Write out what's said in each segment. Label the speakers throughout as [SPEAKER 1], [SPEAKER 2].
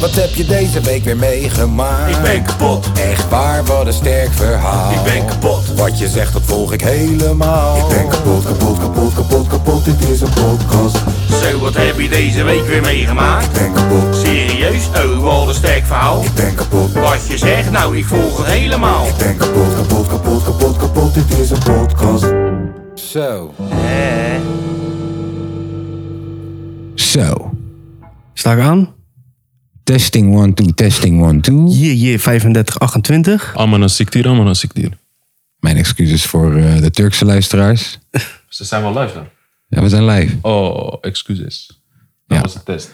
[SPEAKER 1] Wat heb je deze week weer meegemaakt?
[SPEAKER 2] Ik ben kapot.
[SPEAKER 1] Echt waar, wat een sterk verhaal.
[SPEAKER 2] Ik ben kapot.
[SPEAKER 1] Wat je zegt, dat volg ik helemaal.
[SPEAKER 3] Ik ben kapot, kapot, kapot, kapot, kapot, dit is een podcast.
[SPEAKER 2] Zo, wat heb je deze week weer meegemaakt?
[SPEAKER 3] Ik ben kapot,
[SPEAKER 2] Serieus? Oh, wat een sterk verhaal.
[SPEAKER 3] ik ben kapot,
[SPEAKER 2] Wat je zegt, nou, ik volg het helemaal.
[SPEAKER 3] ik ben kapot, kapot, kapot, kapot, kapot, dit is een podcast.
[SPEAKER 1] Zo.
[SPEAKER 4] Zo. Sta ik aan?
[SPEAKER 1] Testing 1, 2, testing 1, 2.
[SPEAKER 4] Hier, hier, 35, 28.
[SPEAKER 5] Amana Siktir, Amana Siktir.
[SPEAKER 1] Mijn excuses voor eh, de Turkse luisteraars.
[SPEAKER 5] Ze zijn wel live dan.
[SPEAKER 1] Ja, we zijn live.
[SPEAKER 5] Oh, excuses. Dat was een test.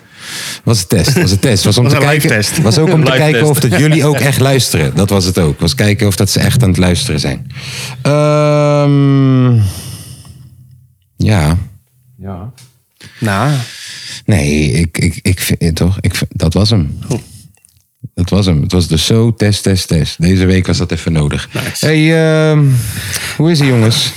[SPEAKER 1] Was een test, was een test. Was, om
[SPEAKER 4] Was
[SPEAKER 1] te
[SPEAKER 4] een live
[SPEAKER 1] kijken,
[SPEAKER 4] test.
[SPEAKER 1] Was ook om te
[SPEAKER 5] Live
[SPEAKER 1] kijken
[SPEAKER 5] test.
[SPEAKER 1] of dat jullie ook echt luisteren. Dat was het ook. Was kijken of dat ze echt aan het luisteren zijn. Ehm, ja.
[SPEAKER 5] Ja.
[SPEAKER 4] Nou,
[SPEAKER 1] Nee, ik, ik, ik vind eh, toch, ik, vind- dat was hem. Dat was hem. Het was de zo test, test, test. Deze week was dat even nodig. Hey, ehm, hoe is ie jongens?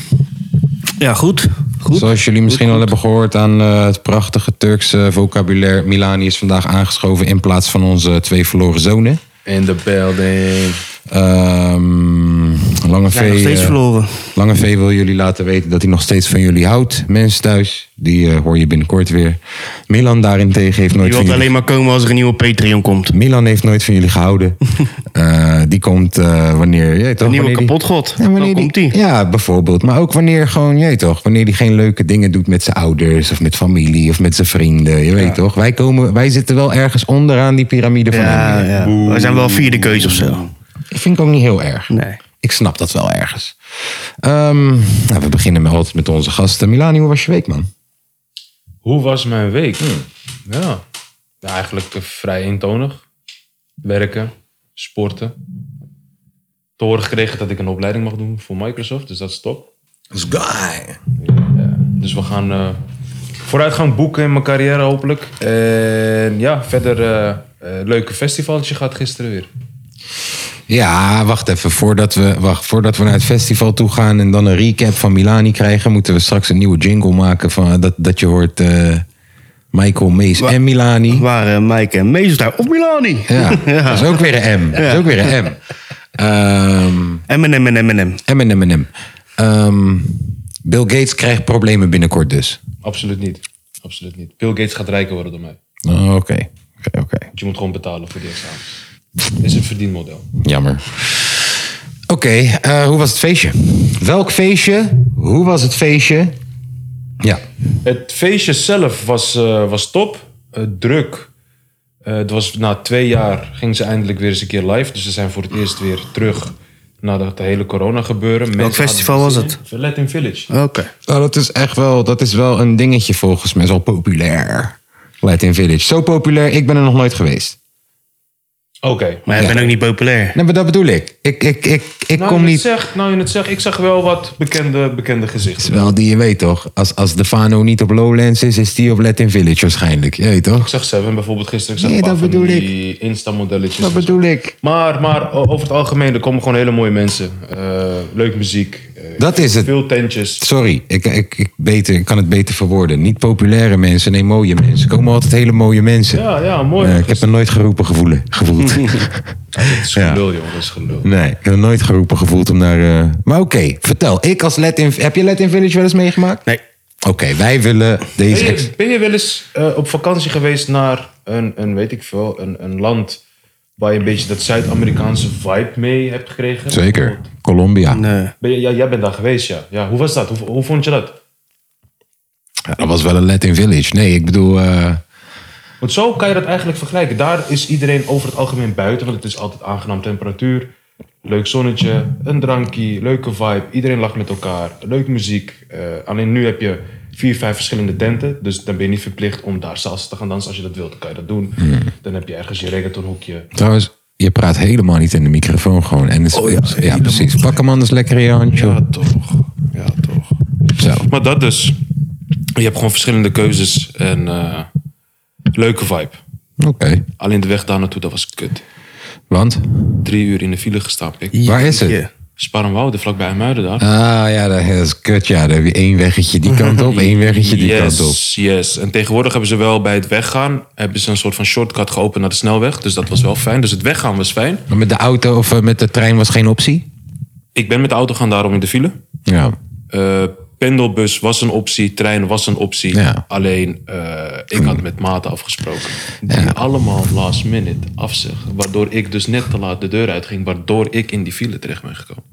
[SPEAKER 4] ja, goed. Goed.
[SPEAKER 1] Zoals jullie misschien al hebben gehoord aan eh, het prachtige Turkse vocabulaire. Milani is vandaag aangeschoven in plaats van onze twee verloren zonen.
[SPEAKER 5] In the building.
[SPEAKER 1] Ehm, Lange
[SPEAKER 4] Ja, nog
[SPEAKER 1] V,
[SPEAKER 4] steeds
[SPEAKER 1] eh,
[SPEAKER 4] verloren.
[SPEAKER 1] Lange V wil jullie laten weten dat hij nog steeds van jullie houdt. Mensen thuis, die eh, hoor je binnenkort weer. Milan daarentegen heeft nooit
[SPEAKER 4] Je wilt
[SPEAKER 1] van jullie...
[SPEAKER 4] alleen maar komen als er een nieuwe Patreon komt.
[SPEAKER 1] Milan heeft nooit van jullie gehouden. Eh, die komt eh, wanneer... Jij toch,
[SPEAKER 4] Een nieuwe
[SPEAKER 1] wanneer die-
[SPEAKER 4] kapotgod.
[SPEAKER 1] Ja, wanneer
[SPEAKER 4] Dan komt die.
[SPEAKER 1] Ja, bijvoorbeeld. Maar ook wanneer gewoon, jij toch, wanneer die geen leuke dingen doet met zijn ouders of met familie of met zijn vrienden. Je weet toch? Wij, komen, wij zitten wel ergens onderaan die piramide van
[SPEAKER 4] Ja,
[SPEAKER 1] hem.
[SPEAKER 4] ja. We zijn wel vierde keus of zo.
[SPEAKER 1] Ik vind ik ook niet heel erg.
[SPEAKER 4] Nee.
[SPEAKER 1] Ik snap dat wel ergens. Ehm, nou, we beginnen met, altijd met onze gasten. Milani, hoe was je week, man?
[SPEAKER 5] Hoe was mijn week? Ja. Ja, Eigenlijk eh, vrij eentonig. Werken, sporten. Te horen gekregen dat ik een opleiding mag doen voor Microsoft, dus dat is top.
[SPEAKER 1] Guy.
[SPEAKER 5] Dus we gaan eh, vooruitgang boeken in mijn carrière hopelijk. En ja, verder eh, eh, leuke festivaltje gaat gisteren weer.
[SPEAKER 1] Ja, wacht even. Voordat we, wacht, voordat we naar het festival toe gaan en dan een recap van Milani krijgen, moeten we straks een nieuwe jingle maken van, dat, dat je hoort eh, Michael, Mees
[SPEAKER 4] Wa-
[SPEAKER 1] en Milani.
[SPEAKER 4] Waren Mike en Mees daar op Milani.
[SPEAKER 1] Ja, dat is ook weer een M. Dat is ook weer een M. Ehm
[SPEAKER 4] M&M en M&M.
[SPEAKER 1] M en M en M. Ehm, Bill Gates krijgt problemen binnenkort dus.
[SPEAKER 5] Absoluut niet. Absoluut niet. Bill Gates gaat rijker worden dan mij.
[SPEAKER 1] Oh, Oké, oké, oké.
[SPEAKER 5] Want je moet gewoon betalen voor die examens. Is een verdienmodel.
[SPEAKER 1] Jammer. Oké, eh, hoe was het feestje? Welk feestje? Hoe was het feestje? Ja,
[SPEAKER 5] Het feestje zelf was, eh, was top. Eh, druk. Eh, het was na twee jaar ging ze eindelijk weer eens een keer live. Dus ze zijn voor het eerst weer terug na dat hele corona gebeuren. Mensen
[SPEAKER 4] festival
[SPEAKER 5] hadden
[SPEAKER 4] was
[SPEAKER 5] zin in. Latin Village.
[SPEAKER 4] Oké.
[SPEAKER 1] Nou, dat is echt wel, dat is wel een dingetje volgens mij. Zo populair. Latin Village. Zo populair, ik ben er nog nooit geweest.
[SPEAKER 5] Oké.
[SPEAKER 4] Maar ik ben ook niet populair.
[SPEAKER 1] Nee, maar dat bedoel ik. Ik, ik, ik, ik
[SPEAKER 5] Nou,
[SPEAKER 1] kom
[SPEAKER 5] je het
[SPEAKER 1] niet...
[SPEAKER 5] Zegt, nou je het zegt, ik zag wel wat bekende, bekende gezichten.
[SPEAKER 1] Wel, die je weet toch? Als, als de Fano niet op Lowlands is, is die op Latin Village waarschijnlijk. Je weet toch?
[SPEAKER 5] Ik zag Seven bijvoorbeeld gisteren. Ik zag
[SPEAKER 1] Nee,
[SPEAKER 5] een paar
[SPEAKER 1] dat
[SPEAKER 5] van
[SPEAKER 1] bedoel
[SPEAKER 5] die Insta-modelletjes.
[SPEAKER 1] Dat
[SPEAKER 5] en zo.
[SPEAKER 1] bedoel ik.
[SPEAKER 5] Maar, maar o- over het algemeen, er komen gewoon hele mooie mensen. Eh, leuk muziek. eh,
[SPEAKER 1] Dat is het.
[SPEAKER 5] Veel tentjes.
[SPEAKER 1] Sorry, ik, ik, ik, beter, ik kan het beter verwoorden. Niet populaire mensen, nee, mooie mensen. Er komen altijd hele mooie mensen.
[SPEAKER 5] Ja, ja, mooi.
[SPEAKER 1] Eh, ik heb me nooit geroepen gevoelen, gevoeld.
[SPEAKER 5] Het is gelul, jongen. Het is gelul.
[SPEAKER 1] nee, ik heb me nooit geroepen gevoeld om naar... eh, Maar oké, vertel. Ik als Latin... Heb je Latin Village wel eens meegemaakt?
[SPEAKER 4] Nee.
[SPEAKER 1] Oké, wij willen
[SPEAKER 5] Ben
[SPEAKER 1] deze... ex-
[SPEAKER 5] je, ben je wel eens eh, op vakantie geweest naar een, een weet ik veel, een, een land waar je een beetje dat Zuid-Amerikaanse vibe mee hebt gekregen?
[SPEAKER 1] Zeker, Colombia.
[SPEAKER 4] Nee.
[SPEAKER 5] Ben je, ja, jij bent daar geweest, ja. ja hoe was dat? Hoe, hoe vond je dat?
[SPEAKER 1] Ja, dat was wel een Latin Village. Nee, ik bedoel... eh,
[SPEAKER 5] Want zo kan je dat eigenlijk vergelijken. Daar is iedereen over het algemeen buiten, want het is altijd aangenaam temperatuur. Leuk zonnetje, een drankje, leuke vibe. Iedereen lacht met elkaar, leuk muziek. Eh, alleen nu heb je vier, vijf verschillende tenten. Dus dan ben je niet verplicht om daar salsa te gaan dansen. Als je dat wilt, dan kan je dat doen. Dan heb je ergens je reggaetonhoekje.
[SPEAKER 1] Trouwens, je praat helemaal niet in de microfoon gewoon. En
[SPEAKER 5] Oh,
[SPEAKER 1] het is- ja, precies. Pak hem anders lekker in je handje.
[SPEAKER 5] toch. Ja, toch.
[SPEAKER 1] Zo.
[SPEAKER 5] Maar dat dus. Je hebt gewoon verschillende keuzes en eh, leuke vibe.
[SPEAKER 1] Oké.
[SPEAKER 5] Alleen de weg daar naartoe, dat was kut.
[SPEAKER 1] Want?
[SPEAKER 5] Drie uur in de file gestaan, pik.
[SPEAKER 1] Waar is het?
[SPEAKER 4] Ja.
[SPEAKER 5] Sparrenwoude, vlakbij IJmuiden daar.
[SPEAKER 1] Ah ja, dat is kut. Ja, dan heb je één weggetje die kant op, één weggetje die
[SPEAKER 5] yes,
[SPEAKER 1] kant op.
[SPEAKER 5] Yes. En tegenwoordig hebben ze wel bij het weggaan hebben ze een soort van shortcut geopend naar de snelweg. Dus dat was wel fijn. Dus het weggaan was fijn.
[SPEAKER 1] Maar met de auto of eh, met de trein was geen optie?
[SPEAKER 5] Ik ben met de auto gaan daarom in de file.
[SPEAKER 1] Ja.
[SPEAKER 5] Eh, pendelbus was een optie, trein was een optie.
[SPEAKER 1] Ja. Hmm.
[SPEAKER 5] Alleen, eh, ik had met maten afgesproken. Die allemaal last minute afzeggen. Waardoor ik dus net te laat de deur uitging. Waardoor ik in die file terecht ben gekomen.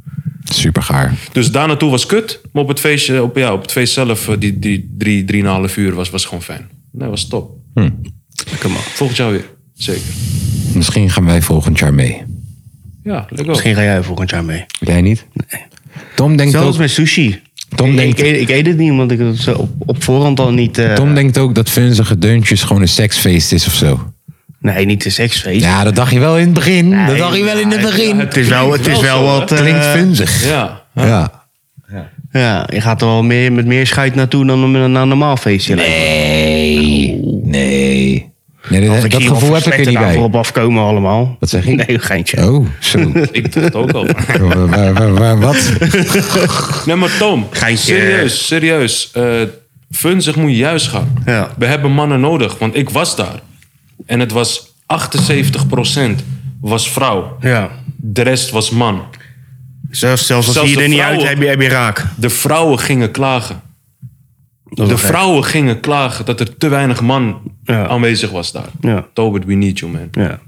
[SPEAKER 1] Super gaar.
[SPEAKER 5] Dus daar naartoe was kut. Maar op het feestje, op, ja, op het feest zelf, eh, die, die drie, drieënhalf uur was, was gewoon fijn. Nee, was top.
[SPEAKER 4] Lekker man.
[SPEAKER 5] Volgend jaar weer. Zeker.
[SPEAKER 1] Misschien gaan wij volgend jaar mee.
[SPEAKER 5] Ja, leuk ook.
[SPEAKER 4] Misschien ga jij volgend jaar mee.
[SPEAKER 1] Jij niet? Tom denkt
[SPEAKER 4] Zelfs
[SPEAKER 1] ook...
[SPEAKER 4] met sushi.
[SPEAKER 1] Tom
[SPEAKER 4] ik,
[SPEAKER 1] denkt-
[SPEAKER 4] ik, eet- ik eet het niet, want ik het zo op, op voorhand al niet... eh,
[SPEAKER 1] Tom denkt ook dat funzige deuntjes gewoon een seksfeest is of zo.
[SPEAKER 4] Nee, niet de seksfeest.
[SPEAKER 1] Ja, dat dacht je wel in het begin. dat dacht je wel in het
[SPEAKER 4] Nee,
[SPEAKER 1] begin.
[SPEAKER 4] Het is wel, het is
[SPEAKER 5] Klinkt
[SPEAKER 4] wel
[SPEAKER 5] wel zo,
[SPEAKER 4] wat...
[SPEAKER 1] Het klinkt
[SPEAKER 4] eh,
[SPEAKER 1] funzig.
[SPEAKER 5] Ja.
[SPEAKER 1] Ja.
[SPEAKER 4] Ja, je gaat er wel meer, met meer schuit naartoe dan met een naar een normaal feestje. lijkt me.
[SPEAKER 1] Nee. Nee. nee dit-
[SPEAKER 4] Of ik
[SPEAKER 1] dat
[SPEAKER 4] zie of
[SPEAKER 1] gevoel heb ik er
[SPEAKER 4] slechte
[SPEAKER 1] niet
[SPEAKER 4] daarvoor
[SPEAKER 1] bij.
[SPEAKER 4] op afkomen allemaal.
[SPEAKER 1] Wat zeg je?
[SPEAKER 4] Nee, geintje.
[SPEAKER 1] Oh, zo.
[SPEAKER 5] Ik dacht ook al.
[SPEAKER 1] Wa- wa- wa- wa- Wat?
[SPEAKER 5] Nee, maar Tom,
[SPEAKER 4] Geintje.
[SPEAKER 5] serieus, serieus. eh funzig moet je juist gaan.
[SPEAKER 4] Ja.
[SPEAKER 5] We hebben mannen nodig, want ik was daar. En het was 78% was vrouw.
[SPEAKER 4] Ja.
[SPEAKER 5] De rest was man.
[SPEAKER 4] Zelfs, zelfs als
[SPEAKER 5] Zelfs
[SPEAKER 4] je
[SPEAKER 5] de
[SPEAKER 4] er niet
[SPEAKER 5] vrouwen-
[SPEAKER 4] uit heb je, heb je raak.
[SPEAKER 5] De vrouwen gingen klagen.
[SPEAKER 4] Dat is
[SPEAKER 5] De
[SPEAKER 4] wel gek.
[SPEAKER 5] vrouwen gingen klagen dat er te weinig man
[SPEAKER 4] Ja.
[SPEAKER 5] aanwezig was daar.
[SPEAKER 4] Ja.
[SPEAKER 5] Tobert, we need you, man.
[SPEAKER 4] Ja.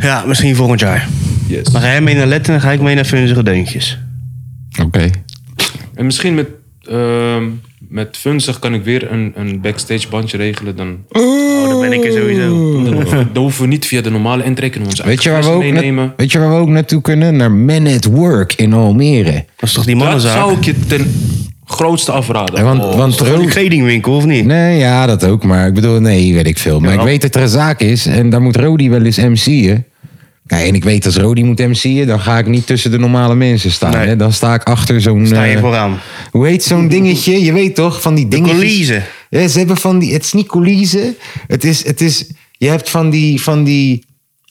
[SPEAKER 4] ja, misschien volgend jaar.
[SPEAKER 5] Yes.
[SPEAKER 4] Dan ga jij mee naar Letten en dan ga ik mee naar Funzige Deuntjes.
[SPEAKER 1] Oké.
[SPEAKER 5] En misschien met, ehm met Funzig kan ik weer een, een backstage bandje regelen. Dan,
[SPEAKER 4] Oh, dan ben ik er sowieso.
[SPEAKER 5] dan, dan hoeven we niet via de normale entrekken ons
[SPEAKER 1] Oh. Weet je, waar we
[SPEAKER 5] eigen
[SPEAKER 1] ook
[SPEAKER 5] fles meenemen.
[SPEAKER 1] na- weet je waar we ook naartoe kunnen? Naar Men at Work in Almere.
[SPEAKER 4] Dat is toch die
[SPEAKER 5] Dat
[SPEAKER 4] mannenzaak?
[SPEAKER 5] zou ik je ten grootste afraden.
[SPEAKER 1] Want,
[SPEAKER 5] Oh.
[SPEAKER 1] want
[SPEAKER 4] Gewoon
[SPEAKER 1] Ro-
[SPEAKER 4] een kledingwinkel of niet?
[SPEAKER 1] Nee, ja, dat ook. Maar ik bedoel, nee, weet ik veel. Maar
[SPEAKER 4] Ja.
[SPEAKER 1] ik weet dat er een zaak is en daar moet Rodi wel eens MC'en. Ja, en ik weet als Rodi moet MC'en, dan ga ik niet tussen de normale mensen staan.
[SPEAKER 4] Nee.
[SPEAKER 1] Hè? Dan sta ik achter zo'n...
[SPEAKER 4] Sta je
[SPEAKER 1] eh,
[SPEAKER 4] vooraan.
[SPEAKER 1] Hoe heet zo'n dingetje? Je weet toch, van die dingetjes.
[SPEAKER 4] coulissen.
[SPEAKER 1] Ja, ze hebben van die... Het is niet coulissen. Het is... Het is je hebt van die, van die...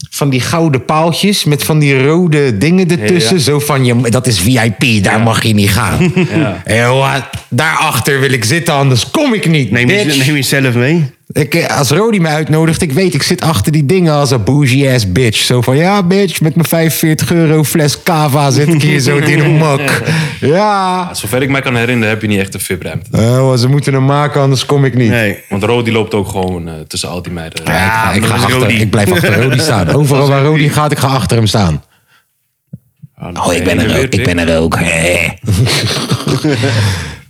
[SPEAKER 1] Van die gouden paaltjes met van die rode dingen ertussen.
[SPEAKER 5] Ja, ja.
[SPEAKER 1] Zo van, je, dat is VIP, daar mag je niet gaan.
[SPEAKER 5] Ja.
[SPEAKER 1] Eh, wat? daarachter wil ik zitten, anders kom ik niet.
[SPEAKER 4] Neem je,
[SPEAKER 1] bitch.
[SPEAKER 4] neem je zelf mee.
[SPEAKER 1] Ik, eh, als Rodi me uitnodigt, ik weet, ik zit achter die dingen als een bougie-ass bitch. Zo van, ja bitch, met mijn 45 euro fles cava zit ik hier zo in een mak. Ja.
[SPEAKER 5] Ja, Zover ik mij kan herinneren heb je niet echt een fibruimte.
[SPEAKER 1] Eh, ze moeten hem maken, anders kom ik niet.
[SPEAKER 4] Nee.
[SPEAKER 5] Want Rodi loopt ook gewoon eh, tussen al die meiden.
[SPEAKER 1] Ja, ik, ga
[SPEAKER 5] Dus
[SPEAKER 4] dat is
[SPEAKER 1] achter,
[SPEAKER 4] Rodi.
[SPEAKER 1] ik blijf achter Rodi staan. Overal waar Rodi gaat, ik ga achter hem staan. Oh, ik ben er ook. Ik ben er ook.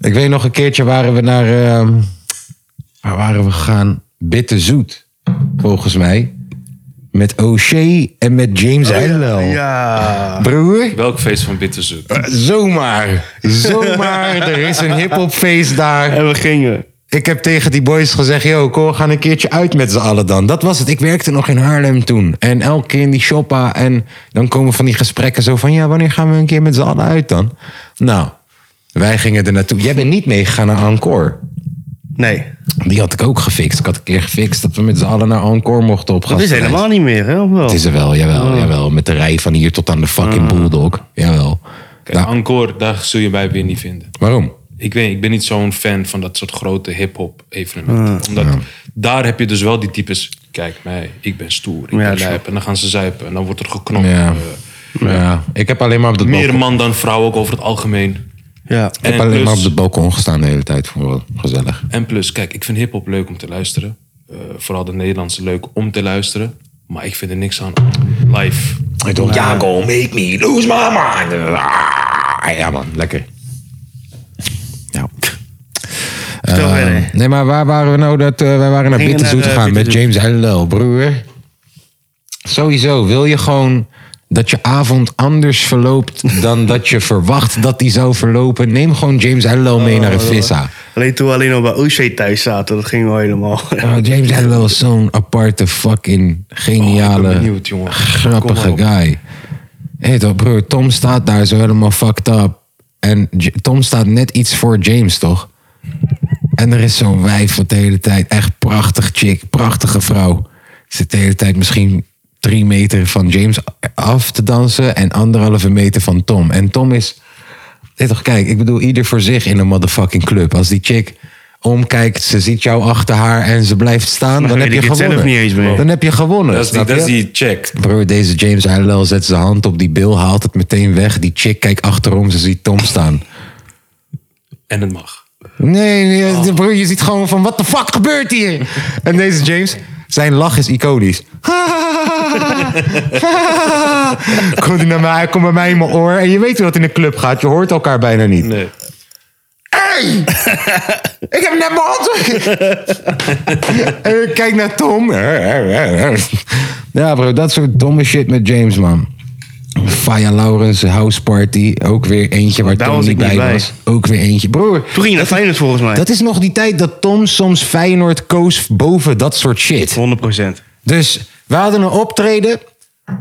[SPEAKER 1] ik weet nog een keertje waren we naar... ehm, waar waren we gegaan? Bitterzoet, volgens mij. Met O'Shea en met James Ellel.
[SPEAKER 4] Ja.
[SPEAKER 1] Broer, Eh,
[SPEAKER 5] Welk feest van Bitterzoet?
[SPEAKER 1] zomaar. Zomaar. er is een hiphopfeest daar.
[SPEAKER 4] En we gingen.
[SPEAKER 1] Ik heb tegen die boys gezegd, yo, kom, we gaan een keertje uit met z'n allen dan. Dat was het. Ik werkte nog in Haarlem toen. En elke keer in die shoppa. En dan komen van die gesprekken zo van, ja, wanneer gaan we een keer met z'n allen uit dan? Nou, wij gingen er naartoe. Jij bent niet meegegaan naar Encore.
[SPEAKER 4] Nee.
[SPEAKER 1] Die had ik ook gefixt. Ik had een keer gefixt dat we met z'n allen naar Encore mochten op
[SPEAKER 4] Dat is
[SPEAKER 1] gastenreis.
[SPEAKER 4] helemaal niet meer, hè? Of wel?
[SPEAKER 1] Het is er wel, jawel,
[SPEAKER 5] Oh.
[SPEAKER 1] jawel. Met de rij van hier tot aan de fucking
[SPEAKER 4] Ah.
[SPEAKER 1] Bulldog. Jawel. Nou.
[SPEAKER 5] Kijk,
[SPEAKER 1] Ja,
[SPEAKER 5] Encore, daar zul je mij weer niet vinden.
[SPEAKER 1] waarom?
[SPEAKER 5] Ik, weet, ik ben niet zo'n fan van dat soort grote hip-hop evenementen.
[SPEAKER 1] Ah,
[SPEAKER 5] Omdat daar heb je dus wel die types. Kijk mij, ik ben stoer. Ik
[SPEAKER 4] Ja,
[SPEAKER 5] ben
[SPEAKER 4] dat is
[SPEAKER 5] lijp. En dan gaan ze zuipen. En dan wordt er geknopt.
[SPEAKER 1] Ja.
[SPEAKER 5] Eh,
[SPEAKER 1] ja. Ik heb alleen maar op de
[SPEAKER 5] meer man dan vrouw ook over het algemeen.
[SPEAKER 4] Ja.
[SPEAKER 1] Ik heb
[SPEAKER 5] En dus-
[SPEAKER 1] alleen
[SPEAKER 5] plus-
[SPEAKER 1] maar op de balkon gestaan de hele tijd. Vond ik wel gezellig.
[SPEAKER 5] En plus, kijk, ik vind hip-hop leuk om te luisteren. Eh, vooral de Nederlandse leuk om te luisteren. Maar ik vind er niks aan live.
[SPEAKER 1] Ik dacht, ja, go make me lose my mind. Ah, Ja man, lekker. Ja.
[SPEAKER 4] Vertel verder.
[SPEAKER 1] Eh, nee, maar waar waren we nou? Dat, eh, wij waren naar
[SPEAKER 4] Gingen
[SPEAKER 1] Bitterzoet
[SPEAKER 4] naar, eh,
[SPEAKER 1] gegaan met
[SPEAKER 4] Bitterzoet.
[SPEAKER 1] James LL, broer. Sowieso, wil je gewoon dat je avond anders verloopt dan dat je verwacht dat die zou verlopen? Neem gewoon James LL
[SPEAKER 4] Oh,
[SPEAKER 1] mee naar een vissa.
[SPEAKER 4] Alleen toen we alleen al bij OC thuis zaten, dat ging wel helemaal.
[SPEAKER 1] Oh, James LL is zo'n aparte, fucking geniale,
[SPEAKER 5] Oh, ik ben benieuwd, jongen.
[SPEAKER 1] grappige
[SPEAKER 5] Kom maar op.
[SPEAKER 1] guy. Hé toch, broer, Tom staat daar zo helemaal fucked up. En J- Tom staat net iets voor James, toch? En er is zo'n wijf wat de hele tijd, echt prachtig chick, prachtige vrouw. Zit de hele tijd misschien drie meter van James af te dansen en anderhalve meter van Tom. En Tom is. Hey, toch, kijk, ik bedoel, ieder voor zich in een motherfucking club. Als die chick omkijkt, ze ziet jou achter haar en ze blijft staan, dan
[SPEAKER 4] weet
[SPEAKER 1] heb je
[SPEAKER 4] ik het zelf
[SPEAKER 1] gewonnen.
[SPEAKER 4] niet eens meer.
[SPEAKER 1] Dan heb je gewonnen.
[SPEAKER 5] Dat is die,
[SPEAKER 1] snap
[SPEAKER 5] dat is
[SPEAKER 1] je?
[SPEAKER 5] die check.
[SPEAKER 1] Bro, deze James Allen zet zijn hand op die bil, haalt het meteen weg. Die chick kijkt achterom, ze ziet Tom staan.
[SPEAKER 5] En het mag.
[SPEAKER 1] Nee, nee
[SPEAKER 4] Oh.
[SPEAKER 1] bro, je ziet gewoon van, wat de fuck gebeurt hier? En deze James, zijn lach is iconisch. komt hij naar mij, hij komt bij mij in mijn oor. En je weet hoe dat in de club gaat, je hoort elkaar bijna niet.
[SPEAKER 6] Nee.
[SPEAKER 1] Ik heb net mijn hand weg. En ik kijk naar Tom. Ja, bro, dat soort domme shit met James, man. Faya Laurens House Party. Ook weer eentje waar
[SPEAKER 4] Daar
[SPEAKER 1] Tom
[SPEAKER 4] was
[SPEAKER 1] niet
[SPEAKER 4] ik niet
[SPEAKER 1] bij
[SPEAKER 4] bij.
[SPEAKER 1] was. Ook weer eentje. Broer,
[SPEAKER 4] Toen ging je naar Feyenoord volgens mij.
[SPEAKER 1] dat is nog die tijd dat Tom soms Feyenoord koos boven dat soort shit.
[SPEAKER 4] 100%.
[SPEAKER 1] Dus we hadden een optreden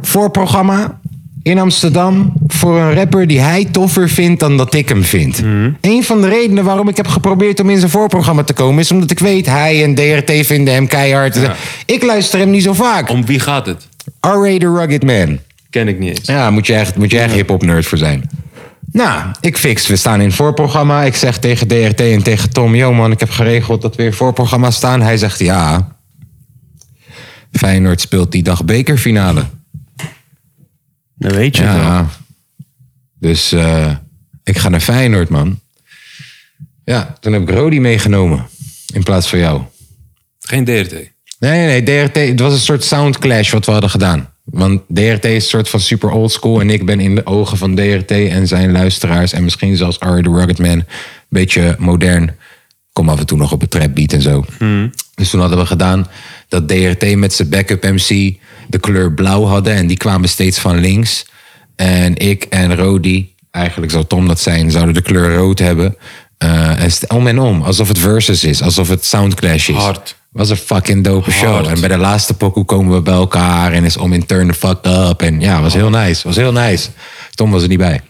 [SPEAKER 1] voorprogramma in Amsterdam voor een rapper die hij toffer vindt dan dat ik hem vind.
[SPEAKER 5] Mhm.
[SPEAKER 1] Een van de redenen waarom ik heb geprobeerd om in zijn voorprogramma te komen is omdat ik weet hij en DRT vinden hem keihard. Ik luister hem niet zo vaak.
[SPEAKER 5] Om wie gaat het?
[SPEAKER 1] R.A. The Rugged Man.
[SPEAKER 5] Ken ik niet eens.
[SPEAKER 1] Ja, moet je echt, moet je echt hip-hop nerd voor zijn. Nou, ik fix. We staan in het voorprogramma. Ik zeg tegen DRT en tegen Tom: Yo man, ik heb geregeld dat we in het voorprogramma staan. Hij zegt ja. Feyenoord speelt die dag bekerfinale.
[SPEAKER 4] Dat weet je wel.
[SPEAKER 1] Ja. Dus eh, ik ga naar Feyenoord, man. Ja, toen heb ik Rodi meegenomen. In plaats van jou.
[SPEAKER 5] Geen DRT.
[SPEAKER 1] Nee, nee, nee. DRT, het was een soort soundclash wat we hadden gedaan. Want DRT is een soort van super oldschool. En ik ben in de ogen van DRT en zijn luisteraars. En misschien zelfs Ari the Rugged Man. Een beetje modern. Kom af en toe nog op een trap beat en zo. Dus toen hadden we gedaan dat DRT met zijn backup MC de kleur blauw hadden. En die kwamen steeds van links. En ik en Rodi, eigenlijk zou Tom dat zijn, zouden de kleur rood hebben. Eh, en st- om en om, alsof het versus is, alsof het soundclash is.
[SPEAKER 5] Hard.
[SPEAKER 1] Was een fucking dope show. En bij de laatste pokoe komen we bij elkaar en is om in turn the fuck up. En ja, was heel nice. Was heel nice. Tom was er niet bij.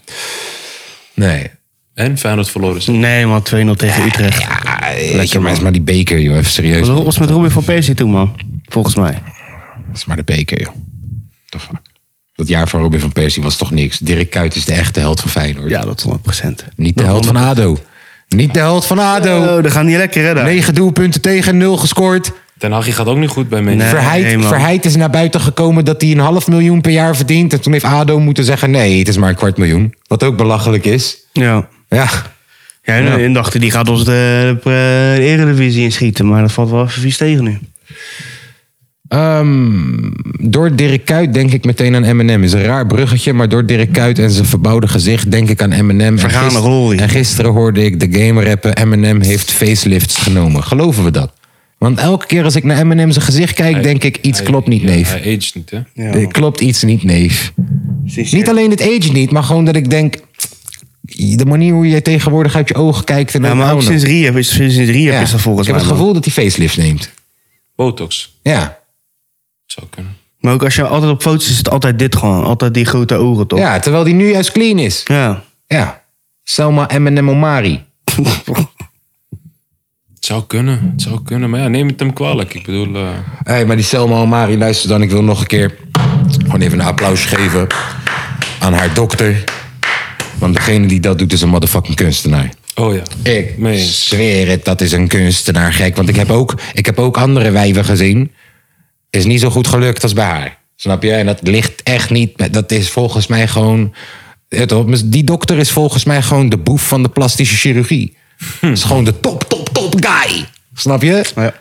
[SPEAKER 1] Nee.
[SPEAKER 5] En Feyenoord verloren is.
[SPEAKER 4] Nee man, 2-0 tegen Utrecht.
[SPEAKER 1] Ja, Lekker maar. is maar die beker, joh. Even serieus.
[SPEAKER 4] Dat was met Robin van Persie toen man. Volgens mij.
[SPEAKER 1] Het is maar de beker, joh. The fuck. Dat jaar van Robin van Persie was toch niks. Dirk Kuyt is de echte held van Feyenoord.
[SPEAKER 4] Ja, dat 100%.
[SPEAKER 1] Niet de held van ADO. Niet de held van ADO.
[SPEAKER 4] Oh, dat gaat niet lekker hè daar.
[SPEAKER 1] Negen doelpunten tegen, nul gescoord.
[SPEAKER 5] Ten Hag gaat ook niet goed bij mensen.
[SPEAKER 4] Nee.
[SPEAKER 1] Verheid,
[SPEAKER 4] man.
[SPEAKER 1] Verheid is naar buiten gekomen dat hij een half miljoen per jaar verdient. En toen heeft ADO moeten zeggen, nee, het is maar een kwart miljoen. Wat ook belachelijk is.
[SPEAKER 4] Ja.
[SPEAKER 1] Ja,
[SPEAKER 4] Ja, en, en dachten die gaat ons de, de, de Eredivisie inschieten. Maar dat valt wel even vies tegen nu.
[SPEAKER 1] Ehm, door Dirk Kuyt denk ik meteen aan Eminem. Is een raar bruggetje, maar door Dirk Kuyt en zijn verbouwde gezicht denk ik aan Eminem. En,
[SPEAKER 4] Vergane glorie.
[SPEAKER 1] en gisteren hoorde ik de game rappen. Eminem heeft facelifts genomen. Geloven we dat? Want elke keer als ik naar Eminem zijn gezicht kijk, denk ik iets
[SPEAKER 5] Hij-
[SPEAKER 1] klopt niet,
[SPEAKER 5] ja,
[SPEAKER 1] neef.
[SPEAKER 5] Hij aged niet, hè?
[SPEAKER 4] Ja,
[SPEAKER 1] Er klopt iets niet, neef. Niet alleen het age niet, maar gewoon dat ik denk... De manier hoe je tegenwoordig uit je ogen kijkt... En
[SPEAKER 4] ja,
[SPEAKER 1] naar
[SPEAKER 4] maar ook
[SPEAKER 1] je
[SPEAKER 4] sinds
[SPEAKER 1] ogen.
[SPEAKER 4] Rehab is, sinds Rehab
[SPEAKER 1] Ja,
[SPEAKER 4] is dat volgens
[SPEAKER 1] Ik
[SPEAKER 4] mij.
[SPEAKER 1] heb het
[SPEAKER 4] man.
[SPEAKER 1] gevoel dat hij facelifts neemt.
[SPEAKER 5] Botox.
[SPEAKER 1] Ja.
[SPEAKER 5] Zou kunnen.
[SPEAKER 4] Maar ook als je altijd op foto's is, het altijd dit gewoon. Altijd die grote ogen toch?
[SPEAKER 1] ja, terwijl die nu juist clean is.
[SPEAKER 4] Ja.
[SPEAKER 1] Ja. Selma Eminem Omari.
[SPEAKER 5] Het zou kunnen. Het zou kunnen. Maar ja, neem het hem kwalijk. Ik bedoel... eh,
[SPEAKER 1] Hé, maar die Selma Omari, luister dan. Ik wil nog een keer gewoon even een applaus geven aan haar dokter. Want degene die dat doet is een motherfucking kunstenaar.
[SPEAKER 5] Oh ja.
[SPEAKER 1] Ik
[SPEAKER 5] Meen.
[SPEAKER 1] zweer het, dat is een kunstenaar gek. Want ik heb ook, ik heb ook andere wijven gezien. Is niet zo goed gelukt als bij haar. Snap je? En dat ligt echt niet. Dat is volgens mij gewoon. het- Die dokter is volgens mij gewoon de boef van de plastische chirurgie.
[SPEAKER 5] Hm.
[SPEAKER 1] Dat is gewoon de top, top, top guy. Snap je?
[SPEAKER 4] ja.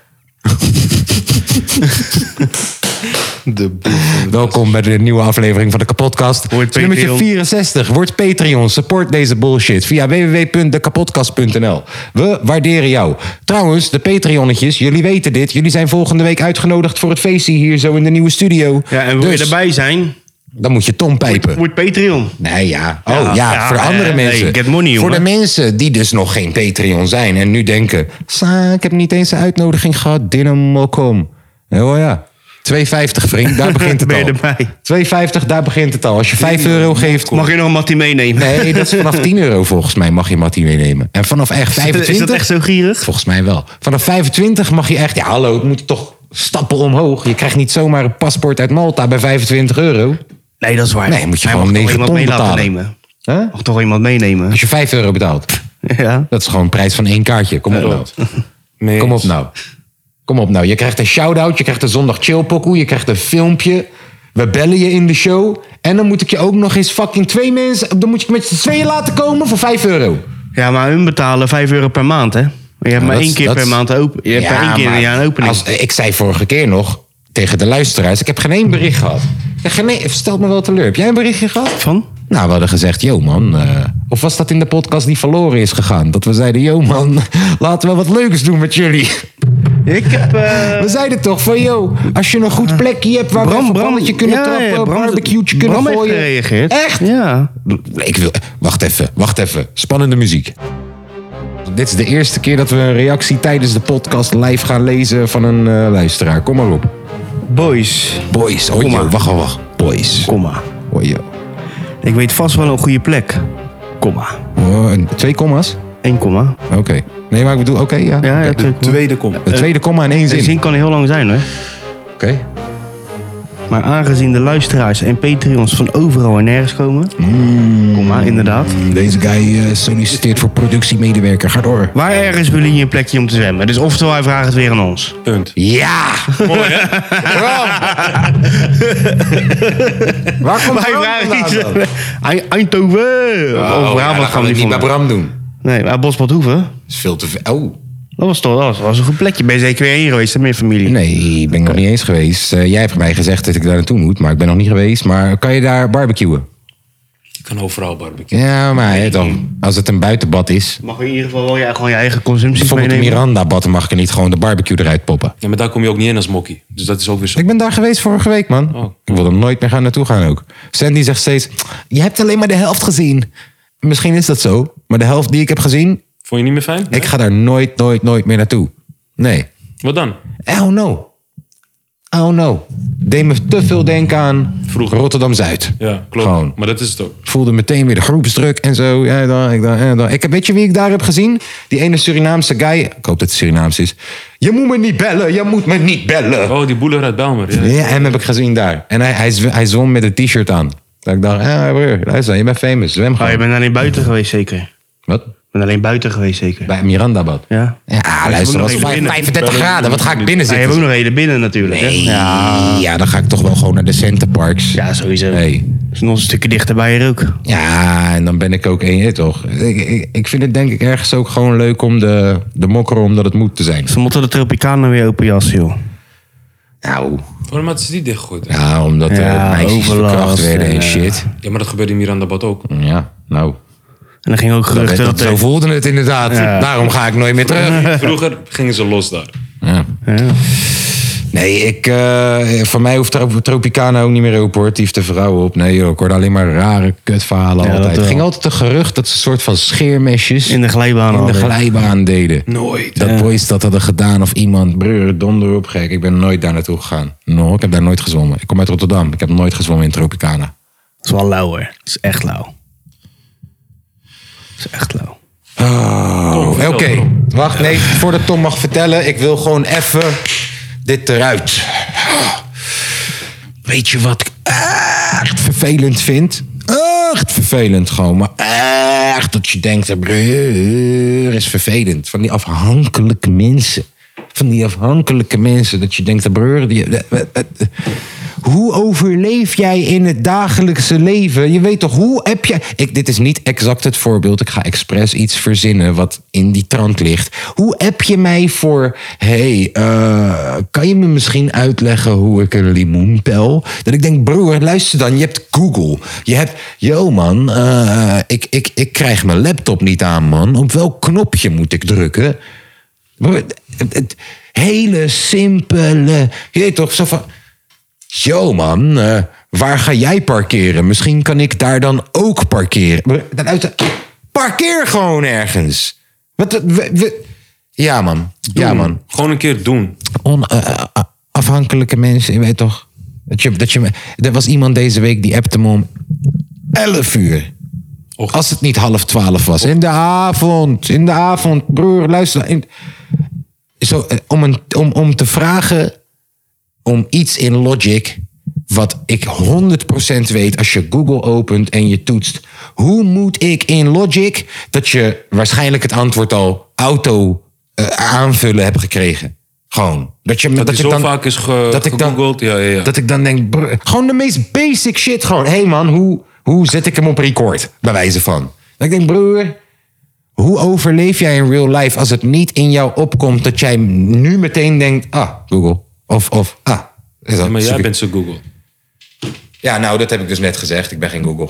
[SPEAKER 6] De boel.
[SPEAKER 1] Welkom bij de nieuwe aflevering van de kapotkast.
[SPEAKER 4] Wordt
[SPEAKER 1] Nummertje
[SPEAKER 4] Patreon.
[SPEAKER 1] 64. Word Patreon. Support deze bullshit via www.dekapotkast.nl. We waarderen jou. Trouwens, de Patreonnetjes, jullie weten dit. Jullie zijn volgende week uitgenodigd voor het feestje hier zo in de nieuwe studio.
[SPEAKER 4] ja, en wil
[SPEAKER 1] dus,
[SPEAKER 4] je erbij zijn,
[SPEAKER 1] dan moet je Tom pijpen.
[SPEAKER 4] wordt Patreon.
[SPEAKER 1] Nee, ja. Oh, ja,
[SPEAKER 4] ja,
[SPEAKER 1] voor
[SPEAKER 4] eh,
[SPEAKER 1] andere
[SPEAKER 4] hey,
[SPEAKER 1] mensen.
[SPEAKER 4] get money,
[SPEAKER 1] voor de
[SPEAKER 4] jongen.
[SPEAKER 1] mensen die dus nog geen Patreon zijn en nu denken... "Sa, ik heb niet eens een uitnodiging gehad. Dinamokom. Oh ja. 2,50 vriend, daar begint het
[SPEAKER 4] Ben je
[SPEAKER 1] al.
[SPEAKER 4] erbij?
[SPEAKER 1] 2,50, daar begint het al. Als je 5 euro geeft...
[SPEAKER 4] Mag je nog een mattie meenemen?
[SPEAKER 1] Nee, dat is vanaf 10 euro volgens mij mag je Mattie meenemen. En vanaf echt
[SPEAKER 4] Is dat-
[SPEAKER 1] 25...
[SPEAKER 4] Is dat echt zo gierig?
[SPEAKER 1] Volgens mij wel. Vanaf 25 mag je echt... Ja, hallo, het moet toch stappen omhoog. Je krijgt niet zomaar een paspoort uit Malta bij 25 euro.
[SPEAKER 4] Nee, dat is waar.
[SPEAKER 1] Nee, moet je
[SPEAKER 4] Hij
[SPEAKER 1] gewoon
[SPEAKER 4] mag toch
[SPEAKER 1] 9
[SPEAKER 4] iemand
[SPEAKER 1] ton
[SPEAKER 4] mee laten
[SPEAKER 1] betalen.
[SPEAKER 4] nemen.
[SPEAKER 1] Hè?
[SPEAKER 4] Mag toch iemand meenemen?
[SPEAKER 1] Als je 5 euro betaalt,
[SPEAKER 4] Ja.
[SPEAKER 1] dat is gewoon de prijs van één kaartje. Kom op nou.
[SPEAKER 5] Nee.
[SPEAKER 1] Kom op nou. Kom op nou. Je krijgt een shout-out, je krijgt een zondag chillpokoe, je krijgt een filmpje. We bellen je in de show. En dan moet ik je ook nog eens fucking twee mensen... Dan moet ik met z'n tweeën laten komen voor 5 euro.
[SPEAKER 4] Ja, maar hun betalen 5 euro per maand, hè? Maar je hebt maar
[SPEAKER 1] dat
[SPEAKER 4] één
[SPEAKER 1] is-
[SPEAKER 4] keer
[SPEAKER 1] dat
[SPEAKER 4] per
[SPEAKER 1] is-
[SPEAKER 4] maand open. Je hebt maar één keer in
[SPEAKER 1] maar
[SPEAKER 4] een jaar een opening.
[SPEAKER 1] Als, ik zei vorige keer nog tegen de luisteraars... ik heb geen één bericht gehad. Ik heb geen één- Stel me wel teleur. Heb jij een berichtje gehad?
[SPEAKER 4] Mm. Van?
[SPEAKER 1] Nou, we hadden gezegd, yo man. eh, of was dat in de podcast die verloren is gegaan? Dat we zeiden, yo man, laten we wat leuks doen met jullie.
[SPEAKER 4] Ik heb... eh,
[SPEAKER 1] We zeiden toch van, yo, als je een goed plekje hebt waar we
[SPEAKER 4] Bram,
[SPEAKER 1] even een
[SPEAKER 4] Bram,
[SPEAKER 1] balletje kunnen
[SPEAKER 4] ja,
[SPEAKER 1] trappen,
[SPEAKER 4] ja,
[SPEAKER 1] een
[SPEAKER 4] Bram-
[SPEAKER 1] barbecue'tje kunnen
[SPEAKER 4] Bram heeft
[SPEAKER 1] gooien.
[SPEAKER 4] gereageerd.
[SPEAKER 1] Echt?
[SPEAKER 4] Ja.
[SPEAKER 1] Ik wil, wacht even, wacht even. Spannende muziek. Dit is de eerste keer dat we een reactie tijdens de podcast live gaan lezen van een eh, luisteraar. Kom maar op.
[SPEAKER 4] Boys,
[SPEAKER 1] Boys, oh yo, wacht, wacht, wacht. Boys.
[SPEAKER 4] kom maar.
[SPEAKER 1] Oh yo.
[SPEAKER 4] Ik weet vast wel een goede plek. Komma.
[SPEAKER 1] Oh, en twee komma's?
[SPEAKER 4] Eén komma.
[SPEAKER 1] Oké. Nee, maar ik bedoel, oké, ja.
[SPEAKER 4] Ja, ja,
[SPEAKER 1] Oké.
[SPEAKER 4] twee komma.
[SPEAKER 7] Tweede kom.
[SPEAKER 1] De tweede komma in één
[SPEAKER 4] De
[SPEAKER 1] zin.
[SPEAKER 4] zin kan heel lang zijn, hoor.
[SPEAKER 1] Oké.
[SPEAKER 4] Maar aangezien de luisteraars en Patreons van overal en nergens komen... Komma, inderdaad.
[SPEAKER 1] Mm. Deze guy eh, solliciteert voor productiemedewerker. Ga door.
[SPEAKER 4] Waar ergens willen jullie een plekje om te zwemmen? Dus oftewel, hij vraagt het weer aan ons.
[SPEAKER 5] Punt.
[SPEAKER 1] Ja! Waar komt
[SPEAKER 4] Hij
[SPEAKER 1] Bram
[SPEAKER 4] vraagt
[SPEAKER 1] vandaan
[SPEAKER 4] iets...
[SPEAKER 1] dan?
[SPEAKER 4] Ei- Eindhoven! of
[SPEAKER 1] ja,
[SPEAKER 4] Brabant Oh,
[SPEAKER 1] dat
[SPEAKER 4] gaan
[SPEAKER 1] gaan
[SPEAKER 4] we
[SPEAKER 1] we
[SPEAKER 4] niet
[SPEAKER 1] niet bij
[SPEAKER 4] van.
[SPEAKER 1] Bram doen.
[SPEAKER 4] Nee, maar Bosbadhoeven...
[SPEAKER 1] Dat is veel te veel. Oh.
[SPEAKER 4] Dat was toch dat was, was een goed plekje. Ben je zeker weer heen geweest hè, met je familie?
[SPEAKER 1] Nee, ik ben nog niet eens geweest. Eh, jij hebt mij gezegd dat ik daar naartoe moet, maar ik ben nog niet geweest. Maar kan je daar barbecuen?
[SPEAKER 5] Je kan overal barbecue.
[SPEAKER 1] Ja, maar hè, dan, als het een buitenbad is.
[SPEAKER 4] Mag je in ieder geval wel je, gewoon je eigen consumpties
[SPEAKER 1] Bijvoorbeeld een
[SPEAKER 4] meenemen?
[SPEAKER 1] Miranda-bad mag ik er niet gewoon de barbecue eruit poppen.
[SPEAKER 5] Ja, maar daar kom je ook niet in als mokkie. Dus dat is ook weer zo.
[SPEAKER 1] Ik ben daar geweest vorige week, man.
[SPEAKER 5] Oh.
[SPEAKER 1] Ik wil er nooit meer gaan naartoe gaan ook. Sandy zegt steeds, je hebt alleen maar de helft gezien. Misschien is dat zo, maar de helft die ik heb gezien...
[SPEAKER 5] Vond je niet meer fijn?
[SPEAKER 1] ik ga daar nooit, nooit, nooit meer naartoe. Nee.
[SPEAKER 5] Wat dan?
[SPEAKER 1] Oh no. Oh no. Deed me te veel denken aan
[SPEAKER 5] Vroeger.
[SPEAKER 1] Rotterdam-Zuid.
[SPEAKER 5] Ja, klopt.
[SPEAKER 1] Gewoon.
[SPEAKER 5] Maar dat is het ook.
[SPEAKER 1] voelde meteen weer de groepsdruk en zo. Ja, dan, ik, dan, ja, dan. Ik, heb- weet je wie ik daar heb gezien? Die ene Surinaamse guy. Ik hoop dat het Surinaams is. Je moet me niet bellen, je moet me niet bellen.
[SPEAKER 5] Oh, die boeler uit Belmer. Ja.
[SPEAKER 1] Ja, hem heb ik gezien daar. En hij, hij, zw- hij zwom met een t-shirt aan. Dat ik dacht, ja broer, luister, je bent famous, zwem
[SPEAKER 4] Oh,
[SPEAKER 1] gewoon.
[SPEAKER 4] je bent alleen buiten geweest zeker? Je
[SPEAKER 1] Wat?
[SPEAKER 4] bent alleen buiten geweest zeker?
[SPEAKER 1] Bij Mirandabad.
[SPEAKER 4] Ja.
[SPEAKER 1] Ja, luister, dat is
[SPEAKER 4] nog even
[SPEAKER 1] 35 graden. Wat ga ik binnen
[SPEAKER 4] Maar je hebt ook
[SPEAKER 1] zitten?
[SPEAKER 4] nog hele binnen natuurlijk. Hè?
[SPEAKER 1] Nee,
[SPEAKER 4] Ja.
[SPEAKER 1] Ja, dan ga ik toch wel gewoon naar de centerparks.
[SPEAKER 4] ja, sowieso.
[SPEAKER 1] Nee.
[SPEAKER 4] Dat is nog een stukje dichter bij je ook.
[SPEAKER 1] Ja, en dan ben ik ook één, je weet toch? Ik, ik, ik vind het denk ik ergens ook gewoon leuk om de, de mokker omdat het moet te zijn.
[SPEAKER 4] Ze moeten de Tropicana weer open jas, joh.
[SPEAKER 1] Nou,
[SPEAKER 5] Waarom had ze die dichtgegooid? Ja.
[SPEAKER 1] ja, omdat de
[SPEAKER 4] Ja,
[SPEAKER 1] meisjes
[SPEAKER 4] overlast
[SPEAKER 1] verkracht werden en
[SPEAKER 4] en, eh,
[SPEAKER 1] shit.
[SPEAKER 5] maar dat gebeurde in Miranda Bad ook.
[SPEAKER 1] Ja, nou.
[SPEAKER 4] En dan ging ook
[SPEAKER 1] Dat,
[SPEAKER 4] geruchten
[SPEAKER 1] dat-
[SPEAKER 4] dat...
[SPEAKER 1] zo voelde het inderdaad. Daarom ga ik nooit meer terug.
[SPEAKER 5] Vroeger gingen ze los daar.
[SPEAKER 1] Ja. Nee, ik, eh, voor mij hoeft Tro- Tropicana ook niet meer open hoor. Het hieft de vrouwen op. Nee joh, ik hoorde alleen maar rare
[SPEAKER 4] Ja,
[SPEAKER 1] kutverhalen
[SPEAKER 4] dat eh,
[SPEAKER 1] altijd. Het
[SPEAKER 4] wel.
[SPEAKER 1] ging altijd een gerucht dat ze een soort van scheermesjes
[SPEAKER 4] in de glijbaan
[SPEAKER 1] in de
[SPEAKER 4] hadden.
[SPEAKER 1] glijbaan deden.
[SPEAKER 5] Nooit.
[SPEAKER 1] Dat boys dat hadden gedaan of iemand. Breur, donder op gek. Ik ben nooit daar naartoe gegaan. No, ik heb daar nooit gezwommen. Ik kom uit Rotterdam. Ik heb nooit gezwommen in Tropicana.
[SPEAKER 4] Dat is wel lauw, hoor. Dat is echt lauw. Dat is echt lauw.
[SPEAKER 1] Oh, oké.
[SPEAKER 5] vertel erom.
[SPEAKER 1] Wacht, nee. Voordat Tom mag vertellen, ik wil gewoon even dit eruit. Weet je wat ik echt vervelend vind? Echt vervelend gewoon. Maar echt dat je denkt, breur, is vervelend. Van die afhankelijke mensen. Van die afhankelijke mensen. Dat je denkt, breur, die... Hoe overleef jij in het dagelijkse leven? Je weet toch, hoe heb je... Ik, dit is niet exact het voorbeeld. Ik ga expres iets verzinnen wat in die trant ligt. Hoe heb je mij voor... hey, eh, kan je me misschien uitleggen hoe ik een limoen pel? Dat ik denk, broer, luister dan. Je hebt Google. Je hebt... Yo man, eh, ik, ik, ik krijg mijn laptop niet aan, man. Op welk knopje moet ik drukken? Maar het- het- het Hele simpele... Je weet toch, zo van... Yo man, eh, waar ga jij parkeren? Misschien kan ik daar dan ook parkeren. Maar dan uit de- Parkeer gewoon ergens. Wat, we- we- Ja man, ja man.
[SPEAKER 5] Gewoon een keer doen.
[SPEAKER 1] On, eh, eh, eh, afhankelijke mensen, je weet toch? Dat je, dat je, me- er was iemand deze week die appte me om 11 uur.
[SPEAKER 5] Och.
[SPEAKER 1] Als het niet half 12 was. In de avond, in de avond, broer, luister. In, zo, eh, om, een, om, om te vragen om iets in Logic, wat ik 100% weet als je Google opent en je toetst, hoe moet ik in Logic, dat je waarschijnlijk het antwoord al auto eh, aanvullen hebt gekregen. Gewoon. Dat, je,
[SPEAKER 5] Dat,
[SPEAKER 1] je
[SPEAKER 5] is zo
[SPEAKER 1] dan-
[SPEAKER 5] vaak is ge,
[SPEAKER 1] dat ik dan-
[SPEAKER 5] gegoogeld. Ja, ja, ja.
[SPEAKER 1] dat ik dan denk, brr, gewoon de meest basic shit. Gewoon, hé hey man, hoe, hoe zet ik hem op record? Bij wijze van. Dat ik denk, broer, hoe overleef jij in real life als het niet in jou opkomt dat jij nu meteen denkt, ah, Google. Of, of ah. is dat-
[SPEAKER 5] maar jij
[SPEAKER 1] zoek ik-
[SPEAKER 5] bent zo Google.
[SPEAKER 1] Ja, nou, dat heb ik dus net gezegd. Ik ben geen Google.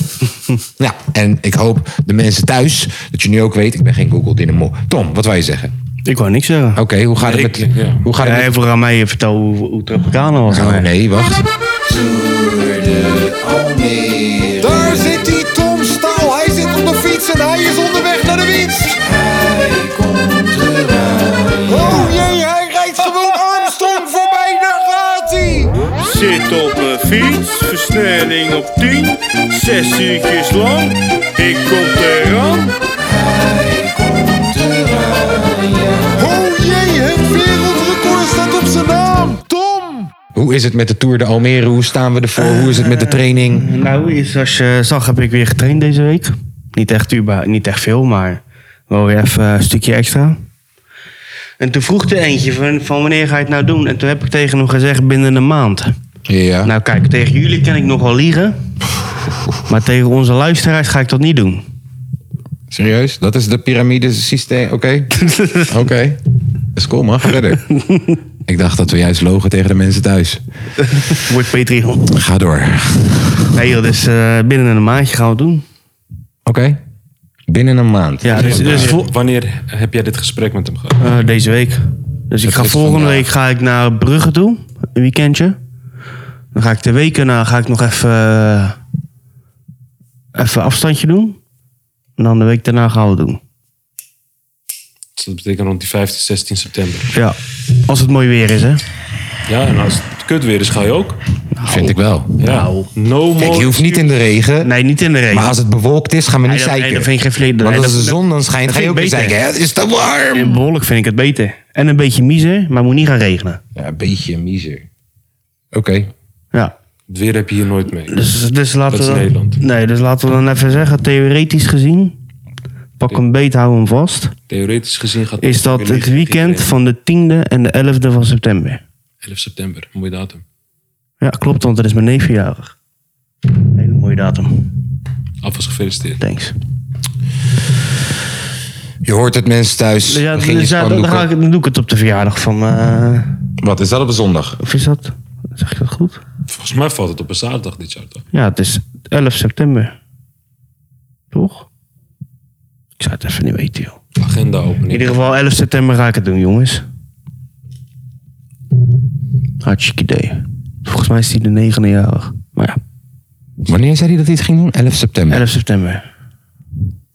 [SPEAKER 1] ja, en ik hoop de mensen thuis dat je nu ook weet, ik ben geen Google dynamo. Tom, wat wou je zeggen?
[SPEAKER 4] Ik wou niks zeggen.
[SPEAKER 1] Oké, hoe gaat
[SPEAKER 5] Nee,
[SPEAKER 1] het met...
[SPEAKER 5] ik- ja.
[SPEAKER 1] Hoe gaat het met-
[SPEAKER 4] Jij vooral aan mij vertellen hoe, hoe Tropicana was.
[SPEAKER 1] Oh, nee, wacht.
[SPEAKER 7] Daar zit die Tom Staal. Hij zit op de fiets en hij is onderweg naar de winst. Oh jee, hij rijdt gewoon Armstrong voorbij. Daar gaat hij.
[SPEAKER 8] Zit op een fiets, versnelling op 10, 6 uurtjes lang. Ik kom eraan.
[SPEAKER 7] Oh jee, het wereldrecord staat op zijn naam. Tom.
[SPEAKER 1] Hoe is het met de Tour de Almere? Hoe staan we ervoor? Hoe is het met de training?
[SPEAKER 4] Eh, Nou, is- zoals je zag heb ik weer getraind deze week. Niet echt, uber, niet echt veel, maar wel weer even een stukje extra. En toen vroeg er eentje van, van wanneer ga je het nou doen? En toen heb ik tegen hem gezegd binnen een maand.
[SPEAKER 1] Ja.
[SPEAKER 4] Nou kijk, tegen jullie kan ik nog wel liegen. Maar tegen onze luisteraars ga ik dat niet doen.
[SPEAKER 1] serieus? Dat is de piramidesysteem? Oké. Oké. Is cool, man. Ga verder. Ik dacht dat we juist logen tegen de mensen thuis.
[SPEAKER 4] Wordt Patreon.
[SPEAKER 1] Ga door. Oké.
[SPEAKER 4] Nee joh, dus eh, binnen een maandje gaan we het doen.
[SPEAKER 1] Binnen een maand.
[SPEAKER 4] Ja, dus, dus vol-
[SPEAKER 5] Wanneer heb jij dit gesprek met hem gehad?
[SPEAKER 4] eh, deze week. Dus ik
[SPEAKER 1] Dat
[SPEAKER 4] ga
[SPEAKER 1] is
[SPEAKER 4] volgende
[SPEAKER 1] vandaag.
[SPEAKER 4] week ga ik naar Brugge toe. Een weekendje. Dan ga ik de weken na ga ik nog even, eh, even afstandje doen. En dan de week daarna gaan we het doen.
[SPEAKER 5] Dus Dat betekent rond die 15, 16 september.
[SPEAKER 4] Ja, als het mooi weer is hè. Nou,
[SPEAKER 5] Ja, en als het kut weer is, ga je ook.
[SPEAKER 1] Vind ik wel.
[SPEAKER 5] Ja. Nou, No
[SPEAKER 1] Kijk,
[SPEAKER 5] more.
[SPEAKER 1] je hoeft niet in de regen.
[SPEAKER 4] Nee, niet in de regen.
[SPEAKER 1] Maar als het bewolkt is, gaan we niet
[SPEAKER 4] Nee, dat- nee,
[SPEAKER 1] zeiken.
[SPEAKER 4] dat vind ik geen vlees.
[SPEAKER 1] Want
[SPEAKER 4] Nee,
[SPEAKER 1] als de
[SPEAKER 4] dat-
[SPEAKER 1] zon dan schijnt,
[SPEAKER 4] dat
[SPEAKER 1] ga je ook
[SPEAKER 4] vind ik
[SPEAKER 1] niet
[SPEAKER 4] beter.
[SPEAKER 1] zeiken. "Hè, Het is te warm.
[SPEAKER 4] In behoorlijk vind ik het beter. En een beetje miezer, maar moet niet gaan regenen.
[SPEAKER 1] Ja, een beetje miser. Oké.
[SPEAKER 4] Ja.
[SPEAKER 5] Het weer heb je hier nooit mee.
[SPEAKER 4] Dus, dus laten
[SPEAKER 5] Dat
[SPEAKER 4] we
[SPEAKER 5] is
[SPEAKER 4] dan,
[SPEAKER 5] Nederland.
[SPEAKER 4] Nee, dus laten we dan even zeggen, theoretisch gezien, pak hem beet, hou hem vast.
[SPEAKER 5] Theoretisch gezien gaat
[SPEAKER 4] Is dat
[SPEAKER 5] weer
[SPEAKER 4] het
[SPEAKER 5] liggen
[SPEAKER 4] weekend
[SPEAKER 5] tegen
[SPEAKER 4] van de 10e en de 11e van september.
[SPEAKER 5] 11 september, mooie datum.
[SPEAKER 4] Ja, klopt, want dat is mijn neef verjaardag. Hele mooie datum.
[SPEAKER 5] Alvast gefeliciteerd.
[SPEAKER 4] Thanks.
[SPEAKER 1] Je hoort het mensen thuis.
[SPEAKER 4] Dus ja,
[SPEAKER 1] Begin je
[SPEAKER 4] dus ja, dan,
[SPEAKER 1] spandoeken.
[SPEAKER 4] ga ik, dan doe ik het op de verjaardag van... eh,
[SPEAKER 1] Wat is dat op een zondag?
[SPEAKER 4] of is dat... Zeg ik dat goed?
[SPEAKER 5] Volgens mij valt het op een zaterdag dit jaar toch?
[SPEAKER 4] Ja, het is 11 september. Toch? Ik zou het even niet weten, joh.
[SPEAKER 5] Agenda open.
[SPEAKER 4] In ieder geval 11 september ga ik het doen, jongens. Hartstikke idee. Volgens mij is die de negende jarig. Maar ja,
[SPEAKER 1] Wanneer zei hij dat hij het ging doen? 11 september.
[SPEAKER 4] 11 september.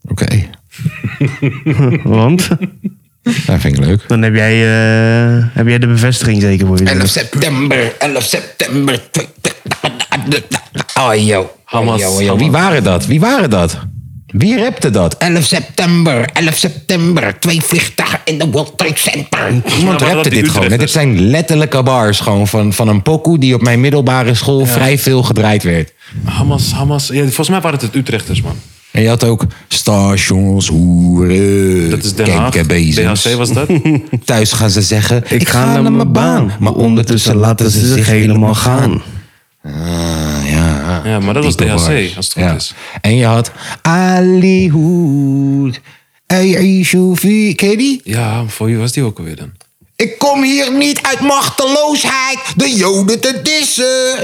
[SPEAKER 1] Oké,
[SPEAKER 4] Want
[SPEAKER 1] dat vind ik leuk.
[SPEAKER 4] dan heb jij, eh, heb jij de bevestiging zeker voor je.
[SPEAKER 1] 11 september, 11 september. Oh, yo.
[SPEAKER 5] Hamas, Hamas.
[SPEAKER 1] Wie waren dat? Wie waren dat? Wie repte dat? 11 september, 11 september, twee vliegtuigen in de World Trade Center. Iemand
[SPEAKER 5] dat
[SPEAKER 1] repte
[SPEAKER 5] die
[SPEAKER 1] dit gewoon.
[SPEAKER 5] Utrechters.
[SPEAKER 1] Dit zijn letterlijke bars gewoon van, van een pokoe die op mijn middelbare school vrij veel gedraaid werd.
[SPEAKER 5] Hamas, Hamas. Ja, volgens mij waren het het Utrechters, man.
[SPEAKER 1] En je had ook stations, hoeren,
[SPEAKER 5] Dat is Den Haag.
[SPEAKER 1] kenkenbezems.
[SPEAKER 5] DHC was dat?
[SPEAKER 1] Thuis gaan ze zeggen, ik, ga, naar mijn baan. Maar ondertussen laten ze zich helemaal gaan. Ah, ja.
[SPEAKER 5] Ja, maar dat was
[SPEAKER 1] Diepe
[SPEAKER 5] DHC,
[SPEAKER 1] bars.
[SPEAKER 5] als het goed is.
[SPEAKER 1] En je had Alihoed. Ey, ey, Shofi. Ken je die?
[SPEAKER 5] Ja, voor wie was die ook alweer dan?
[SPEAKER 1] Ik kom hier niet uit machteloosheid de joden te dissen.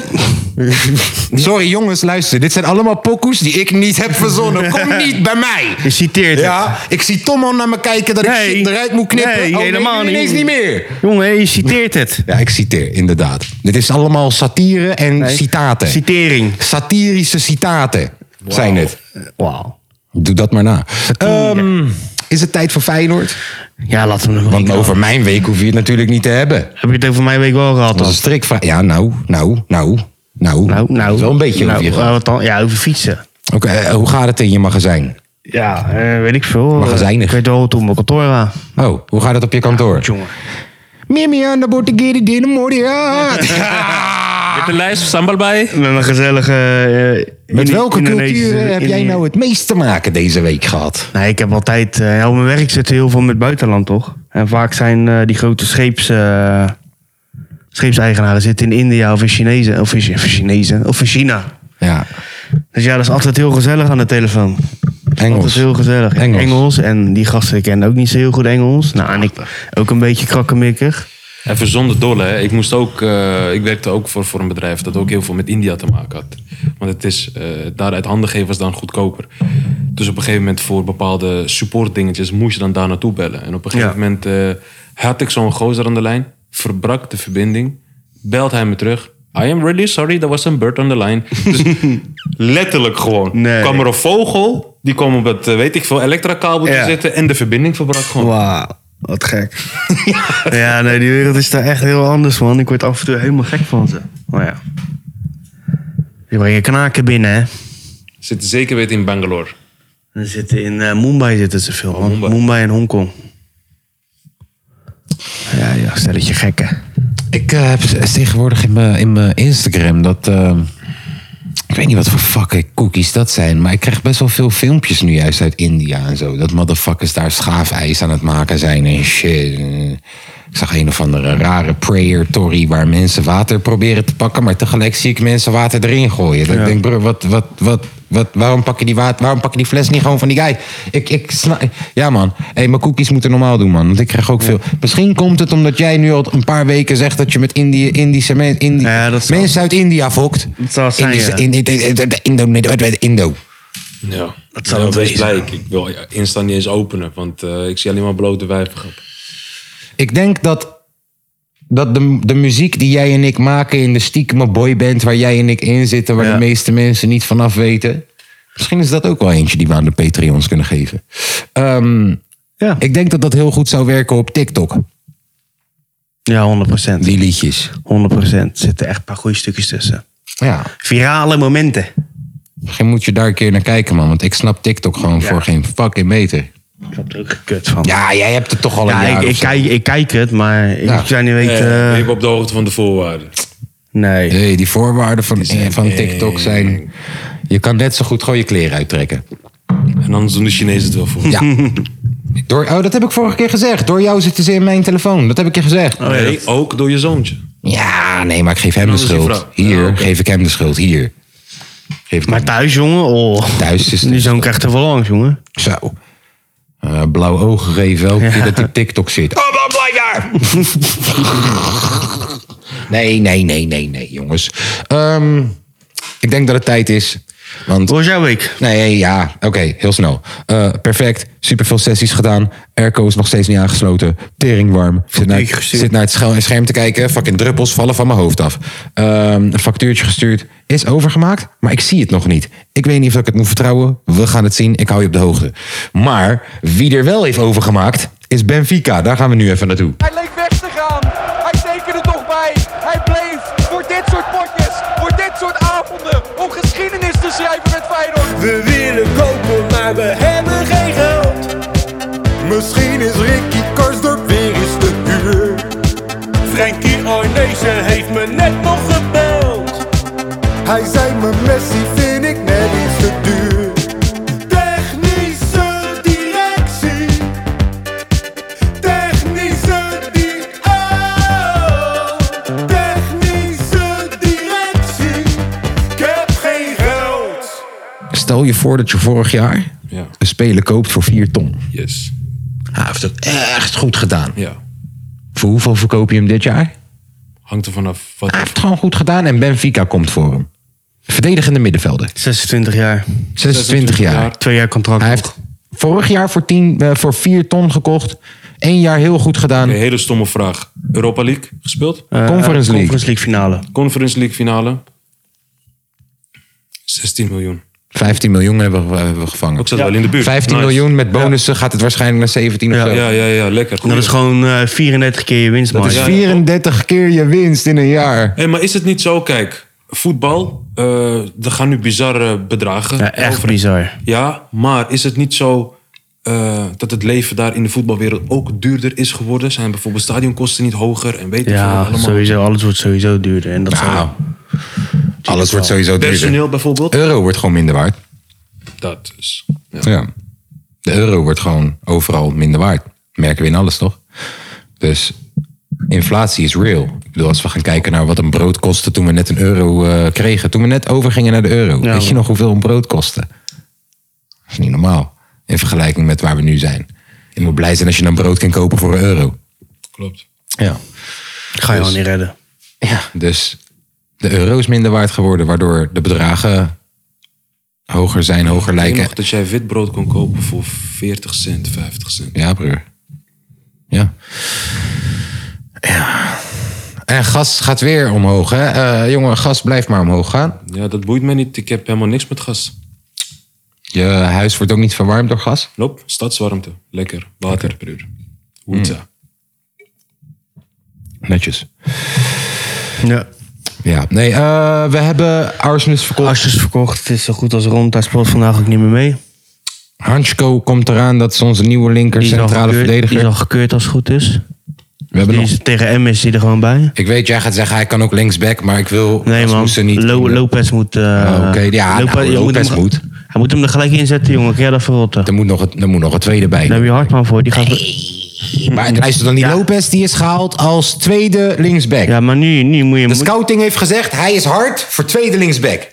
[SPEAKER 1] Sorry jongens, luister. Dit zijn allemaal pokoes die ik niet heb verzonnen. Kom niet bij mij.
[SPEAKER 4] Je citeert het.
[SPEAKER 1] Ja, ik zie Tom al naar me kijken dat
[SPEAKER 4] Nee.
[SPEAKER 1] ik shit eruit moet knippen.
[SPEAKER 4] Nee,
[SPEAKER 1] Oh,
[SPEAKER 4] helemaal
[SPEAKER 1] nu
[SPEAKER 4] niet.
[SPEAKER 1] Ineens niet meer.
[SPEAKER 4] Jongen, je citeert het.
[SPEAKER 1] Ja, ik citeer, inderdaad. Dit is allemaal satire en
[SPEAKER 4] Nee.
[SPEAKER 1] citaten.
[SPEAKER 4] Citering.
[SPEAKER 1] Satirische citaten zijn het.
[SPEAKER 4] Wauw.
[SPEAKER 1] Doe dat maar na. Ehm, is het tijd voor Feyenoord?
[SPEAKER 4] Ja, laten we hem
[SPEAKER 1] Want
[SPEAKER 4] nog
[SPEAKER 1] over mijn week hoef je het natuurlijk niet te hebben.
[SPEAKER 4] Heb je het over mijn week wel gehad?
[SPEAKER 1] Dat
[SPEAKER 4] dan?
[SPEAKER 1] is een strikvraag. Ja, nou, nou, nou, nou.
[SPEAKER 4] Nou, nou.
[SPEAKER 1] Wel een beetje
[SPEAKER 4] nou,
[SPEAKER 1] over je
[SPEAKER 4] eh,
[SPEAKER 1] gehad.
[SPEAKER 4] wat dan? Ja, over fietsen.
[SPEAKER 1] Oké, eh, hoe gaat het in je magazijn?
[SPEAKER 4] Ja, eh, weet ik veel.
[SPEAKER 1] Magazijnig.
[SPEAKER 4] Ik weet wel hoe het op mijn kantoor gaat.
[SPEAKER 1] Oh, hoe gaat het op je kantoor?
[SPEAKER 4] Jongen.
[SPEAKER 1] Mimi aan de botegeri de moria.
[SPEAKER 5] Met de lijst van sambal bij.
[SPEAKER 4] Met een gezellige... eh,
[SPEAKER 1] Met
[SPEAKER 4] Indi-
[SPEAKER 1] welke
[SPEAKER 4] Indonesische-
[SPEAKER 1] culturen heb jij
[SPEAKER 4] Indië-
[SPEAKER 1] nou het meest te maken deze week gehad?
[SPEAKER 4] Nee, ik heb altijd... eh, ja, op mijn werk zit heel veel met buitenland, toch? En vaak zijn eh, die grote scheeps... eh, scheepseigenaren zitten in India of in Chinezen. Of in, Chi- of in Chinezen. Of in China.
[SPEAKER 1] Ja,
[SPEAKER 4] Dus ja, dat is altijd heel gezellig aan de telefoon. Dat is
[SPEAKER 1] Engels.
[SPEAKER 4] heel gezellig.
[SPEAKER 1] Engels.
[SPEAKER 4] En die gasten kennen ook niet zo heel goed Engels. Nou, en ik ook een beetje krakkemikkig.
[SPEAKER 5] Even zonder dolle, hè. Ik, moest ook, eh, ik werkte ook voor, voor een bedrijf dat ook heel veel met India te maken had. Want het is, eh daar uit handen geven was dan goedkoper. Dus op een gegeven moment voor bepaalde support dingetjes moest je dan daar naartoe bellen. En op een gegeven
[SPEAKER 4] Ja.
[SPEAKER 5] moment eh, had ik zo'n gozer aan de lijn, verbrak de verbinding, belt hij me terug. I am really sorry, there was een bird on the line. Dus letterlijk gewoon.
[SPEAKER 4] Nee.
[SPEAKER 5] kwam er een vogel, die kwam op het, eh, weet ik veel, elektrakabel
[SPEAKER 4] Ja.
[SPEAKER 5] te zitten en de verbinding verbrak gewoon.
[SPEAKER 4] Wauw, wat gek. ja, nee, die wereld is daar echt heel anders, man. Ik word af en toe helemaal gek van ze.
[SPEAKER 5] Oh
[SPEAKER 4] Maar ja. Die brengen knaken binnen, hè.
[SPEAKER 5] Zit zeker weten in Bangalore.
[SPEAKER 4] En zitten in eh, Mumbai zitten ze veel, man.
[SPEAKER 5] Mumbai.
[SPEAKER 4] Mumbai. en Hongkong. Ja, ja, stelletje gekken.
[SPEAKER 1] Ik eh, heb s- tegenwoordig in mijn, in mijn Instagram dat. eh, ik weet niet wat voor fucking cookies dat zijn. Maar ik krijg best wel veel filmpjes nu juist uit India en zo. Dat motherfuckers daar schaafijs aan het maken zijn en shit. Ik zag een of andere rare prayer tory waar mensen water proberen te pakken. Maar tegelijk zie ik mensen water erin gooien. Dat Ik denk, bro, wat, wat, wat, wat, waarom, pak je die water, waarom pak je die fles niet gewoon van die guy? Ik, ik sna- ja man, hey, mijn cookies moeten normaal doen man. Want ik krijg ook veel. Misschien komt het omdat jij nu al een paar weken zegt dat je met Indië, Indische men- Indi-
[SPEAKER 4] Ja, dat zou-
[SPEAKER 1] mensen uit India fokt.
[SPEAKER 4] Dat zou zijn,
[SPEAKER 1] Indische-
[SPEAKER 4] ja.
[SPEAKER 1] in- in- in- in- in- Indo, Indo, Indo- Indo.
[SPEAKER 5] Ja, dat
[SPEAKER 4] zou
[SPEAKER 5] zou
[SPEAKER 4] het
[SPEAKER 5] wees
[SPEAKER 4] wezen.
[SPEAKER 5] blij. Ik, ik wil Insta niet eens openen, want eh, ik zie alleen maar blote wijven.
[SPEAKER 1] Ik denk dat, dat de, de muziek die jij en ik maken in de stiekeme boyband waar jij en ik in zitten, waar
[SPEAKER 4] Ja.
[SPEAKER 1] de meeste mensen niet vanaf weten. Misschien is dat ook wel eentje die we aan de Patreons kunnen geven. Ehm,
[SPEAKER 4] Ja,
[SPEAKER 1] ik denk dat dat heel goed zou werken op TikTok,
[SPEAKER 4] ja 100%.
[SPEAKER 1] die liedjes.
[SPEAKER 4] 100%. Zitten echt een paar goede stukjes tussen.
[SPEAKER 1] Ja,
[SPEAKER 4] Virale momenten.
[SPEAKER 1] misschien moet je daar een keer naar kijken, man. Want ik snap TikTok gewoon voor geen fucking meter.
[SPEAKER 4] Ik had er ook gekut van.
[SPEAKER 1] Ja, jij hebt het toch al een
[SPEAKER 4] Ja,
[SPEAKER 1] jaar
[SPEAKER 4] ik,
[SPEAKER 1] of
[SPEAKER 4] ik,
[SPEAKER 1] zo.
[SPEAKER 4] kijk, ik kijk het, maar ik
[SPEAKER 1] Ja.
[SPEAKER 4] zou niet
[SPEAKER 5] Ik
[SPEAKER 4] weten... eh,
[SPEAKER 5] ben op de hoogte van de voorwaarden.
[SPEAKER 4] nee.
[SPEAKER 1] Hey, die voorwaarden van, van TikTok zijn... Je kan net zo goed gewoon je kleren uittrekken.
[SPEAKER 5] En anders doen de Chinezen het wel voor.
[SPEAKER 1] Ja. Door, oh, dat heb ik vorige keer gezegd. Door jou zitten ze in mijn telefoon. Dat heb ik je gezegd.
[SPEAKER 5] nee,
[SPEAKER 4] Oh,
[SPEAKER 5] ook door je zoontje.
[SPEAKER 1] Ja, nee, maar ik geef hem de
[SPEAKER 5] anders die
[SPEAKER 1] schuld.
[SPEAKER 5] vrouw.
[SPEAKER 1] Hier
[SPEAKER 5] Ja, oké.
[SPEAKER 1] geef ik hem de schuld. Hier. Geef ik
[SPEAKER 4] Maar
[SPEAKER 1] hem.
[SPEAKER 4] thuis, jongen, oh.
[SPEAKER 1] Thuis is het-
[SPEAKER 4] Die zoon krijgt er wel langs, jongen.
[SPEAKER 1] Zo. Eh, blauw oog gegeven elke keer dat hij op TikTok zit. Oh, wat blijf daar! nee, nee, nee, nee, nee, jongens. Ehm, ik denk dat het tijd is. Want
[SPEAKER 4] Hoe was jouw week?
[SPEAKER 1] Nee, ja, oké, heel snel. Eh, perfect, superveel sessies gedaan. Airco is nog steeds niet aangesloten. Tering warm. Zit naar,
[SPEAKER 4] Factuurtje gestuurd.
[SPEAKER 1] zit naar het scho- scherm te kijken. Fucking druppels vallen van mijn hoofd af. Ehm, een factuurtje gestuurd. Is overgemaakt, maar ik zie het nog niet. Ik weet niet of ik het moet vertrouwen. We gaan het zien. Ik hou je op de hoogte. Maar wie er wel heeft overgemaakt, is Benfica. Daar gaan we nu even naartoe.
[SPEAKER 7] Hij leek weg te gaan. Hij tekende toch bij. Hij bleef voor dit soort potjes, voor dit soort avonden, om geschiedenis te schrijven met Feyenoord.
[SPEAKER 9] We willen kopen, maar we hebben geen geld. Misschien is Ricky Karsdorp weer eens te duur.
[SPEAKER 8] Frankie Arnezen heeft me net nog gebeld.
[SPEAKER 9] Hij zei me Messi vind ik net iets te duur. Technische directie. Technische di- oh. Technische directie. Ik heb geen geld.
[SPEAKER 1] Stel je voor dat je vorig jaar
[SPEAKER 5] Ja.
[SPEAKER 1] een speler koopt voor 4 ton. Nou,
[SPEAKER 5] Yes.
[SPEAKER 1] Hij heeft het echt goed gedaan.
[SPEAKER 5] Ja.
[SPEAKER 1] Voor hoeveel verkoop je hem dit jaar?
[SPEAKER 5] Hangt er vanaf wat.
[SPEAKER 1] Hij heeft het gewoon goed gedaan en Benfica komt voor hem. Verdedigende middenvelder,
[SPEAKER 4] 26 jaar.
[SPEAKER 1] 26 jaar.
[SPEAKER 4] Twee jaar contract.
[SPEAKER 1] Hij heeft vorig jaar voor, 10, eh, voor 4 ton gekocht. Eén jaar heel goed gedaan.
[SPEAKER 5] Een hele stomme vraag. Europa League gespeeld?
[SPEAKER 4] Eh,
[SPEAKER 1] Conference League.
[SPEAKER 4] Conference League finale.
[SPEAKER 5] Conference League finale? 16 miljoen.
[SPEAKER 1] 15 miljoen hebben we, hebben we gevangen.
[SPEAKER 5] Ook zat wel in de buurt.
[SPEAKER 1] 15
[SPEAKER 5] Nice.
[SPEAKER 1] miljoen met bonussen gaat het waarschijnlijk naar 17 of
[SPEAKER 4] Ja.
[SPEAKER 1] zo.
[SPEAKER 5] Ja, ja, ja, lekker.
[SPEAKER 4] Dat is gewoon eh, 34 keer je winst,
[SPEAKER 1] Dat
[SPEAKER 4] man.
[SPEAKER 1] is
[SPEAKER 5] ja.
[SPEAKER 1] 34 keer je winst in een jaar.
[SPEAKER 5] Hey, maar is het niet zo? Kijk, voetbal, eh, er gaan nu bizarre bedragen.
[SPEAKER 4] Ja, echt
[SPEAKER 5] over.
[SPEAKER 4] bizar.
[SPEAKER 5] Ja, maar is het niet zo eh, dat het leven daar in de voetbalwereld ook duurder is geworden. Zijn bijvoorbeeld stadionkosten niet hoger en weet ik veel wat
[SPEAKER 4] Ja,
[SPEAKER 5] allemaal.
[SPEAKER 4] sowieso. Alles wordt sowieso duurder. En dat
[SPEAKER 1] Nou,
[SPEAKER 4] zal-
[SPEAKER 1] alles wordt sowieso duurder.
[SPEAKER 5] Personeel bijvoorbeeld.
[SPEAKER 1] Euro wordt gewoon minder waard.
[SPEAKER 5] Dat is. Ja.
[SPEAKER 1] Ja. De euro wordt gewoon overal minder waard. Merken we in alles, toch? Dus inflatie is real. Ik bedoel, als we gaan kijken naar wat een brood kostte toen we net een euro eh, kregen. Toen we net overgingen naar de euro.
[SPEAKER 4] Ja.
[SPEAKER 1] Weet je nog hoeveel een brood kostte? Dat is niet normaal. In vergelijking met waar we nu zijn. Je moet blij zijn als je een brood kan kopen voor een euro.
[SPEAKER 5] Klopt.
[SPEAKER 1] Ja.
[SPEAKER 4] ga je wel niet redden.
[SPEAKER 1] Ja, dus de euro is minder waard geworden, waardoor de bedragen hoger zijn, hoger
[SPEAKER 5] Ik
[SPEAKER 1] lijken.
[SPEAKER 5] nog dat jij wit brood kon kopen voor 40 cent, 50 cent.
[SPEAKER 1] Ja, broer. Ja. ja. En gas gaat weer omhoog, hè? Eh, jongen, gas blijft maar omhoog gaan.
[SPEAKER 5] Ja, dat boeit me niet. Ik heb helemaal niks met gas.
[SPEAKER 1] Je huis wordt ook niet verwarmd door gas.
[SPEAKER 5] Nope, stadswarmte. Lekker. Water per uur. Hoeta.
[SPEAKER 1] Hmm. Netjes.
[SPEAKER 4] Ja.
[SPEAKER 1] Ja, nee, eh, we hebben Arsenus verkocht.
[SPEAKER 4] Asjes verkocht. Het is zo goed als rond. Hij speelt vandaag ook niet meer mee.
[SPEAKER 1] Hansko komt eraan, dat is onze nieuwe linker
[SPEAKER 4] Die is, al
[SPEAKER 1] centrale
[SPEAKER 4] gekeurd, die is
[SPEAKER 1] verdediger.
[SPEAKER 4] al gekeurd als het goed is.
[SPEAKER 1] We hebben
[SPEAKER 4] Die
[SPEAKER 1] nog...
[SPEAKER 4] is, tegen M is hij er gewoon bij.
[SPEAKER 1] Ik weet, jij gaat zeggen, hij kan ook linksback, maar ik wil
[SPEAKER 4] Nee man,
[SPEAKER 1] Rasmussen niet...
[SPEAKER 4] Lo- Lopez moet... eh
[SPEAKER 1] Ah, oké. Ja, nou,
[SPEAKER 4] je
[SPEAKER 1] Lopez
[SPEAKER 4] hem-
[SPEAKER 1] moet.
[SPEAKER 4] Hij moet hem er gelijk in zetten, jongen. Kun jij dat verrotten?
[SPEAKER 1] Er moet nog, een- er moet nog een tweede bij.
[SPEAKER 4] Daar heb je Hartman voor. Die gaat...
[SPEAKER 1] Maar luister dan, die Lopez die is gehaald als tweede linksback.
[SPEAKER 4] Ja, maar nu, nu moet je...
[SPEAKER 1] De
[SPEAKER 4] hem-
[SPEAKER 1] scouting heeft gezegd, hij is hard voor tweede linksback.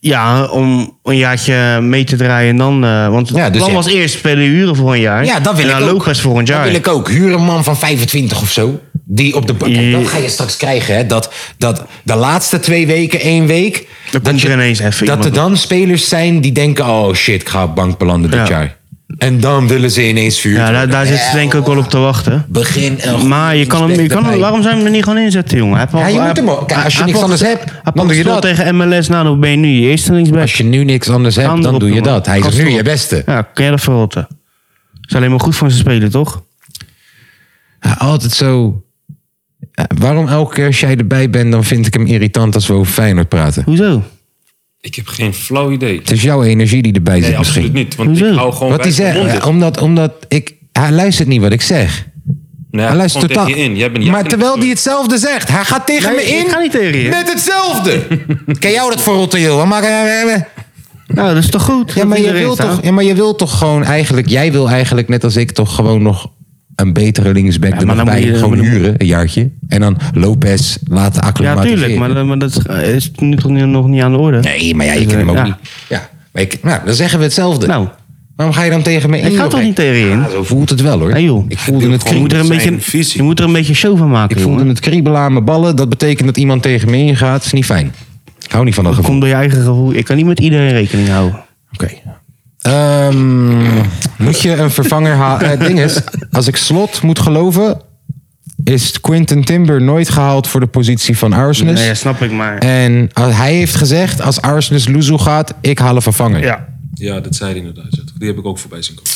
[SPEAKER 4] Ja, om een jaartje mee te draaien en dan... eh, want het
[SPEAKER 1] Ja, dus
[SPEAKER 4] plan
[SPEAKER 1] ja.
[SPEAKER 4] was eerst spelen huren voor een jaar.
[SPEAKER 1] Ja, dat wil
[SPEAKER 4] en
[SPEAKER 1] ik
[SPEAKER 4] dan
[SPEAKER 1] ook.
[SPEAKER 4] Lopez voor een
[SPEAKER 1] Dat
[SPEAKER 4] jaar.
[SPEAKER 1] wil ik ook. Huur een man van 25 of zo. Die op de bank. Kijk, dat ga je straks krijgen. Hè? Dat, dat de laatste twee weken, één week.
[SPEAKER 4] Dan komt er ineens even
[SPEAKER 1] dat
[SPEAKER 4] iemand
[SPEAKER 1] er dan spelers zijn die denken: oh shit, ik ga op bank belanden dit
[SPEAKER 4] Ja.
[SPEAKER 1] jaar. En dan willen ze ineens vuur.
[SPEAKER 4] Ja, daar, daar zit ze denk ik ook wel op te wachten.
[SPEAKER 1] Begin. een
[SPEAKER 4] Maar je kan hem, je kan hem,
[SPEAKER 1] erbij.
[SPEAKER 4] waarom zou je hem er niet gewoon inzetten, jongen? Hij heeft
[SPEAKER 1] Ja,
[SPEAKER 4] al-
[SPEAKER 1] je
[SPEAKER 4] hij-
[SPEAKER 1] moet hem ook- kijk,
[SPEAKER 4] hij-
[SPEAKER 1] als je
[SPEAKER 4] hij
[SPEAKER 1] niks
[SPEAKER 4] pakt-
[SPEAKER 1] anders hebt,
[SPEAKER 4] hij
[SPEAKER 1] dan
[SPEAKER 4] pakt
[SPEAKER 1] doe je
[SPEAKER 4] het spel
[SPEAKER 1] dat.
[SPEAKER 4] tegen MLS, nou dan ben je nu je eerste linksback.
[SPEAKER 1] Als je nu niks anders hebt,
[SPEAKER 4] Andere
[SPEAKER 1] dan doe je
[SPEAKER 4] opnoemen.
[SPEAKER 1] dat. Hij is
[SPEAKER 4] Kast
[SPEAKER 1] nu
[SPEAKER 4] erop.
[SPEAKER 1] je beste.
[SPEAKER 4] Ja, kun jij dat verrotten? Is alleen maar goed van ze spelen, toch?
[SPEAKER 1] Ja, Altijd zo. Ja, Waarom elke keer als jij erbij bent, dan vind ik hem irritant als we over Feyenoord praten?
[SPEAKER 4] Hoezo?
[SPEAKER 5] Ik heb geen flauw idee.
[SPEAKER 1] Het is jouw energie die erbij zit
[SPEAKER 5] Nee, absoluut
[SPEAKER 1] misschien.
[SPEAKER 5] niet. Want
[SPEAKER 4] Hoezo?
[SPEAKER 5] ik hou gewoon
[SPEAKER 1] Wat hij
[SPEAKER 5] bij mijn
[SPEAKER 1] zegt,
[SPEAKER 5] mond
[SPEAKER 1] eh,
[SPEAKER 5] dicht.
[SPEAKER 1] omdat, omdat ik, hij luistert niet wat ik zeg.
[SPEAKER 5] Nee,
[SPEAKER 1] hij luistert
[SPEAKER 5] gewoon
[SPEAKER 1] totaal.
[SPEAKER 5] tegen je in. Jij bent, jij
[SPEAKER 1] maar
[SPEAKER 5] bent-
[SPEAKER 1] terwijl hij hetzelfde zegt, hij gaat tegen
[SPEAKER 4] Nee,
[SPEAKER 1] me in
[SPEAKER 4] ik ga niet tegen je.
[SPEAKER 1] met hetzelfde. Ken jou dat voor rotte joh? Maar, eh, eh,
[SPEAKER 4] Nou, dat is toch goed?
[SPEAKER 1] ja, maar
[SPEAKER 4] Dat
[SPEAKER 1] je
[SPEAKER 4] iedereen
[SPEAKER 1] wilt
[SPEAKER 4] staat.
[SPEAKER 1] toch, ja, maar je wilt toch gewoon eigenlijk, jij wil eigenlijk net als ik toch gewoon nog een betere linksback
[SPEAKER 4] Ja,
[SPEAKER 1] er
[SPEAKER 4] maar
[SPEAKER 1] nog
[SPEAKER 4] dan
[SPEAKER 1] bij
[SPEAKER 4] moet je-
[SPEAKER 1] gewoon
[SPEAKER 4] dan moet-
[SPEAKER 1] huren, een jaartje. En dan Lopez laten
[SPEAKER 4] Ja,
[SPEAKER 1] acclimatiseren.
[SPEAKER 4] tuurlijk, maar, maar dat is- is nu toch niet- nog niet aan de orde. Dus, eh,
[SPEAKER 1] Nee, maar ja, je kent hem ook
[SPEAKER 4] Ja.
[SPEAKER 1] niet. Ja, maar ik, nou, dan zeggen we hetzelfde.
[SPEAKER 4] Nou,
[SPEAKER 1] Waarom ga je dan tegen me in?
[SPEAKER 4] ik ga
[SPEAKER 1] joh,
[SPEAKER 4] toch
[SPEAKER 1] gek?
[SPEAKER 4] niet tegen je in?
[SPEAKER 1] Ja, zo voelt het wel hoor.
[SPEAKER 4] Nee, joh.
[SPEAKER 1] Ik voelde het
[SPEAKER 4] Je moet, er een
[SPEAKER 5] zijn
[SPEAKER 4] beetje,
[SPEAKER 5] visie.
[SPEAKER 4] je moet er een beetje show van maken,
[SPEAKER 1] Ik voelde
[SPEAKER 4] jongen.
[SPEAKER 1] het kriebelen aan mijn ballen. Dat betekent dat iemand tegen me ingaat. is niet fijn. Ik hou niet van dat gevoel.
[SPEAKER 4] Kom door je eigen gevoel. Ik kan niet met iedereen rekening houden.
[SPEAKER 1] Oké. Ehm, moet je een vervanger halen? Het ding is, als ik slot moet geloven... is Quinten Timber nooit gehaald voor de positie van Arsenis.
[SPEAKER 4] Nee, ja, snap ik, maar...
[SPEAKER 1] En eh, hij heeft gezegd, als Arsenis Luzu gaat, ik haal een vervanger.
[SPEAKER 4] Ja.
[SPEAKER 5] Ja, dat zei hij inderdaad. ja. Die heb ik ook voorbij zien komen.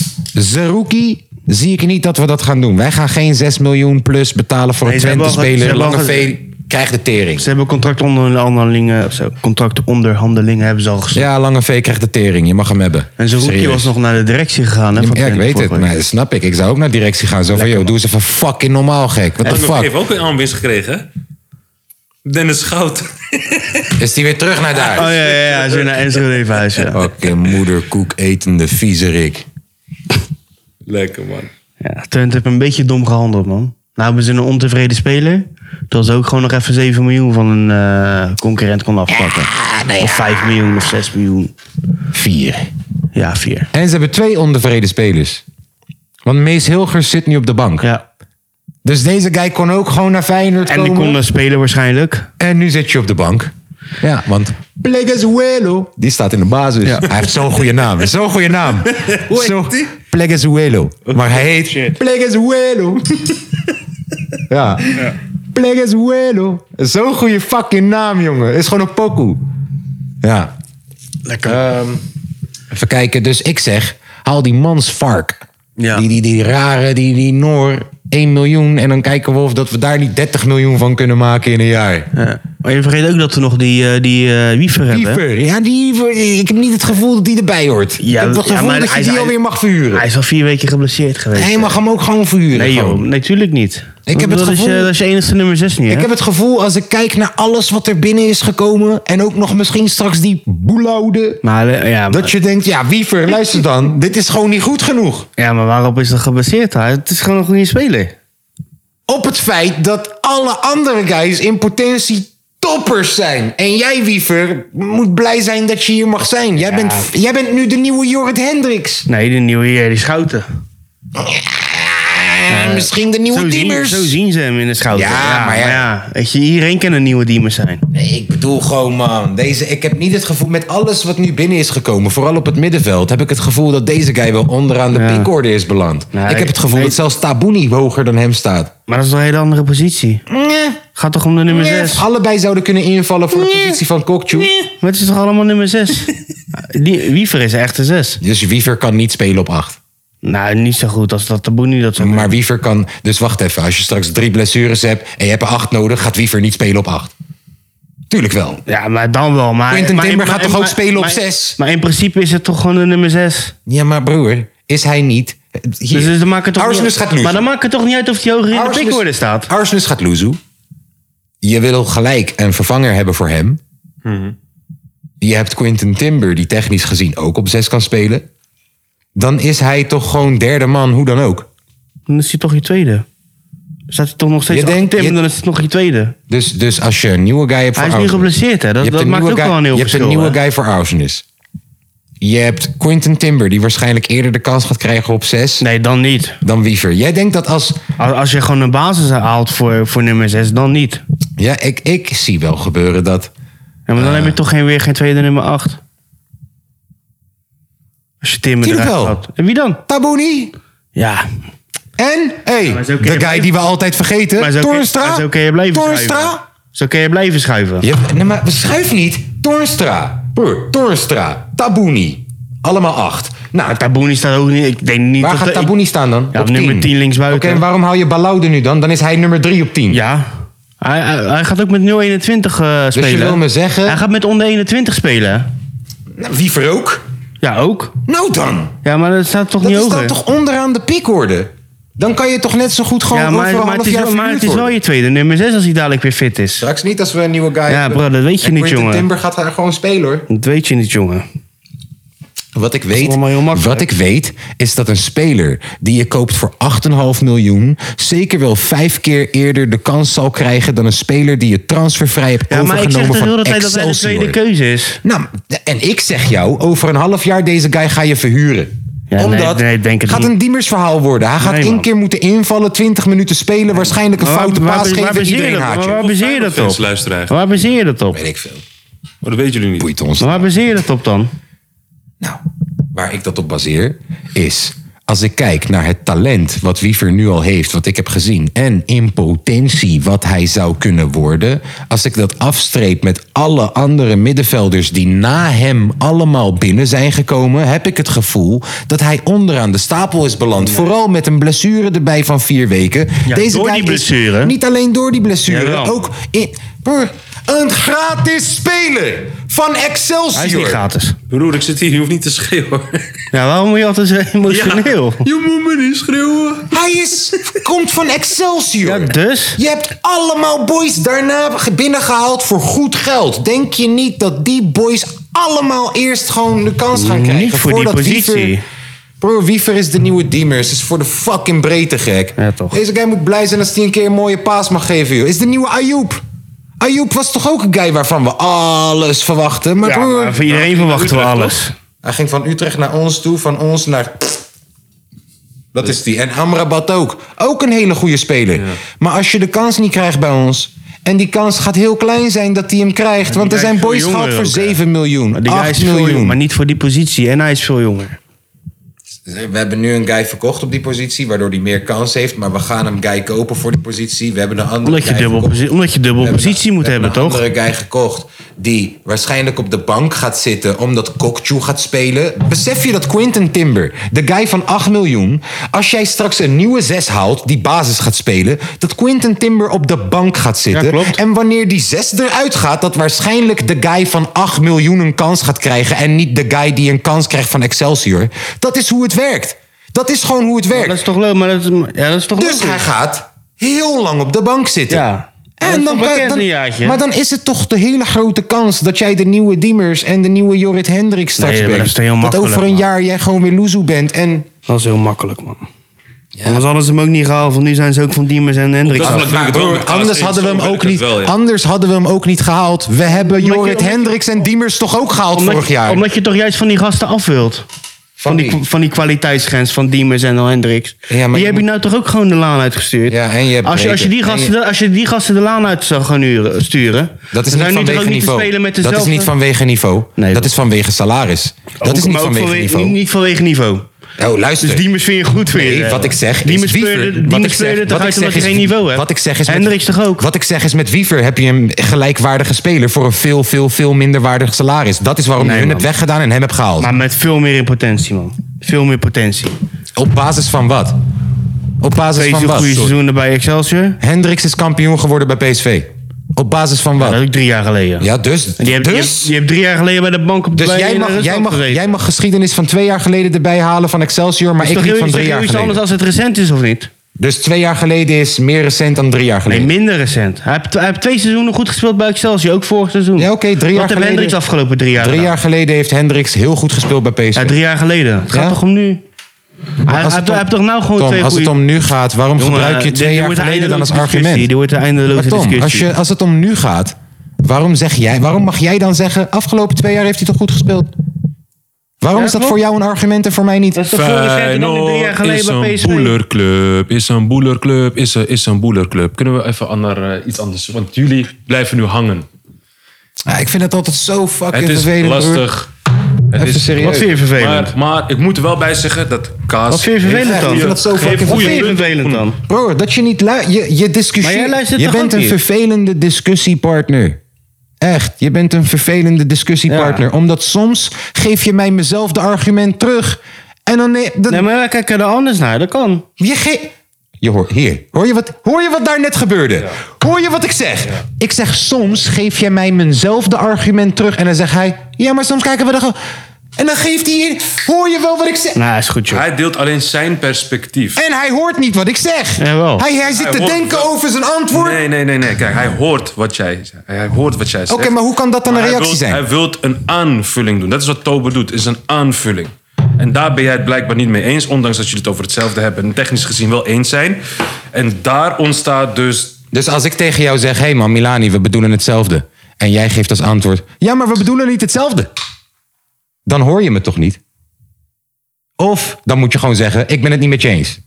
[SPEAKER 1] Zerouki zie ik niet dat we dat gaan doen. Wij gaan geen 6 miljoen plus betalen voor
[SPEAKER 4] Nee,
[SPEAKER 1] een
[SPEAKER 4] ze hebben al ge- ze
[SPEAKER 1] Twente-speler.
[SPEAKER 4] hebben al
[SPEAKER 1] Lange
[SPEAKER 4] ge-
[SPEAKER 1] V krijgt de tering.
[SPEAKER 4] Ze hebben contractonderhandelingen, of zo, contractonderhandelingen hebben ze al gesloten.
[SPEAKER 1] Ja, Lange V krijgt de tering. Je mag hem hebben.
[SPEAKER 4] En zijn roepje
[SPEAKER 1] Serieus.
[SPEAKER 4] was nog naar de directie gegaan. Hè, van
[SPEAKER 1] Ja, ik
[SPEAKER 4] Twente
[SPEAKER 1] weet het.
[SPEAKER 4] vorige
[SPEAKER 1] Maar
[SPEAKER 4] week.
[SPEAKER 1] dat snap ik. Ik zou ook naar directie gaan. Zo van, joh, doe eens even fucking normaal, gek. What the
[SPEAKER 5] Lange V
[SPEAKER 1] fuck?
[SPEAKER 5] heeft ook een aanwinst gekregen, hè? Dennis Schout.
[SPEAKER 1] Is die weer terug naar daar?
[SPEAKER 4] Oh ja, ja, ja, hij is weer naar Enschede verhuisd, ja.
[SPEAKER 1] Fucking moederkoek etende viezerik.
[SPEAKER 5] Lekker, man.
[SPEAKER 4] ja. Twente heeft een beetje dom gehandeld, man. Nou hebben ze een ontevreden speler. Terwijl ze ook gewoon nog even 7 miljoen van een eh, concurrent kon afpakken. Of 5 miljoen of 6 miljoen.
[SPEAKER 1] Vier.
[SPEAKER 4] Ja, 4.
[SPEAKER 1] En ze hebben twee ontevreden spelers. Want Mees Hilgers zit nu op de bank.
[SPEAKER 4] Ja.
[SPEAKER 1] Dus deze guy kon ook gewoon naar Feyenoord
[SPEAKER 4] En die
[SPEAKER 1] komen.
[SPEAKER 4] kon dan spelen waarschijnlijk.
[SPEAKER 1] En nu zit je op de bank. Ja, want Plegazuelo, die staat in de basis. Hij heeft zo'n goede naam. Zo'n goede naam. Zo, Plegazuelo. Maar hij heet Plegazuelo. ja. Plegazuelo. Zo'n goede fucking naam, jongen. Is gewoon een pokoe. Ja. Ehm,
[SPEAKER 4] Lekker.
[SPEAKER 1] Even kijken. Dus ik zeg, haal die mansvark.
[SPEAKER 4] Ja.
[SPEAKER 1] Die, die, die rare, die, die Noor. 1 miljoen. En dan kijken we of dat we daar niet 30 miljoen van kunnen maken in een jaar.
[SPEAKER 4] Ja. Maar je vergeet ook dat we nog die, eh, die eh, wiever hebben. hè?
[SPEAKER 1] Diever, ja, die, ik heb niet het gevoel dat die erbij hoort. ik heb het
[SPEAKER 4] ja,
[SPEAKER 1] gevoel
[SPEAKER 4] maar
[SPEAKER 1] dat
[SPEAKER 4] hij
[SPEAKER 1] je
[SPEAKER 4] is-
[SPEAKER 1] die
[SPEAKER 4] hij-
[SPEAKER 1] alweer mag verhuren.
[SPEAKER 4] Hij is al vier weken geblesseerd geweest.
[SPEAKER 1] Hij mag hem ook gewoon verhuren.
[SPEAKER 4] nee joh,
[SPEAKER 1] gewoon.
[SPEAKER 4] natuurlijk niet.
[SPEAKER 1] Ik heb het
[SPEAKER 4] dat Is,
[SPEAKER 1] gevoel-
[SPEAKER 4] je- dat is je enige nummer 6 niet hè?
[SPEAKER 1] Ik heb het gevoel, als ik kijk naar alles wat er binnen is gekomen... en ook nog misschien straks die boelaude...
[SPEAKER 4] Maar, eh, ja, maar,
[SPEAKER 1] dat je denkt, ja, wiever, luister dan. Dit is gewoon niet goed genoeg.
[SPEAKER 4] ja, maar waarop is dat gebaseerd? Hij- Het is gewoon een goede speler.
[SPEAKER 1] Op het feit dat alle andere guys in potentie toppers zijn. En jij, wiever, moet blij zijn dat je hier mag zijn. Jij, bent, jij bent nu de nieuwe Jorrit Hendricks.
[SPEAKER 4] Nee, de nieuwe hier, die schouten.
[SPEAKER 1] En misschien de nieuwe
[SPEAKER 4] Eh, Zo zien,
[SPEAKER 1] Diemers.
[SPEAKER 4] zo zien ze hem in de schouten.
[SPEAKER 1] Ja, maar ja.
[SPEAKER 4] weet je, iedereen kan een nieuwe Diemers zijn.
[SPEAKER 1] Nee, ik bedoel gewoon, man. Deze, ik heb niet het gevoel, met alles wat nu binnen is gekomen, vooral op het middenveld, heb ik het gevoel dat deze guy wel onderaan de
[SPEAKER 4] Ja. Nou,
[SPEAKER 1] piekorde is beland.
[SPEAKER 4] Nee,
[SPEAKER 1] ik heb het gevoel
[SPEAKER 4] nee.
[SPEAKER 1] dat zelfs Tabouni hoger dan hem staat.
[SPEAKER 4] Maar dat is wel een hele andere positie. Gaat toch om de nummer 6?
[SPEAKER 1] Allebei zouden kunnen invallen voor de positie van Kokchu.
[SPEAKER 4] Maar het is toch allemaal nummer 6? Wiever is echt een 6.
[SPEAKER 1] Dus Wiever kan niet spelen op 8.
[SPEAKER 4] Nou, niet zo goed als dat de Boenie dat zo
[SPEAKER 1] Maar Wiever kan. Dus wacht even, als je straks drie blessures hebt en je hebt er 8 nodig, gaat Wiever niet spelen op 8. Tuurlijk wel.
[SPEAKER 4] Ja, maar dan wel. Maar,
[SPEAKER 1] Quinten
[SPEAKER 4] maar,
[SPEAKER 1] Timber gaat toch ook spelen op
[SPEAKER 4] maar-
[SPEAKER 1] zes?
[SPEAKER 4] Maar in principe is het toch gewoon de nummer 6.
[SPEAKER 1] Ja, maar broer, is hij niet. Hier.
[SPEAKER 4] Dus, dus dan maakt het toch
[SPEAKER 1] Arsenis
[SPEAKER 4] niet,
[SPEAKER 1] gaat loezoe.
[SPEAKER 4] Maar dan maakt het toch niet uit of die hoger in de
[SPEAKER 1] Arsenis-
[SPEAKER 4] pickorde staat.
[SPEAKER 1] Arsenis gaat loezoe. Je wil gelijk een vervanger hebben voor hem.
[SPEAKER 4] Hmm.
[SPEAKER 1] Je hebt Quinten Timber, die technisch gezien ook op zes kan spelen. Dan is hij toch gewoon derde man, hoe dan ook.
[SPEAKER 4] Dan is hij toch je tweede. Staat hij toch nog steeds
[SPEAKER 1] Je
[SPEAKER 4] je
[SPEAKER 1] denkt- je-
[SPEAKER 4] dan is het nog je tweede.
[SPEAKER 1] Dus, dus als je een nieuwe guy hebt voor
[SPEAKER 4] Hij is nu
[SPEAKER 1] Arsenis-
[SPEAKER 4] geblesseerd, hè? Dat,
[SPEAKER 1] Je hebt
[SPEAKER 4] dat
[SPEAKER 1] een
[SPEAKER 4] maakt ook
[SPEAKER 1] nieuwe guy-
[SPEAKER 4] wel een heel
[SPEAKER 1] Je hebt
[SPEAKER 4] verschil.
[SPEAKER 1] een nieuwe
[SPEAKER 4] hè?
[SPEAKER 1] guy voor Arsenis. Je hebt Quinten Timber, die waarschijnlijk eerder de kans gaat krijgen op zes
[SPEAKER 4] Nee, dan niet.
[SPEAKER 1] dan Wiever. Jij denkt dat als...
[SPEAKER 4] Als, als je gewoon een basis haalt voor, voor nummer 6, dan niet.
[SPEAKER 1] Ja, ik, ik zie wel gebeuren dat... Eh.
[SPEAKER 4] Ja, maar dan heb je toch geen, weer geen tweede nummer 8. Als je Timmer
[SPEAKER 1] Tuurlijk
[SPEAKER 4] eruit
[SPEAKER 1] wel.
[SPEAKER 4] had. En wie dan?
[SPEAKER 1] Tabouni,
[SPEAKER 4] Ja.
[SPEAKER 1] En, hey,
[SPEAKER 4] maar zo kun je
[SPEAKER 1] de guy
[SPEAKER 4] blijven-
[SPEAKER 1] die we altijd
[SPEAKER 4] Maar zo,
[SPEAKER 1] vergeten,
[SPEAKER 4] kun-
[SPEAKER 1] Toornstra.
[SPEAKER 4] maar zo kun je blijven schuiven.
[SPEAKER 1] Toornstra.
[SPEAKER 4] Zo kun je blijven schuiven.
[SPEAKER 1] Je, nee, maar schuif niet. Toornstra. Broer, Toornstra. Tabouni. Allemaal acht. Nou,
[SPEAKER 4] Tabouni staat ook niet. Ik denk niet
[SPEAKER 1] waar
[SPEAKER 4] dat
[SPEAKER 1] gaat
[SPEAKER 4] de- ik-
[SPEAKER 1] Tabouni staan dan?
[SPEAKER 4] Ja, op nummer 10 linksbuiten.
[SPEAKER 1] Oké, en waarom hou je Balaude nu dan? Dan is hij nummer 3 op 10.
[SPEAKER 4] Ja. Hij, hij, hij gaat ook met 021 eh
[SPEAKER 1] Dus je
[SPEAKER 4] spelen.
[SPEAKER 1] wil me zeggen-
[SPEAKER 4] Hij gaat met onder 21 spelen.
[SPEAKER 1] Nou, wie voor ook?
[SPEAKER 4] Ja, ook.
[SPEAKER 1] Nou dan.
[SPEAKER 4] Ja, maar dat staat toch
[SPEAKER 1] Dat
[SPEAKER 4] niet
[SPEAKER 1] is
[SPEAKER 4] hoger?
[SPEAKER 1] dan toch onderaan de pikorde? Dan kan je toch net zo goed gewoon
[SPEAKER 4] ja, maar,
[SPEAKER 1] over een
[SPEAKER 4] maar, het
[SPEAKER 1] half
[SPEAKER 4] is,
[SPEAKER 1] jaar
[SPEAKER 4] wel- maar het
[SPEAKER 1] verhuurd
[SPEAKER 4] is wel
[SPEAKER 1] worden.
[SPEAKER 4] je tweede nummer 6 als hij dadelijk weer fit is.
[SPEAKER 1] Straks niet als we een nieuwe guy
[SPEAKER 4] Ja,
[SPEAKER 1] hebben.
[SPEAKER 4] bro, dat weet je
[SPEAKER 1] En
[SPEAKER 4] niet,
[SPEAKER 1] Quinten
[SPEAKER 4] jongen.
[SPEAKER 1] Timber gaat daar gewoon spelen, hoor.
[SPEAKER 4] Dat weet je niet, jongen.
[SPEAKER 1] Wat ik
[SPEAKER 4] is
[SPEAKER 1] weet,
[SPEAKER 4] allemaal heel makkelijk.
[SPEAKER 1] wat ik weet is dat een speler die je koopt voor 8,5 miljoen... zeker wel vijf keer eerder de kans zal krijgen... dan een speler die je transfervrij hebt
[SPEAKER 4] Ja, maar ik zeg
[SPEAKER 1] overgenomen
[SPEAKER 4] toch heel de
[SPEAKER 1] van
[SPEAKER 4] hele tijd dat hij de
[SPEAKER 1] Excelsior.
[SPEAKER 4] tweede keuze is.
[SPEAKER 1] nou, en ik zeg jou, over een half jaar deze guy ga je verhuren.
[SPEAKER 4] Ja, nee,
[SPEAKER 1] Omdat
[SPEAKER 4] nee, ik denk het
[SPEAKER 1] gaat
[SPEAKER 4] niet.
[SPEAKER 1] een Diemers verhaal worden. Hij gaat
[SPEAKER 4] Nee,
[SPEAKER 1] één
[SPEAKER 4] man.
[SPEAKER 1] keer moeten invallen, 20 minuten spelen... waarschijnlijk een
[SPEAKER 4] Maar waar-
[SPEAKER 1] foute
[SPEAKER 4] waar-
[SPEAKER 1] paas
[SPEAKER 4] waar
[SPEAKER 1] geven,
[SPEAKER 4] baseer je
[SPEAKER 1] iedereen
[SPEAKER 4] dat-
[SPEAKER 1] haat
[SPEAKER 4] maar Waar
[SPEAKER 1] je.
[SPEAKER 4] baseer je dat
[SPEAKER 5] Fans
[SPEAKER 4] op?
[SPEAKER 5] luisteren eigenlijk.
[SPEAKER 4] Waar baseer je dat op?
[SPEAKER 1] Weet ik veel,
[SPEAKER 5] Maar dat weten jullie niet.
[SPEAKER 1] boeit ons.
[SPEAKER 4] Maar Waar baseer je dat op dan?
[SPEAKER 1] Nou, waar ik dat op baseer is. Als ik kijk naar het talent wat Wiever nu al heeft, wat ik heb gezien, en in potentie wat hij zou kunnen worden, als ik dat afstreep met alle andere middenvelders die na hem allemaal binnen zijn gekomen, heb ik het gevoel dat hij onderaan de stapel is beland. Vooral met een blessure erbij van vier weken.
[SPEAKER 4] Ja, door
[SPEAKER 1] guy
[SPEAKER 4] die
[SPEAKER 1] is
[SPEAKER 4] blessure.
[SPEAKER 1] Niet alleen door die blessure,
[SPEAKER 4] Jawel.
[SPEAKER 1] ook in. Broer, een gratis speler van Excelsior.
[SPEAKER 4] Hij is niet gratis.
[SPEAKER 5] Broer, ik zit hier, je hoeft niet te schreeuwen.
[SPEAKER 4] Ja, waarom moet je altijd zo emotioneel?
[SPEAKER 5] Je moet me niet schreeuwen.
[SPEAKER 1] Hij is, komt van Excelsior.
[SPEAKER 4] Ja, dus?
[SPEAKER 1] Je hebt allemaal boys daarna binnengehaald voor goed geld. Denk je niet dat die boys allemaal eerst gewoon de kans gaan krijgen?
[SPEAKER 4] Niet voor die
[SPEAKER 1] Voordat
[SPEAKER 4] positie.
[SPEAKER 1] Wiever- Bro, Wiever is de nieuwe Diemers. Is voor de fucking breedte gek.
[SPEAKER 4] Ja, toch.
[SPEAKER 1] Deze guy moet blij zijn als hij een keer een mooie paas mag geven, joh. Is de nieuwe Ayoub. Ayoub was toch ook een guy waarvan we alles verwachten? Maar
[SPEAKER 4] Ja,
[SPEAKER 1] broer,
[SPEAKER 4] maar voor iedereen verwachten we alles.
[SPEAKER 1] hij ging van Utrecht naar ons toe, van ons naar... Dat is die. En Amrabat ook. Ook een hele goede speler. Maar als je de kans niet krijgt bij ons... en die kans gaat heel klein zijn dat hij hem krijgt... want er
[SPEAKER 4] guy
[SPEAKER 1] zijn
[SPEAKER 4] is veel
[SPEAKER 1] boys
[SPEAKER 4] jonger
[SPEAKER 1] gehaald voor
[SPEAKER 4] ook, hè.
[SPEAKER 1] 7 miljoen,
[SPEAKER 4] Die guy is
[SPEAKER 1] 8
[SPEAKER 4] veel jonger,
[SPEAKER 1] miljoen.
[SPEAKER 4] maar niet voor die positie. En hij is veel jonger.
[SPEAKER 1] We hebben nu een guy verkocht op die positie... waardoor hij meer kans heeft. Maar we gaan hem guy kopen voor die positie. We hebben een andere
[SPEAKER 4] Omdat je
[SPEAKER 1] guy
[SPEAKER 4] dubbel,
[SPEAKER 1] verkocht.
[SPEAKER 4] posi- omdat je dubbel
[SPEAKER 1] We
[SPEAKER 4] positie
[SPEAKER 1] een-
[SPEAKER 4] moet
[SPEAKER 1] we
[SPEAKER 4] hebben,
[SPEAKER 1] een
[SPEAKER 4] toch?
[SPEAKER 1] andere guy gekocht. die waarschijnlijk op de bank gaat zitten omdat Kokchu gaat spelen. Besef je dat Quinton Timber, de guy van 8 miljoen, als jij straks een nieuwe 6 haalt die basis gaat spelen, dat Quinton Timber op de bank gaat zitten.
[SPEAKER 4] klopt.
[SPEAKER 1] En wanneer die 6 eruit gaat, dat waarschijnlijk de guy van 8 miljoen een kans gaat krijgen en niet de guy die een kans krijgt van Excelsior. Dat is hoe het werkt. Dat is gewoon hoe het werkt.
[SPEAKER 4] Dat is toch leuk, maar dat is, ja, dat is toch
[SPEAKER 1] Dus hij
[SPEAKER 4] leuk.
[SPEAKER 1] gaat heel lang op de bank zitten.
[SPEAKER 4] Ja. Dat
[SPEAKER 1] En
[SPEAKER 4] is
[SPEAKER 1] dan
[SPEAKER 4] toch
[SPEAKER 1] kan-
[SPEAKER 4] bekend
[SPEAKER 1] dan-
[SPEAKER 4] een jaartje.
[SPEAKER 1] maar dan is het toch de hele grote kans dat jij de nieuwe Diemers en de nieuwe Jorrit Hendricks straks
[SPEAKER 4] Nee, maar dat
[SPEAKER 1] bent.
[SPEAKER 4] is heel makkelijk,
[SPEAKER 1] over een
[SPEAKER 4] man.
[SPEAKER 1] jaar jij gewoon weer loezoe bent. En
[SPEAKER 4] Dat is heel makkelijk, man. Anders hadden ze hem ook niet gehaald, want nu zijn ze ook van Diemers en Hendricks
[SPEAKER 5] Dat
[SPEAKER 4] af.
[SPEAKER 5] wil ik het wel met Klaas
[SPEAKER 1] anders
[SPEAKER 5] eens.
[SPEAKER 1] hadden we hem
[SPEAKER 5] Zo ben ik
[SPEAKER 1] ook
[SPEAKER 5] het
[SPEAKER 1] niet,
[SPEAKER 4] Oh
[SPEAKER 5] wel, ja.
[SPEAKER 1] anders hadden we hem ook niet gehaald. We hebben
[SPEAKER 4] Omdat je-
[SPEAKER 1] Jorrit
[SPEAKER 4] omdat je-
[SPEAKER 1] Hendricks en Diemers toch ook gehaald
[SPEAKER 4] Omdat-
[SPEAKER 1] vorig jaar.
[SPEAKER 4] Omdat je toch juist van die gasten af wilt. Van die,
[SPEAKER 1] wie?
[SPEAKER 4] van die kwaliteitsgrens van Diemers en Hendricks.
[SPEAKER 1] Ja, maar
[SPEAKER 4] die
[SPEAKER 1] je
[SPEAKER 4] heb je
[SPEAKER 1] moet-
[SPEAKER 4] nou toch ook gewoon de laan uitgestuurd?
[SPEAKER 1] Ja, en je hebt
[SPEAKER 4] als, je, als, je die
[SPEAKER 1] Breken.
[SPEAKER 4] gasten,
[SPEAKER 1] En
[SPEAKER 4] de- als je die gasten de laan uit zou gaan huren- sturen...
[SPEAKER 1] dat is
[SPEAKER 4] dan
[SPEAKER 1] niet
[SPEAKER 4] zou je nu toch ook
[SPEAKER 1] vanwege
[SPEAKER 4] niet te
[SPEAKER 1] niveau.
[SPEAKER 4] spelen met
[SPEAKER 1] dat is
[SPEAKER 4] dezelfde-
[SPEAKER 1] niet vanwege niveau.
[SPEAKER 4] Nee,
[SPEAKER 1] dat
[SPEAKER 4] dat-
[SPEAKER 1] is vanwege salaris.
[SPEAKER 4] Ook-
[SPEAKER 1] Dat is niet
[SPEAKER 4] maar ook
[SPEAKER 1] vanwege
[SPEAKER 4] vanwege-
[SPEAKER 1] niveau.
[SPEAKER 4] Niet, niet vanwege niveau.
[SPEAKER 1] Oh, luister.
[SPEAKER 4] Dus Diemers vind je goed weer. eh.
[SPEAKER 1] Nee, wat ik zeg
[SPEAKER 4] Diemers
[SPEAKER 1] is
[SPEAKER 4] speurde-
[SPEAKER 1] Wiever.
[SPEAKER 4] Diemers
[SPEAKER 1] Wat ik
[SPEAKER 4] speurde
[SPEAKER 1] zeg,
[SPEAKER 4] toch
[SPEAKER 1] wat ik
[SPEAKER 4] uit omdat hij
[SPEAKER 1] zeg is,
[SPEAKER 4] geen niveau hebt?
[SPEAKER 1] Wat ik zeg is met-
[SPEAKER 4] Hendricks toch ook?
[SPEAKER 1] Wat ik zeg is met Wiever heb je een gelijkwaardige speler voor een veel, veel, veel minder waardig salaris. Dat is waarom
[SPEAKER 4] Nee,
[SPEAKER 1] je hun
[SPEAKER 4] man.
[SPEAKER 1] het weggedaan en hem hebt gehaald.
[SPEAKER 4] Maar met veel meer in potentie, man. Veel meer potentie.
[SPEAKER 1] Op basis van wat? Op basis
[SPEAKER 4] Twee
[SPEAKER 1] van wat?
[SPEAKER 4] goede seizoenen bij Excelsior.
[SPEAKER 1] Hendricks is kampioen geworden bij PSV. Op basis van
[SPEAKER 4] Dat is
[SPEAKER 1] wat?
[SPEAKER 4] ook drie jaar geleden.
[SPEAKER 1] Ja, dus.
[SPEAKER 4] En die hebt, die, hebt,
[SPEAKER 1] Dus.
[SPEAKER 4] die hebt drie jaar geleden bij de bank op de
[SPEAKER 1] Dus
[SPEAKER 4] bij-
[SPEAKER 1] jij
[SPEAKER 4] in
[SPEAKER 1] mag, jij,
[SPEAKER 4] Rusland
[SPEAKER 1] mag,
[SPEAKER 4] gezeten.
[SPEAKER 1] jij mag geschiedenis van twee jaar geleden erbij halen van Excelsior, maar
[SPEAKER 4] Is
[SPEAKER 1] ik
[SPEAKER 4] toch
[SPEAKER 1] niet
[SPEAKER 4] heel-
[SPEAKER 1] van
[SPEAKER 4] is toch
[SPEAKER 1] drie
[SPEAKER 4] heel
[SPEAKER 1] jaar
[SPEAKER 4] iets anders
[SPEAKER 1] geleden.
[SPEAKER 4] als het recent is, of niet?
[SPEAKER 1] Dus twee jaar geleden is meer recent dan drie jaar
[SPEAKER 4] Nee,
[SPEAKER 1] geleden.
[SPEAKER 4] minder recent. Hij heeft, hij heeft twee seizoenen goed gespeeld bij Excelsior, ook vorig seizoen.
[SPEAKER 1] Ja, oké, drie jaar
[SPEAKER 4] Wat heeft
[SPEAKER 1] geleden-
[SPEAKER 4] Hendricks de afgelopen drie jaar
[SPEAKER 1] Drie
[SPEAKER 4] gedaan?
[SPEAKER 1] jaar geleden heeft Hendricks heel goed gespeeld bij PSV.
[SPEAKER 4] Ja, drie jaar geleden. Het gaat
[SPEAKER 1] Ja?
[SPEAKER 4] toch om nu? Hij, hij,
[SPEAKER 1] als het om-
[SPEAKER 4] hij heeft toch nou gewoon
[SPEAKER 1] Tom,
[SPEAKER 4] twee
[SPEAKER 1] als het
[SPEAKER 4] goede-
[SPEAKER 1] om nu gaat, waarom
[SPEAKER 4] Jongen,
[SPEAKER 1] gebruik je
[SPEAKER 4] dit-
[SPEAKER 1] twee
[SPEAKER 4] dit
[SPEAKER 1] jaar
[SPEAKER 4] wordt een
[SPEAKER 1] geleden dan als
[SPEAKER 4] eindeloze discussie.
[SPEAKER 1] argument?
[SPEAKER 4] Dit wordt een eindeloze
[SPEAKER 1] Maar Tom,
[SPEAKER 4] discussie.
[SPEAKER 1] als, je, als het om nu gaat, waarom, zeg jij, waarom mag jij dan zeggen, afgelopen twee jaar heeft hij toch goed gespeeld? Waarom
[SPEAKER 4] Ja,
[SPEAKER 1] is dat
[SPEAKER 4] klopt.
[SPEAKER 1] voor jou een argument en voor mij niet?
[SPEAKER 4] Dat is toch veel recenter dan die drie jaar
[SPEAKER 5] Feyenoord is
[SPEAKER 4] geleden bij
[SPEAKER 5] een
[SPEAKER 4] PSV?
[SPEAKER 5] boelerclub, is een boelerclub, is een, is een boelerclub. Kunnen we even aan naar eh, iets anders? Want jullie blijven nu hangen.
[SPEAKER 1] Ah, ik vind het altijd zo fucking
[SPEAKER 5] Het is
[SPEAKER 1] vervelend. broer.
[SPEAKER 5] lastig. Het
[SPEAKER 1] Even
[SPEAKER 5] is
[SPEAKER 1] serieus.
[SPEAKER 4] Wat vind je vervelend?
[SPEAKER 5] Maar, maar ik moet er wel bij zeggen dat Kaas...
[SPEAKER 4] Wat vind je vervelend dan?
[SPEAKER 1] Ik vind dat zo
[SPEAKER 4] Wat
[SPEAKER 1] fucking
[SPEAKER 4] vind je
[SPEAKER 1] vervelend.
[SPEAKER 4] vervelend dan?
[SPEAKER 1] Broer, dat je niet lu- je, je discussieert.
[SPEAKER 4] Maar jij luistert
[SPEAKER 1] je
[SPEAKER 4] toch
[SPEAKER 1] bent
[SPEAKER 4] ook
[SPEAKER 1] een
[SPEAKER 4] niet?
[SPEAKER 1] vervelende discussiepartner. Echt, je bent een vervelende discussiepartner. Omdat soms geef je mij mezelf de argument terug. En dan... Nee, dan
[SPEAKER 4] Nee, maar wij kijken er anders naar. Dat kan.
[SPEAKER 1] Je ge- Je hoor, hier, hoor je, wat, hoor je wat daar net gebeurde? Hoor je wat ik zeg? Ik zeg, soms geef jij mij mijnzelfde argument terug. En dan zegt hij, ja, maar soms kijken we er gewoon... En dan geeft hij in, hoor je wel wat ik zeg?
[SPEAKER 4] Nou, is goed, joh.
[SPEAKER 5] Hij deelt alleen zijn perspectief.
[SPEAKER 1] En hij hoort niet wat ik zeg.
[SPEAKER 4] Jawel.
[SPEAKER 1] Hij, hij zit
[SPEAKER 5] Hij
[SPEAKER 1] te
[SPEAKER 5] hoort
[SPEAKER 1] denken
[SPEAKER 5] wel.
[SPEAKER 1] over zijn antwoord.
[SPEAKER 5] Nee, nee, nee, nee. Kijk, hij hoort wat jij, hij hoort wat jij zegt.
[SPEAKER 1] Oké, maar hoe kan dat dan
[SPEAKER 5] Maar
[SPEAKER 1] een
[SPEAKER 5] hij
[SPEAKER 1] reactie
[SPEAKER 5] wilt-
[SPEAKER 1] zijn?
[SPEAKER 5] Hij wilt een aanvulling doen. Dat is wat Tober doet, is een aanvulling. En daar ben jij het blijkbaar niet mee eens, ondanks dat jullie het over hetzelfde hebben en technisch gezien wel eens zijn. En daar ontstaat dus.
[SPEAKER 1] Dus als ik tegen jou zeg, hé hey man, Milani, we bedoelen hetzelfde. En jij geeft als antwoord, ja, maar we bedoelen niet hetzelfde. Dan hoor je me toch niet? Of dan moet je gewoon zeggen, ik ben het niet met je eens.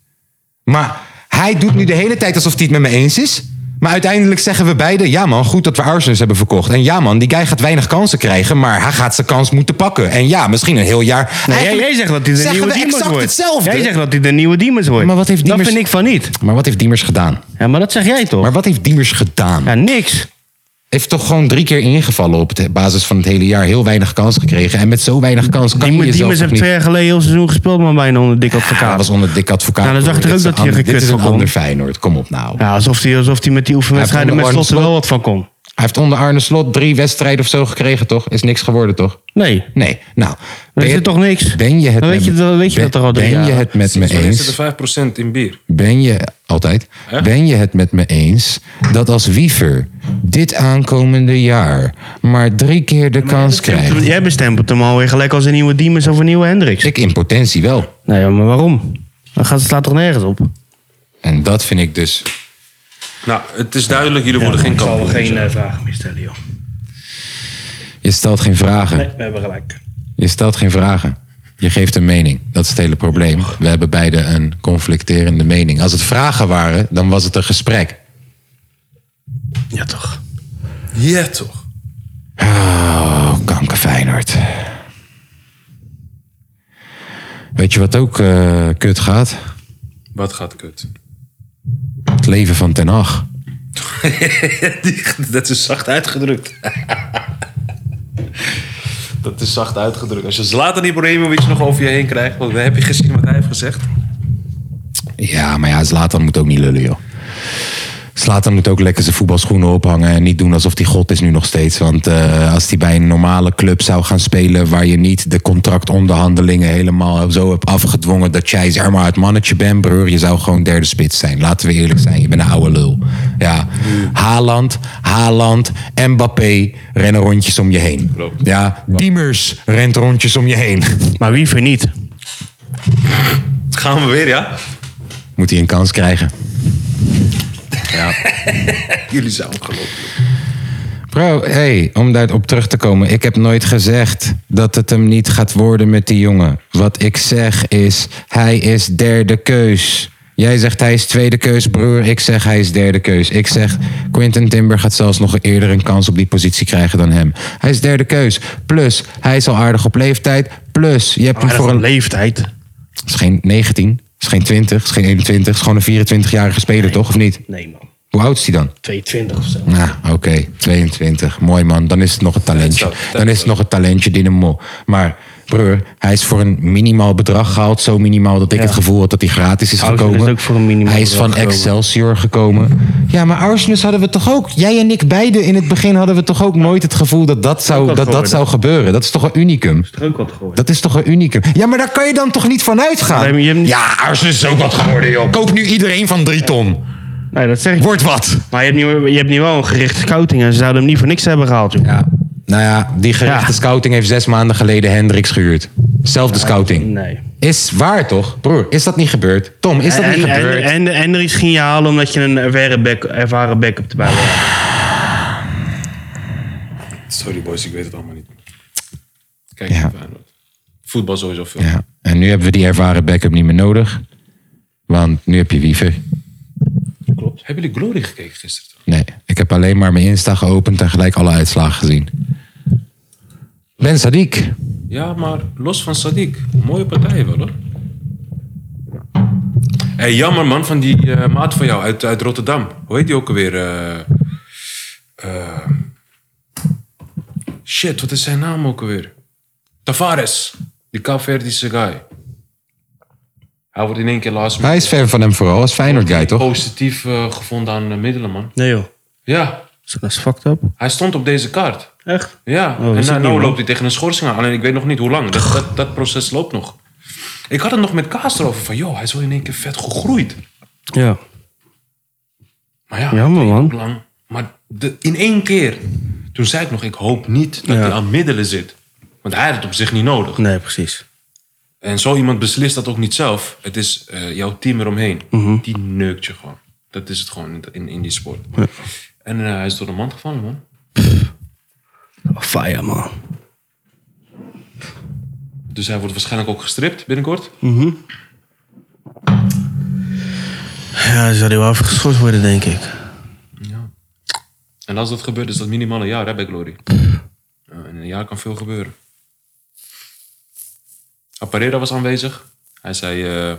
[SPEAKER 1] Maar hij doet nu de hele tijd alsof hij het met me eens is. Maar uiteindelijk zeggen we beiden, ja man, goed dat we Arsenal hebben verkocht. En ja man, die guy gaat weinig kansen krijgen, maar hij gaat zijn kans moeten pakken. En ja, misschien een heel jaar.
[SPEAKER 4] Nee, jij,
[SPEAKER 1] Eigenlijk
[SPEAKER 4] jij zegt dat hij de
[SPEAKER 1] zeggen
[SPEAKER 4] nieuwe
[SPEAKER 1] we
[SPEAKER 4] Diemers
[SPEAKER 1] exact
[SPEAKER 4] wordt.
[SPEAKER 1] hetzelfde.
[SPEAKER 4] Jij zegt dat hij de nieuwe Diemers wordt.
[SPEAKER 1] Maar wat heeft Diemers-
[SPEAKER 4] Dat vind ik van niet.
[SPEAKER 1] Maar wat heeft Diemers gedaan?
[SPEAKER 4] Ja, maar dat zeg jij toch?
[SPEAKER 1] Maar wat heeft Diemers gedaan?
[SPEAKER 4] Ja, niks.
[SPEAKER 1] heeft toch gewoon drie keer ingevallen op de basis van het hele jaar. Heel weinig kans gekregen. En met zo weinig kans kan je
[SPEAKER 4] Diemers,
[SPEAKER 1] jezelf
[SPEAKER 4] Diemers
[SPEAKER 1] toch
[SPEAKER 4] heeft
[SPEAKER 1] niet...
[SPEAKER 4] twee jaar geleden heel seizoen gespeeld, maar bijna onder dik
[SPEAKER 1] Ja,
[SPEAKER 4] advocaat.
[SPEAKER 1] dat was onder dik advocaat.
[SPEAKER 4] Nou, dan zag
[SPEAKER 1] hoor.
[SPEAKER 4] ik er
[SPEAKER 1] Dit
[SPEAKER 4] ook
[SPEAKER 1] is
[SPEAKER 4] dat hij
[SPEAKER 1] een
[SPEAKER 4] er
[SPEAKER 1] ander- Dit is
[SPEAKER 4] gekut
[SPEAKER 1] een
[SPEAKER 4] van kon.
[SPEAKER 1] ander Feyenoord, kom op nou.
[SPEAKER 4] Ja, alsof hij alsof hij met die oefenwedstrijden
[SPEAKER 1] Hij
[SPEAKER 4] met
[SPEAKER 1] heeft onder
[SPEAKER 4] slot er wel wat
[SPEAKER 1] Arne
[SPEAKER 4] van kon.
[SPEAKER 1] Hij heeft onder Arne Slot drie wedstrijden of zo gekregen, toch? Is niks geworden, toch?
[SPEAKER 4] Nee.
[SPEAKER 1] Nee, nou.
[SPEAKER 4] Dan
[SPEAKER 1] ben
[SPEAKER 4] is
[SPEAKER 1] je-
[SPEAKER 4] het toch niks.
[SPEAKER 1] Ben je het
[SPEAKER 4] Dan weet
[SPEAKER 1] met
[SPEAKER 4] je-
[SPEAKER 1] me-
[SPEAKER 4] dan weet je
[SPEAKER 1] ben-
[SPEAKER 4] dat er al drie
[SPEAKER 1] Ben je
[SPEAKER 4] jaar-
[SPEAKER 1] het met me
[SPEAKER 5] Er
[SPEAKER 1] eens?
[SPEAKER 5] zitten 5% in bier.
[SPEAKER 1] Ben je, altijd, ben je het met me eens dat als Wiever dit aankomende jaar maar drie keer de kans krijgt?
[SPEAKER 4] Jij bestempelt hem alweer gelijk als een nieuwe Diemers of een nieuwe Hendricks.
[SPEAKER 1] Ik in potentie wel.
[SPEAKER 4] Nee, maar waarom? Dan gaat het slaat toch nergens op?
[SPEAKER 1] En dat vind ik dus
[SPEAKER 5] Nou, het is duidelijk, jullie worden geen
[SPEAKER 4] Ik zal
[SPEAKER 5] kampioen.
[SPEAKER 4] er geen eh, vragen meer stellen, joh.
[SPEAKER 1] Je stelt geen vragen.
[SPEAKER 4] Nee, we hebben gelijk.
[SPEAKER 1] Je stelt geen vragen. Je geeft een mening. Dat is het hele probleem. We hebben beide een conflicterende mening. Als het vragen waren, dan was het een gesprek.
[SPEAKER 4] Ja, toch.
[SPEAKER 5] Ja, toch?
[SPEAKER 1] Oh, kanker Feyenoord. Weet je wat ook eh, kut gaat?
[SPEAKER 5] Wat gaat kut?
[SPEAKER 1] Het leven van Ten Hag.
[SPEAKER 5] Die- dat is zacht uitgedrukt. Dat is zacht uitgedrukt. Als je Zlatan Ibrahimovic nog over je heen krijgt, want dan heb je gezien wat hij heeft gezegd.
[SPEAKER 1] Ja, maar ja, Zlatan moet ook niet lullen, joh. Zlatan moet ook lekker zijn voetbalschoenen ophangen en niet doen alsof hij god is nu nog steeds. Want eh, als hij bij een normale club zou gaan spelen waar je niet de contractonderhandelingen helemaal zo hebt afgedwongen dat jij zeg maar het mannetje bent, broer, je zou gewoon derde spits zijn. Laten we eerlijk zijn, je bent een oude lul. Ja. Haaland, Haaland, Mbappé rennen rondjes om je heen. Ja, Diemers rent rondjes om je heen.
[SPEAKER 4] Maar wie voor niet?
[SPEAKER 5] Gaan we weer, ja?
[SPEAKER 1] Moet hij een kans krijgen.
[SPEAKER 5] Jullie zijn ongelooflijk.
[SPEAKER 1] Bro, hey, om daarop terug te komen. Ik heb nooit gezegd dat het hem niet gaat worden met die jongen. Wat ik zeg is, hij is derde keus. Jij zegt hij is tweede keus, broer. Ik zeg hij is derde keus. Ik zeg Quinten Timber gaat zelfs nog eerder een kans op die positie krijgen dan hem. Hij is derde keus. Plus, hij is al aardig op leeftijd. Plus, je hebt hem voor
[SPEAKER 4] Voor
[SPEAKER 1] een...
[SPEAKER 4] een leeftijd.
[SPEAKER 1] Het is geen 19, het is geen 20, het is geen 21. Het is gewoon een 24-jarige speler, toch? Of niet?
[SPEAKER 4] Nee man,
[SPEAKER 1] Hoe oud is hij dan?
[SPEAKER 4] 22 of zo.
[SPEAKER 1] Nou, oké, 22. Mooi man, dan is het nog een talentje. Dan is het nog een talentje, Dynamo. Maar broer, hij is voor een minimaal bedrag gehaald. Zo minimaal dat ik het gevoel had dat hij gratis is
[SPEAKER 4] Arsenal is
[SPEAKER 1] gekomen.
[SPEAKER 4] dus ook voor een minimaal
[SPEAKER 1] hij is
[SPEAKER 4] bedrag
[SPEAKER 1] van
[SPEAKER 4] gekomen.
[SPEAKER 1] Excelsior gekomen. Ja, maar Arsenal hadden we toch ook. Jij en ik beide in het begin hadden we toch ook nooit het gevoel dat dat zou, dat, dat zou gebeuren. Dat is toch een unicum?
[SPEAKER 4] Is er ook wat gehoord.
[SPEAKER 1] Dat is toch een unicum? Ja, maar daar kan je dan toch niet van uitgaan?
[SPEAKER 4] Nee, maar je hebt niet-
[SPEAKER 1] Ja, Arsenal is ook wat geworden, joh. Koop nu iedereen van drie ton.
[SPEAKER 4] Nee, dat zeg ik.
[SPEAKER 1] Wordt wat.
[SPEAKER 4] Maar je hebt, nu, je hebt nu wel een gerichte scouting en ze zouden hem niet voor niks hebben gehaald. joh.
[SPEAKER 1] Ja. Nou ja, die gerichte
[SPEAKER 4] Ja.
[SPEAKER 1] scouting heeft zes maanden geleden Hendricks gehuurd. Zelfde scouting.
[SPEAKER 4] Nee.
[SPEAKER 1] Is waar toch? Broer, is dat niet gebeurd? Tom, is dat
[SPEAKER 4] en,
[SPEAKER 1] niet
[SPEAKER 4] en,
[SPEAKER 1] gebeurd?
[SPEAKER 4] en, en er is ging je halen omdat je een ervaren, back, ervaren backup erbij had.
[SPEAKER 5] Sorry boys, ik weet het allemaal niet. Kijk,
[SPEAKER 1] Ja.
[SPEAKER 5] Feyenoord. voetbal sowieso veel.
[SPEAKER 1] Ja. En nu hebben we die ervaren backup niet meer nodig. Want nu heb je wiever.
[SPEAKER 5] Klopt. Hebben jullie Glory gekeken gisteren? trouwens?
[SPEAKER 1] Nee, ik heb alleen maar mijn Insta geopend en gelijk alle uitslagen gezien. Ben Sadiq.
[SPEAKER 5] Ja, maar los van Sadiq. Mooie partij wel hoor. Hey, jammer man, van die eh, maat van jou uit, uit Rotterdam. Hoe heet die ook alweer? Eh, eh, shit, wat is zijn naam ook alweer? Tavares. Die Caverdische guy. Hij wordt in één keer last
[SPEAKER 1] Hij is fan van hem vooral, als Feyenoord guy toch?
[SPEAKER 5] positief eh, gevonden aan eh, middelen man.
[SPEAKER 4] Nee joh.
[SPEAKER 5] Ja,
[SPEAKER 4] Dat is fucked up.
[SPEAKER 5] hij stond op deze kaart.
[SPEAKER 4] Echt? Oh,
[SPEAKER 5] Ja,
[SPEAKER 4] dat
[SPEAKER 5] en
[SPEAKER 4] is
[SPEAKER 5] nou,
[SPEAKER 4] niet,
[SPEAKER 5] nou
[SPEAKER 4] man.
[SPEAKER 5] loopt hij tegen een schorsing aan. Alleen ik weet nog niet hoe lang. Dat, dat, dat proces loopt nog. Ik had het nog met Kaas erover van... joh, hij is wel in één keer vet gegroeid.
[SPEAKER 4] Ja.
[SPEAKER 5] Maar ja,
[SPEAKER 4] Jammer,
[SPEAKER 5] het
[SPEAKER 4] man.
[SPEAKER 5] duurt Lang. Maar de, in één keer. Toen zei ik nog, ik hoop niet dat
[SPEAKER 4] Ja.
[SPEAKER 5] hij aan middelen zit. Want hij had het op zich niet nodig.
[SPEAKER 4] Nee, precies.
[SPEAKER 5] En zo iemand beslist dat ook niet zelf. Het is eh, jouw team eromheen.
[SPEAKER 4] Mhm.
[SPEAKER 5] Die neukt je gewoon. Dat is het gewoon in, in, in die sport. En eh, hij is door de mand gevallen, man.
[SPEAKER 4] Oh, fire man.
[SPEAKER 5] Dus hij wordt waarschijnlijk ook gestript binnenkort.
[SPEAKER 4] Ja, zou hij wel afgeschorst worden denk ik.
[SPEAKER 5] En als dat gebeurt, is dat minimaal een jaar hè, bij Glory. Ja, in een jaar kan veel gebeuren. Aparera was aanwezig. Hij zei, eh,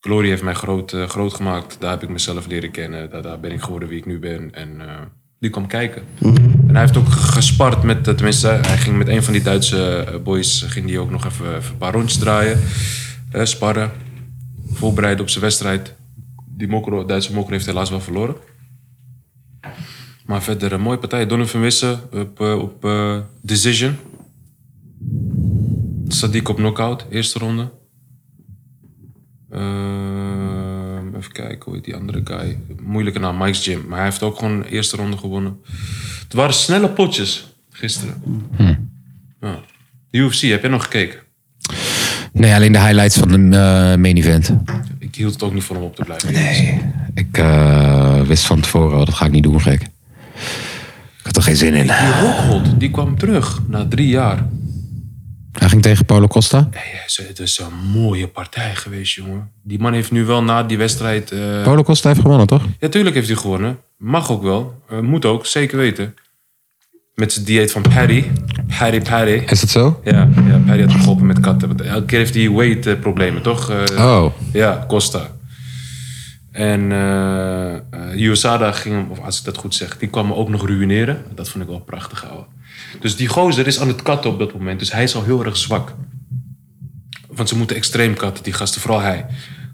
[SPEAKER 5] Glory heeft mij groot, eh, groot gemaakt. Daar heb ik mezelf leren kennen. Daar, daar ben ik geworden wie ik nu ben. En eh, die kwam kijken. En hij heeft ook gespart met, eh, tenminste, hij ging met een van die Duitse eh, boys... ging die ook nog even, even een paar rondjes draaien. eh, sparren. Voorbereiden op zijn wedstrijd. Die mokro, Duitse mokker heeft helaas wel verloren. Maar verder een mooie partij. Donovan Wissen op, eh, op eh, Decision. Sadiq op knockout, eerste ronde. Ehm, even kijken, hoe heet die andere guy? Moeilijke naam, Mike's Gym. Maar hij heeft ook gewoon de eerste ronde gewonnen. Het waren snelle potjes gisteren.
[SPEAKER 1] Hm.
[SPEAKER 5] Ja. De UFC, heb jij nog gekeken?
[SPEAKER 1] Nee, alleen de highlights van de eh, main event.
[SPEAKER 5] Ik hield het ook niet voor om op te blijven.
[SPEAKER 1] Nee, ik eh, wist van tevoren, al, dat ga ik niet doen, gek. Ik had er geen zin in.
[SPEAKER 5] Die Rockhold, die kwam terug na drie jaar.
[SPEAKER 1] Hij ging tegen Paulo Costa.
[SPEAKER 5] Hey, eh, het is een mooie partij geweest, jongen. Die man heeft nu wel na die wedstrijd... eh,
[SPEAKER 1] Paulo Costa heeft gewonnen, toch?
[SPEAKER 5] Ja, tuurlijk heeft hij gewonnen. Mag ook wel. Eh, moet ook, zeker weten. Met zijn dieet van Paddy. Paddy, Paddy.
[SPEAKER 1] Is dat zo?
[SPEAKER 5] Ja, ja Paddy had geholpen met katten. Want elke keer heeft hij weight-problemen, toch? Eh,
[SPEAKER 1] Oh.
[SPEAKER 5] Ja, Costa. En eh eh, USADA ging hem, of als ik dat goed zeg, die kwam me ook nog ruïneren. Dat vond ik wel prachtig, ouwe. Dus die gozer is aan het katten op dat moment. Dus hij is al heel erg zwak. Want ze moeten extreem katten, die gasten, vooral hij.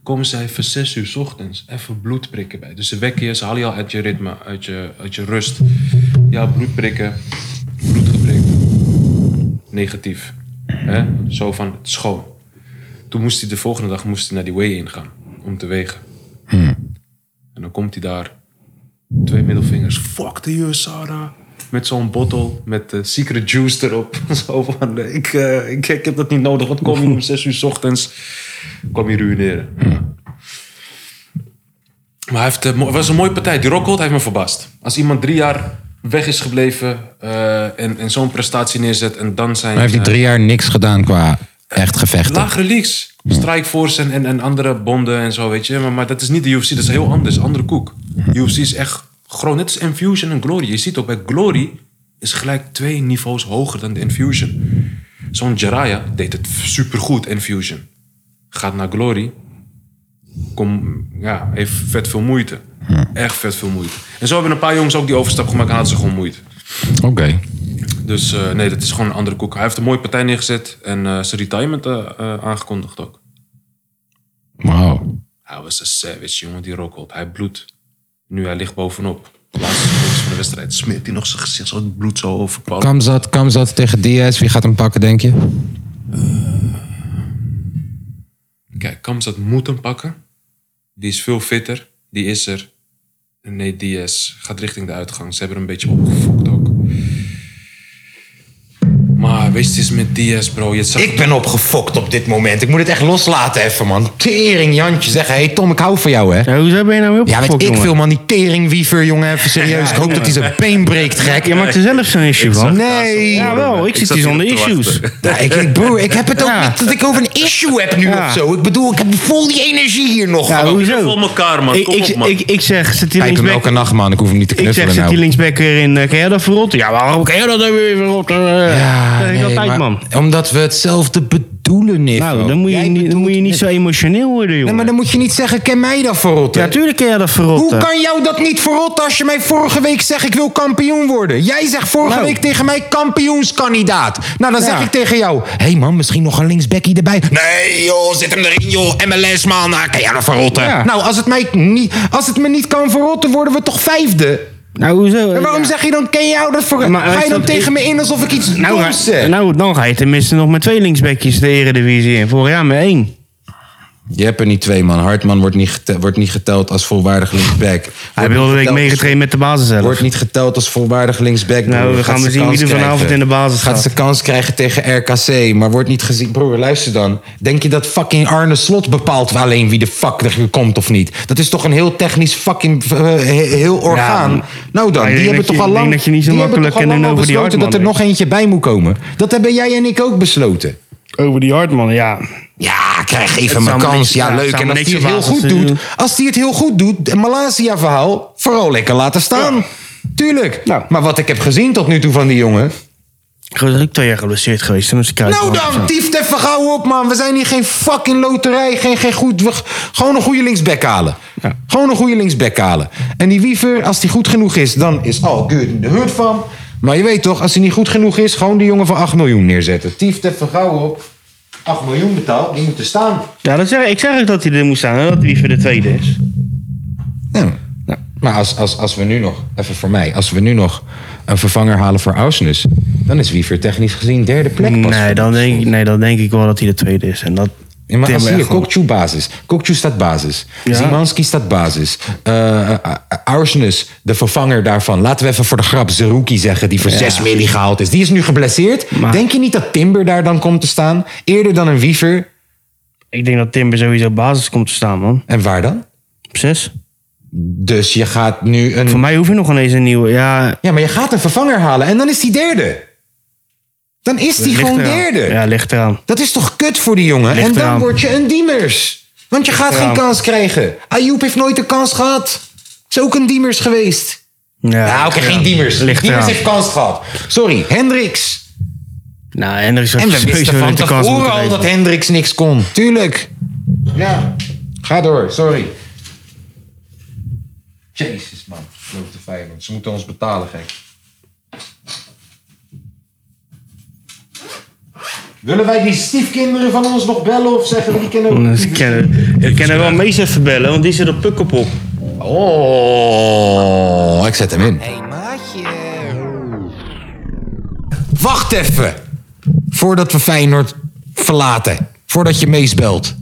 [SPEAKER 5] Komen zij voor 6 uur 's ochtends even bloed prikken bij. Dus ze wekken je, ze halen je al uit je ritme, uit je, uit je rust. Ja, bloed prikken, bloed geprikt. Negatief. hè? Zo van, het is schoon. Toen moest hij de volgende dag moest hij naar die weigh-in gaan om te wegen.
[SPEAKER 1] Hmm.
[SPEAKER 5] En dan komt hij daar, twee middelvingers, fuck the US, Sarah. Met zo'n bottle met eh, secret juice erop. Zo van, eh, ik, eh, ik, ik heb dat niet nodig, wat kom je om zes uur 's ochtends? Kwam je ruïneren.
[SPEAKER 1] Hmm.
[SPEAKER 5] Maar hij heeft, eh, mo- was een mooie partij. Die Rockhold heeft me verbaasd. Als iemand drie jaar weg is gebleven eh, en, en zo'n prestatie neerzet en dan zijn...
[SPEAKER 1] Hij heeft die
[SPEAKER 5] eh,
[SPEAKER 1] drie jaar niks gedaan qua echt gevechten.
[SPEAKER 5] Lagere leagues. Strikeforce en, en, en andere bonden en zo, weet je. Maar, maar dat is niet de UFC, dat is heel anders. Andere koek. UFC is echt groot. Net als Infusion en Glory. Je ziet ook bij Glory is gelijk twee niveaus hoger dan de Infusion. Zo'n Jiraiya deed het supergoed, Infusion. Gaat naar Glory. Kom, ja, heeft vet veel moeite. Echt vet veel moeite. En zo hebben een paar jongens ook die overstap gemaakt en hadden ze gewoon moeite.
[SPEAKER 1] Oké.
[SPEAKER 5] Dus eh, nee, dat is gewoon een andere koek. Hij heeft een mooie partij neergezet en eh, zijn retirement eh, eh, aangekondigd ook.
[SPEAKER 1] Wauw.
[SPEAKER 5] Hij was een savage, jongen, die rokkelt. Hij bloedt. Nu hij ligt bovenop. De laatste secondes van de wedstrijd smeert hij nog zijn gezicht zo het bloed zo over. Paul.
[SPEAKER 1] Kamzat, Kamzat tegen Diaz. Wie gaat hem pakken, denk je?
[SPEAKER 5] Kijk, Kamzat moet hem pakken. Die is veel fitter. Die is er. Nee, Diaz gaat richting de uitgang. Ze hebben hem een beetje opgefokt ook. Maar wees het eens met Diaz, bro. Je zag
[SPEAKER 1] Ik ben opgefokt op dit moment. Ik moet het echt loslaten even, man. Tering Jantje zeggen. Hé hey, Tom, ik hou van jou, hè.
[SPEAKER 4] Ja, hoezo ben je nou weer
[SPEAKER 1] Ja,
[SPEAKER 4] opgefokt,
[SPEAKER 1] weet ik
[SPEAKER 4] jongen?
[SPEAKER 1] veel, man. Die teringwiever, jongen. Even serieus. Ik hoop dat hij zijn been breekt, gek.
[SPEAKER 4] Je maakt er zelf zo'n issue van.
[SPEAKER 1] Nee.
[SPEAKER 4] Ja, wel. Oh, Ik zit
[SPEAKER 5] zat
[SPEAKER 4] hier
[SPEAKER 5] hier
[SPEAKER 4] zonder
[SPEAKER 5] op te
[SPEAKER 4] issues.
[SPEAKER 1] Ja, ik, ik- broer, ik heb het ook niet dat ik over een issue heb nu
[SPEAKER 4] Ja.
[SPEAKER 1] of zo. Ik bedoel, ik heb vol die energie hier nog.
[SPEAKER 4] Ja,
[SPEAKER 5] Vol
[SPEAKER 4] hoezo?
[SPEAKER 5] elkaar, man.
[SPEAKER 4] Ik,
[SPEAKER 5] Kom
[SPEAKER 4] ik,
[SPEAKER 5] op, man.
[SPEAKER 4] ik, ik zeg, zit die
[SPEAKER 1] Kijk hem
[SPEAKER 4] linksback...
[SPEAKER 1] elke nacht, man. Ik hoef hem niet te
[SPEAKER 4] Ik
[SPEAKER 1] knuffelen
[SPEAKER 4] zeg, zit die
[SPEAKER 1] nou.
[SPEAKER 4] linksback weer in... eh, Kan jij dat verrotten? Ja, waarom kan jij dat dan weer verrotten? Ja, dat
[SPEAKER 1] nee,
[SPEAKER 4] altijd,
[SPEAKER 1] maar
[SPEAKER 4] man.
[SPEAKER 1] Omdat we hetzelfde bedoelen, Nick.
[SPEAKER 4] Nou, dan moet je,
[SPEAKER 1] Jij
[SPEAKER 4] niet, dan
[SPEAKER 1] bedoelt
[SPEAKER 4] moet je niet
[SPEAKER 1] het-
[SPEAKER 4] zo emotioneel worden,
[SPEAKER 1] Nee,
[SPEAKER 4] jongen.
[SPEAKER 1] maar dan moet je niet zeggen, ken mij dat verrotten.
[SPEAKER 4] Ja, tuurlijk kan jij dat verrotten.
[SPEAKER 1] Hoe kan jou dat niet verrotten als je mij vorige week zegt ik wil kampioen worden? Jij zegt vorige
[SPEAKER 4] Nou.
[SPEAKER 1] week tegen mij kampioenskandidaat. Nou, dan zeg
[SPEAKER 4] Ja.
[SPEAKER 1] ik tegen jou, hé hey man, misschien nog een linksbackie erbij. Nee joh, zit hem erin joh, MLS man, nou, kan jij dat verrotten?
[SPEAKER 4] Ja.
[SPEAKER 1] Nou, als het, mij niet, als het me niet kan verrotten, worden we toch vijfde?
[SPEAKER 4] Nou, hoezo?
[SPEAKER 1] En waarom
[SPEAKER 4] Ja.
[SPEAKER 1] zeg je dan, ken jou dat verrotten?
[SPEAKER 4] Maar, maar
[SPEAKER 1] Ga
[SPEAKER 4] is
[SPEAKER 1] je dan
[SPEAKER 4] dat-
[SPEAKER 1] tegen me in alsof ik iets
[SPEAKER 4] nou,
[SPEAKER 1] doms zeg?
[SPEAKER 4] ga- nou, dan ga je tenminste nog met twee linksbekjes de Eredivisie in. Vorig jaar met één.
[SPEAKER 1] Je hebt er niet twee man, Hartman wordt niet, wordt niet geteld als volwaardig linksback.
[SPEAKER 4] Hij wilde week meegetraind met de basis zelf.
[SPEAKER 1] Wordt niet geteld als volwaardig linksback.
[SPEAKER 4] Nou,
[SPEAKER 1] broer.
[SPEAKER 4] we
[SPEAKER 1] Gaat
[SPEAKER 4] gaan
[SPEAKER 1] ze
[SPEAKER 4] we zien
[SPEAKER 1] kans
[SPEAKER 4] wie er vanavond
[SPEAKER 1] krijgen.
[SPEAKER 4] in de basis
[SPEAKER 1] Gaat
[SPEAKER 4] staat.
[SPEAKER 1] ze kans krijgen tegen RKC, maar wordt niet gezien. Broer, luister dan. Denk je dat fucking Arne Slot bepaalt alleen wie de fuck er komt of niet? Dat is toch een heel technisch fucking eh, he- heel orgaan.
[SPEAKER 4] maar-
[SPEAKER 1] nou dan,
[SPEAKER 4] maar ik denk
[SPEAKER 1] die hebben
[SPEAKER 4] dat
[SPEAKER 1] toch
[SPEAKER 4] je-
[SPEAKER 1] al
[SPEAKER 4] ik
[SPEAKER 1] lang.
[SPEAKER 4] denk dat je niet zo
[SPEAKER 1] die hebben
[SPEAKER 4] makkelijk
[SPEAKER 1] toch al
[SPEAKER 4] en
[SPEAKER 1] lang al
[SPEAKER 4] over die
[SPEAKER 1] besloten dat er
[SPEAKER 4] Hartman
[SPEAKER 1] nog eentje bij moet komen. Dat hebben jij en ik ook besloten.
[SPEAKER 4] Over die Hartman, ja.
[SPEAKER 1] Ja, krijg even
[SPEAKER 4] Het
[SPEAKER 1] mijn
[SPEAKER 4] zou me
[SPEAKER 1] kans.
[SPEAKER 4] niks-
[SPEAKER 1] Ja,
[SPEAKER 4] ja, het
[SPEAKER 1] leuk.
[SPEAKER 4] zou
[SPEAKER 1] En
[SPEAKER 4] me
[SPEAKER 1] als
[SPEAKER 4] niks
[SPEAKER 1] die het heel
[SPEAKER 4] verbazen
[SPEAKER 1] goed
[SPEAKER 4] als ze-
[SPEAKER 1] doet, als die het heel goed doet, het Malaysia-verhaal, vooral lekker laten staan. Tuurlijk.
[SPEAKER 4] Nou.
[SPEAKER 1] Maar wat ik heb gezien tot nu toe van die jongen.
[SPEAKER 4] Ik was ook twee jaar geblesseerd geweest. Toen is hij
[SPEAKER 1] Nou dan, tief het even gauw op, man. We zijn hier geen fucking loterij. Geen, geen goed, we- gewoon een goede linksback halen. Gewoon een goede linksback halen. En die Wiever, als die goed genoeg is, dan is al good in de hut van. Maar je weet toch, als hij niet goed genoeg is, gewoon die jongen van 8 miljoen neerzetten. Tief het even gauw op. 8 miljoen betaald, die moeten staan.
[SPEAKER 4] Ja, dat zeg, ik zeg ook dat hij er moest staan. En dat hij voor de tweede is.
[SPEAKER 1] Ja. Maar als, als, als we nu nog, even voor mij, als we nu nog een vervanger halen voor Ausnes, dan is Wiever technisch gezien derde plek pas.
[SPEAKER 4] Nee dan, denk, ik- nee, dan denk ik wel dat hij de tweede is. En dat
[SPEAKER 1] Ja, maar
[SPEAKER 4] Timber
[SPEAKER 1] als hier,
[SPEAKER 4] echt wel.
[SPEAKER 1] Kokchu basis. Kokchu staat basis.
[SPEAKER 4] Ja.
[SPEAKER 1] Zimanski staat basis. Eh eh, Ausnes, de vervanger daarvan. Laten we even voor de grap Zerouki zeggen, die voor 6 milli gehaald is. Die is nu geblesseerd.
[SPEAKER 4] Maar-
[SPEAKER 1] Denk je niet dat Timber daar dan komt te staan? Eerder dan een Wiever.
[SPEAKER 4] Ik denk dat Timber sowieso basis komt te staan, man.
[SPEAKER 1] En waar dan?
[SPEAKER 4] Op zes.
[SPEAKER 1] Dus je gaat nu een...
[SPEAKER 4] Voor mij hoef je nog ineens een nieuwe. Ja,
[SPEAKER 1] Ja, maar je gaat een vervanger halen en dan is die derde. Dan is die
[SPEAKER 4] ligt
[SPEAKER 1] gewoon
[SPEAKER 4] eraan.
[SPEAKER 1] derde.
[SPEAKER 4] Ja, ligt eraan.
[SPEAKER 1] Dat is toch kut voor die jongen?
[SPEAKER 4] Ligt
[SPEAKER 1] en dan
[SPEAKER 4] eraan.
[SPEAKER 1] word je een Diemers. Want je gaat geen
[SPEAKER 4] eraan.
[SPEAKER 1] kans krijgen. Ayoub heeft nooit een kans gehad. Is ook een Diemers geweest.
[SPEAKER 4] Ja,
[SPEAKER 1] nou, oké,
[SPEAKER 4] ligt
[SPEAKER 1] geen
[SPEAKER 4] eraan.
[SPEAKER 1] Diemers.
[SPEAKER 4] Ligt
[SPEAKER 1] Diemers
[SPEAKER 4] eraan.
[SPEAKER 1] heeft kans gehad. Sorry, Hendricks.
[SPEAKER 4] Nou, Hendricks had
[SPEAKER 1] En we
[SPEAKER 4] sowieso
[SPEAKER 1] wisten van
[SPEAKER 4] niet de kans
[SPEAKER 1] tevoren
[SPEAKER 4] moeten
[SPEAKER 1] al dat
[SPEAKER 4] geven.
[SPEAKER 1] Hendricks niks kon. Tuurlijk. Ja, ga door, sorry. Jezus, man. Loopt de vijand. Ze moeten ons betalen, gek. Willen wij die stiefkinderen van ons nog bellen of zeggen we die kennen
[SPEAKER 4] Dus Ik ken, ik ken er wel Mees even bellen, want die zit op Pukkelpop.
[SPEAKER 1] Oh, ik zet hem in. Wacht even. Voordat we Feyenoord verlaten. Voordat je meesbelt.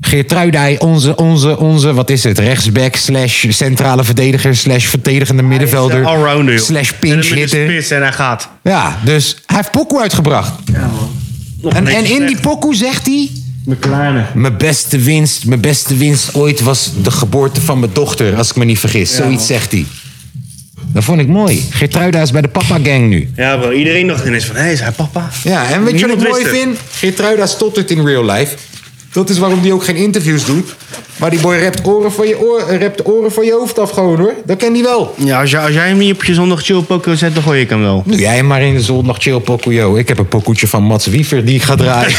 [SPEAKER 1] Geertruidij, onze, onze, onze, wat is het? Rechtsback slash centrale verdediger slash verdedigende middenvelder.
[SPEAKER 4] Allrounder. joh.
[SPEAKER 1] Slash
[SPEAKER 4] En dan met de
[SPEAKER 1] pinchhitter.
[SPEAKER 4] spits en hij gaat.
[SPEAKER 1] Ja, dus hij heeft pokoe uitgebracht. En, en in die pokoe zegt hij...
[SPEAKER 4] Mijn kleine.
[SPEAKER 1] Mijn beste winst, mijn beste winst ooit was de geboorte van mijn dochter, als ik me niet vergis. Zoiets zegt hij. Dat vond ik mooi. Geertruida is bij de papa-gang nu.
[SPEAKER 4] Ja bro, iedereen dacht ineens van, hé, is hij papa?
[SPEAKER 1] Ja, en weet je wat
[SPEAKER 4] Niemand
[SPEAKER 1] ik mooi
[SPEAKER 4] wist het.
[SPEAKER 1] vind? Geertruida stottert in real life. Dat is waarom die ook geen interviews doet. Maar die boy rept oren voor je, oor, eh, rapt oren voor je hoofd af gewoon hoor. Dat ken die wel.
[SPEAKER 4] Ja, als jij, als jij hem niet op je zondag chill poker zet, dan gooi ik hem wel.
[SPEAKER 1] Nu jij maar in de zon nog chill pokoe, yo. Ik heb een pokoetje van Mats Wiever die ik ga draaien.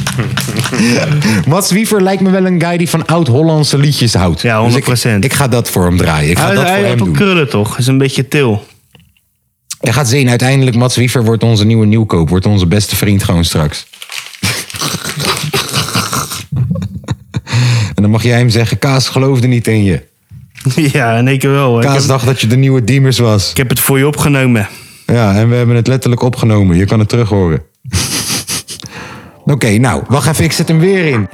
[SPEAKER 1] Mats Wiever lijkt me wel een guy die van oud-Hollandse liedjes houdt.
[SPEAKER 4] Ja,
[SPEAKER 1] Dus ik-
[SPEAKER 4] 100%.
[SPEAKER 1] ik, ga dat voor hem draaien. Ik ga
[SPEAKER 4] Hij,
[SPEAKER 1] dat
[SPEAKER 4] hij
[SPEAKER 1] voor hem
[SPEAKER 4] heeft ook
[SPEAKER 1] doen.
[SPEAKER 4] krullen toch? Is een beetje til.
[SPEAKER 1] Je gaat zien, uiteindelijk Mats Wiever wordt onze nieuwe nieuwkoop. Wordt onze beste vriend gewoon straks. en dan mag jij hem zeggen, Kaas geloofde niet in je.
[SPEAKER 4] ja, in één keer wel. hoor. Ik heb,
[SPEAKER 1] Kaas dacht dat je de nieuwe Diemers was.
[SPEAKER 4] ik heb het voor je opgenomen.
[SPEAKER 1] Ja, en we hebben het letterlijk opgenomen. Je kan het terug horen. Oké, nou, wacht even, ik zet hem weer in.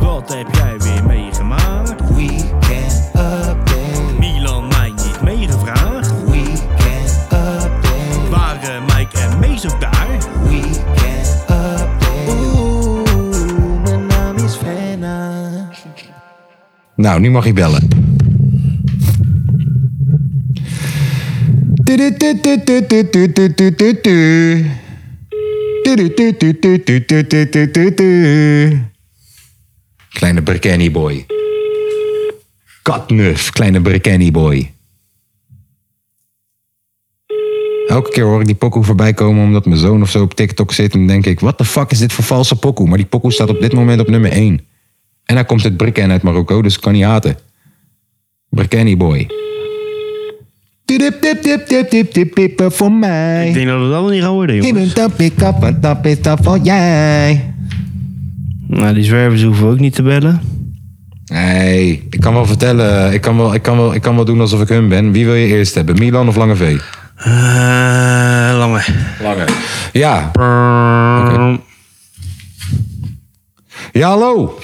[SPEAKER 8] Wat heb jij weer meegemaakt?
[SPEAKER 7] Weekend update,
[SPEAKER 8] Milan mij niet meegevraagd.
[SPEAKER 7] weekend update,
[SPEAKER 8] Waren Mike en Mees ook daar?
[SPEAKER 7] weekend update. Oeh, mijn naam is Frenna.
[SPEAKER 1] Nou, nu mag je bellen. Kleine Brekenny boy. Katnuf, kleine Brekenny boy. Elke keer hoor ik die pokoe voorbij komen omdat mijn zoon of zo op TikTok zit. En denk ik, wat de fuck is dit voor valse pokoe? Maar die pokoe staat op dit moment op nummer 1. En hij komt uit Brikken en uit Marokko, dus ik kan niet haten. Brikkenny boy. Tip, tip, tip, tip, tip, tip, tip, voor
[SPEAKER 4] Ik
[SPEAKER 1] mij.
[SPEAKER 4] denk dat we dat wel niet gaan worden,
[SPEAKER 1] Tip,
[SPEAKER 4] jongens.
[SPEAKER 1] tip, tip, tip, tip, tip, tip, tip, voor jij.
[SPEAKER 4] Nou, die zwervers hoeven ook niet te bellen.
[SPEAKER 1] Nee, ik kan wel vertellen, ik kan wel, ik, kan wel, ik kan wel doen alsof ik hun ben. Wie wil je eerst hebben, Milan of Lange V?
[SPEAKER 4] Eh, lange.
[SPEAKER 1] Ja, ja hallo.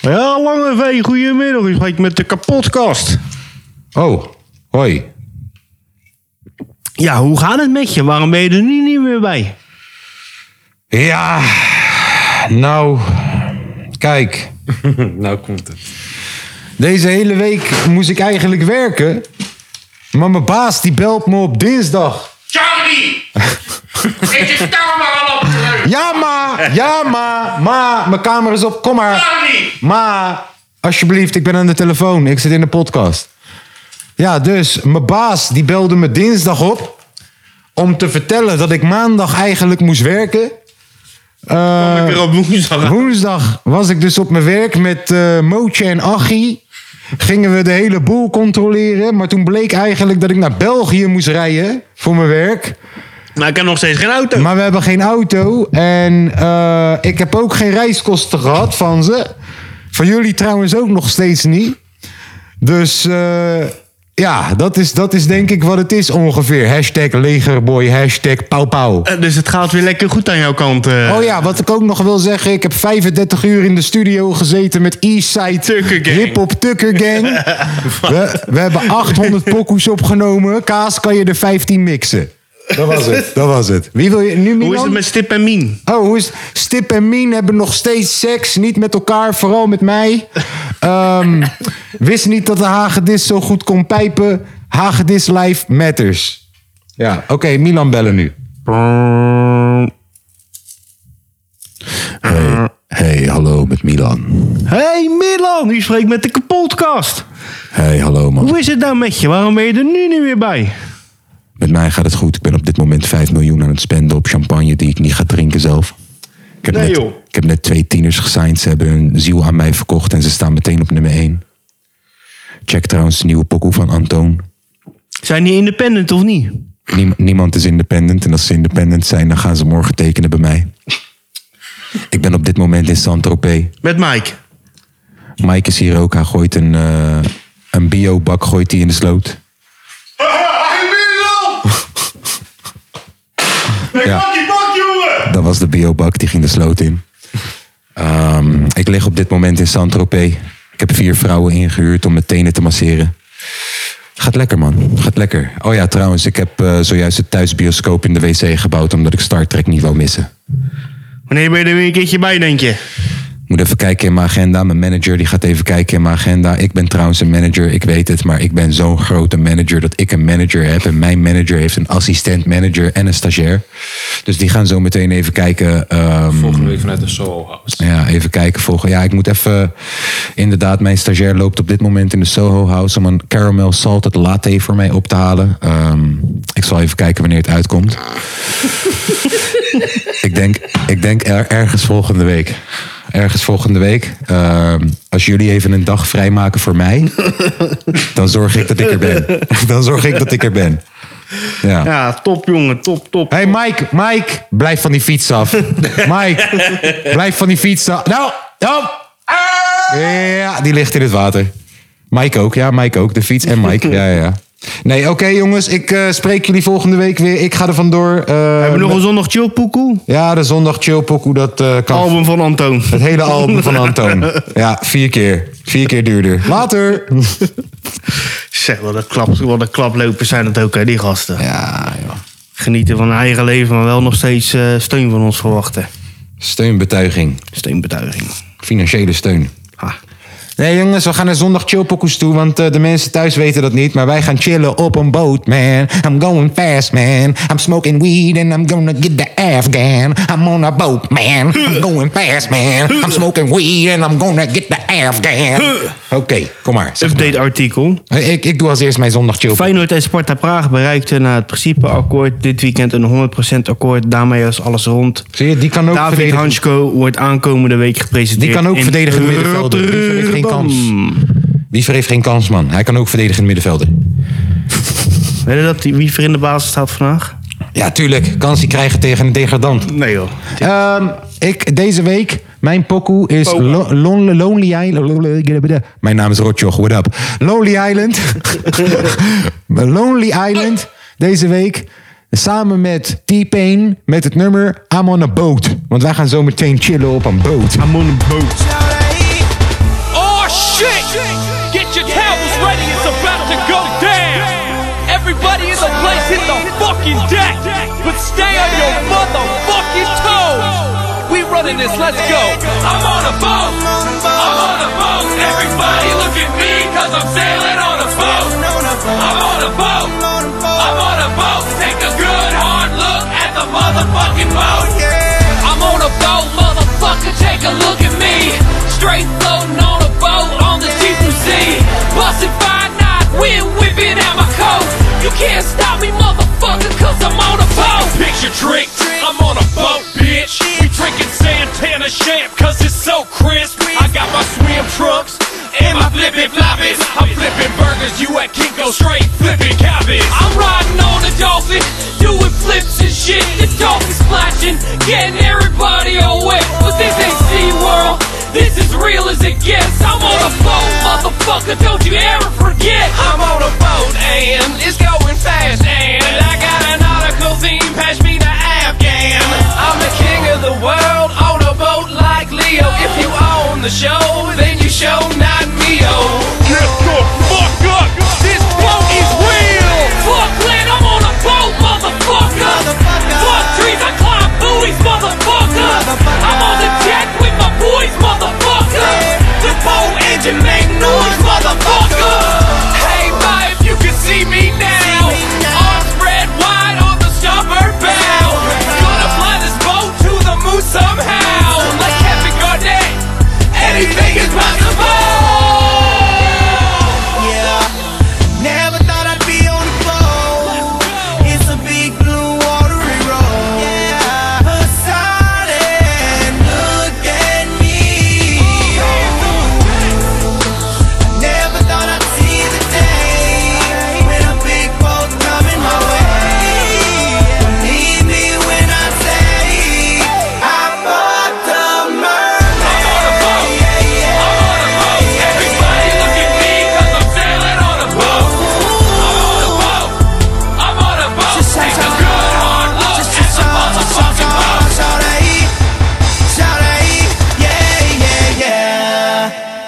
[SPEAKER 4] Ja, lange V, goedemiddag. U spreekt met de kapotkast.
[SPEAKER 1] Oh, hoi.
[SPEAKER 4] Ja, hoe gaat het met je? Waarom ben je er nu niet meer bij?
[SPEAKER 1] Ja, nou, kijk.
[SPEAKER 5] Nou komt het.
[SPEAKER 1] Deze hele week moest ik eigenlijk werken. Maar mijn baas die belt me op dinsdag.
[SPEAKER 10] Charlie! Ik zit daar maar al op terug!
[SPEAKER 1] Ja ma, ja ma, ma, mijn kamer is op, kom maar.
[SPEAKER 10] Charlie!
[SPEAKER 1] Ma, alsjeblieft, ik ben aan de telefoon, ik zit in de podcast. Ja, dus mijn baas die belde me dinsdag op... om te vertellen dat ik maandag eigenlijk moest werken. Eh,
[SPEAKER 4] Lekker op woensdag.
[SPEAKER 1] Woensdag was ik dus op mijn werk met eh Mootje en Achie. Gingen we de hele boel controleren. Maar toen bleek eigenlijk dat ik naar België moest rijden voor mijn werk.
[SPEAKER 4] Maar ik heb nog steeds geen auto.
[SPEAKER 1] Maar we hebben geen auto. En eh, ik heb ook geen reiskosten gehad van ze. Van jullie trouwens ook nog steeds niet. Dus eh, ja, dat is, dat is denk ik wat het is ongeveer. Hashtag legerboy, hashtag pauwpauw.
[SPEAKER 4] Eh, Dus het gaat weer lekker goed aan jouw kant. eh.
[SPEAKER 1] Oh ja, wat ik ook nog wil zeggen. Ik heb 35 uur in de studio gezeten met Eastside.
[SPEAKER 4] Tukker Gang.
[SPEAKER 1] Hip Hop Tucker Gang. we, we hebben 800 pokoes opgenomen. Kaas kan je er 15 mixen. Dat was het. Dat was het. Wie wil je nu Milan?
[SPEAKER 4] Hoe is het met Stip en Mien?
[SPEAKER 1] Oh, hoe is het? Stip en Mien hebben nog steeds seks. Niet met elkaar, vooral met mij. Ehm, wist niet dat de hagedis zo goed kon pijpen. Hagedis life matters. Ja, oké, Milan bellen nu. Hey, hallo met Milan.
[SPEAKER 4] Hey Milan, u spreekt met de kapotkast.
[SPEAKER 1] Hey, hallo man.
[SPEAKER 4] Hoe is het nou met je? Waarom ben je er nu niet meer bij?
[SPEAKER 1] Met mij gaat het goed. Ik ben op dit moment 5 miljoen aan het spenden op champagne die ik niet ga drinken zelf. Ik heb,
[SPEAKER 4] Nee,
[SPEAKER 1] net,
[SPEAKER 4] joh.
[SPEAKER 1] ik heb net twee tieners gesigned. Ze hebben hun ziel aan mij verkocht en ze staan meteen op nummer 1. Check trouwens de nieuwe pokoe van Antoon.
[SPEAKER 4] Zijn die independent of niet?
[SPEAKER 1] Niem- niemand is independent. En als ze independent zijn, dan gaan ze morgen tekenen bij mij. Ik ben op dit moment in Saint-Tropez.
[SPEAKER 4] Met Mike.
[SPEAKER 1] Mike is hier ook. Hij gooit een, eh een biobak gooit hij in de sloot. Ja.
[SPEAKER 8] die bak, jongen!
[SPEAKER 1] Dat was de biobak, die ging de sloot in. Ehm, ik lig op dit moment in Saint-Tropez. Ik heb vier vrouwen ingehuurd om mijn tenen te masseren. Gaat lekker, man. Gaat lekker. Oh ja, trouwens, ik heb eh, zojuist een thuisbioscoop in de wc gebouwd... omdat ik Star Trek niet wou missen.
[SPEAKER 4] Wanneer ben je er weer een keertje bij, denk je?
[SPEAKER 1] Ik moet even kijken in mijn agenda. Mijn manager die gaat even kijken in mijn agenda. Ik ben trouwens een manager, ik weet het. Maar ik ben zo'n grote manager dat ik een manager heb. En mijn manager heeft een assistent manager en een stagiair. Dus die gaan zo meteen even kijken. ehm,
[SPEAKER 5] Volgende week vanuit de Soho House.
[SPEAKER 1] ja, even kijken volgen. Ja, ik moet even... Inderdaad, mijn stagiair loopt op dit moment in de Soho House... om een caramel salted latte voor mij op te halen. Ehm, ik zal even kijken wanneer het uitkomt. ik denk, ik denk er- ergens volgende week. Ergens volgende week. Ehm, als jullie even een dag vrijmaken voor mij... dan zorg ik dat ik er ben. dan zorg ik dat ik er ben. Ja.
[SPEAKER 4] Ja, top jongen, top, top.
[SPEAKER 1] Hé hey Mike, Mike, blijf van die fiets af. Mike, blijf van die fiets af. Nou, nou. Ja, die ligt in het water. Mike ook, ja, Mike ook. De fiets en Mike, ja, ja. ja. Nee, oké jongens, ik eh, spreek jullie volgende week weer. Ik ga er vandoor. eh,
[SPEAKER 4] Hebben we nog
[SPEAKER 1] met-
[SPEAKER 4] een zondag chill poekoe?
[SPEAKER 1] Ja, de zondag chillpokoe, dat eh, kan.
[SPEAKER 4] Album van Antoon.
[SPEAKER 1] Het hele album van Antoon. Ja, vier keer. Vier keer duurder. Later.
[SPEAKER 4] Zeg, wat een, klap, wat een klaplopers zijn dat ook, hè, die gasten.
[SPEAKER 1] Ja, joh.
[SPEAKER 4] Genieten van hun eigen leven, maar wel nog steeds eh, steun van ons verwachten.
[SPEAKER 1] Steunbetuiging.
[SPEAKER 4] Steunbetuiging.
[SPEAKER 1] Financiële steun.
[SPEAKER 4] Ha.
[SPEAKER 1] Nee jongens, we gaan naar zondag chillpokoes toe, want eh, de mensen thuis weten dat niet. Maar wij gaan chillen op een boot, man. I'm going fast, man. I'm smoking weed and I'm gonna get the Afghan. I'm on a boat, man. I'm going fast, man. I'm smoking weed and I'm gonna get the Afghan. Oké, kom maar. Zeg
[SPEAKER 4] Update artikel.
[SPEAKER 1] maar. Ik, ik doe als eerst mijn zondag chillpokoes.
[SPEAKER 4] Feyenoord en Sparta Praag bereikten na het principeakkoord dit weekend een 100% akkoord. Daarmee is alles rond.
[SPEAKER 1] Zie je, die kan ook
[SPEAKER 4] David
[SPEAKER 1] verdedigen.
[SPEAKER 4] Hansko wordt aankomende week gepresenteerd.
[SPEAKER 1] Die kan ook
[SPEAKER 4] in
[SPEAKER 1] verdedigend middenvelder. Die heeft geen kans. Die heeft geen kans, man. Hij kan ook verdedigend middenvelder.
[SPEAKER 4] Weet je dat die- wie voor in de basis staat vandaag?
[SPEAKER 1] Ja, tuurlijk. Kansie krijgen tegen een degradant.
[SPEAKER 4] Nee joh.
[SPEAKER 1] Ehm, ik, deze week, mijn pokoe is Lo- Lon- Lonely Island. Lol- Mijn naam is Rotjoch, what up? Lonely Island. Lonely Island, deze week. Samen met T-Pain, met het nummer I'm on a boat. Want wij gaan zo meteen chillen op een boot.
[SPEAKER 10] Oh shit! Get your towels ready, it's about to go down! Everybody in the place hit the fucking deck! But stay on your motherfucking toes! We running this, let's go! I'm on a boat! I'm on a boat! Everybody look at me, cause I'm sailing on a boat! I'm on a boat! I'm on a boat! Take a good hard look at the motherfucking boat! I'm on a boat, motherfucker, take a look at me. Straight floating on a boat on the deep blue sea. Busted by night, wind whipping out my coat. You can't stop me, motherfucker, cause I'm on a boat. Picture trick, I'm on a boat, bitch. We drinking Santana champ, cause it's so crisp. I got my swim trunks. And my flippin' floppies, I'm flipping burgers, you at Kinko straight flipping cabbage. I'm riding on a dolphin, doing flips and shit. The dolphin splashing, getting everybody all wet. But this ain't SeaWorld, this is real as it gets. I'm on a boat, motherfucker, don't you ever forget. I'm on a boat and it's going fast and I got an nautical theme, pass me the Afghan. I'm the king of the world on a boat like Leo. If you own the show, then you show not me, oh.
[SPEAKER 8] Get the fuck up!
[SPEAKER 10] this boat is real. Fuck land, I'm on a boat, motherfucker. Fuck trees, I climb buoys, motherfucker. I'm on the deck with my boys, motherfucker. The boat engine make noise, motherfucker. Hey, ma, if you can see me now, arms spread wide on the starboard bow. Gonna fly this boat to the moon somehow. Like Kevin Garnett, anything is possible.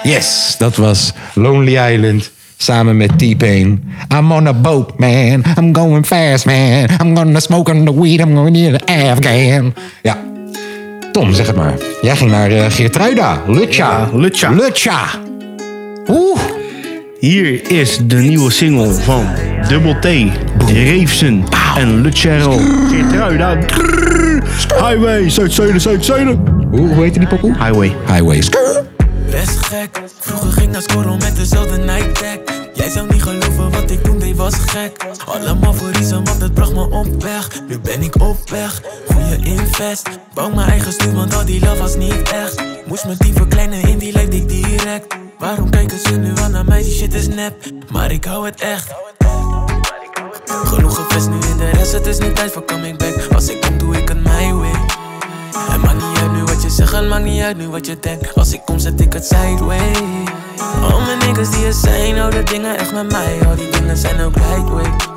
[SPEAKER 1] Yes, dat was Lonely Island samen met T-Pain. I'm on a boat, man. I'm going fast, man. I'm gonna smoke on the weed. I'm going near the Afghan. Ja. Tom, zeg het maar. Jij ging naar eh, Geertruida. Lutja.
[SPEAKER 4] Ja, Lutja.
[SPEAKER 1] Lutja. Oeh.
[SPEAKER 4] Hier is de nieuwe single van Double T, Reefsen en Lucero.
[SPEAKER 5] nou.
[SPEAKER 4] Geertruida. Highway, Zuid, Zuiden, Zuid, Zuiden.
[SPEAKER 1] Hoe, hoe heette die pokoe?
[SPEAKER 4] Highway.
[SPEAKER 1] Highway.
[SPEAKER 11] Best gek, vroeger ging naar scoren met dezelfde nightpack. Jij zou niet geloven wat ik toen deed was gek. Allemaal voor Risa, want het bracht me op weg. Nu ben ik op weg, goeie invest. Bouw mijn eigen stuur, want al die love was niet echt. Moest mijn team verkleinen, in die lijkt ik direct. Waarom kijken ze nu aan naar mij, die shit is nep. Maar ik hou het echt. Genoeg gevest nu in de rest, het is nu tijd voor coming back. Als ik kom, doe ik het my way. Het maakt niet uit nu wat je zegt, het maakt niet uit nu wat je denkt. Als ik kom, zet ik het sideways. Al mijn niggas die er zijn, houden dingen echt met mij. Al die dingen zijn ook lightweight.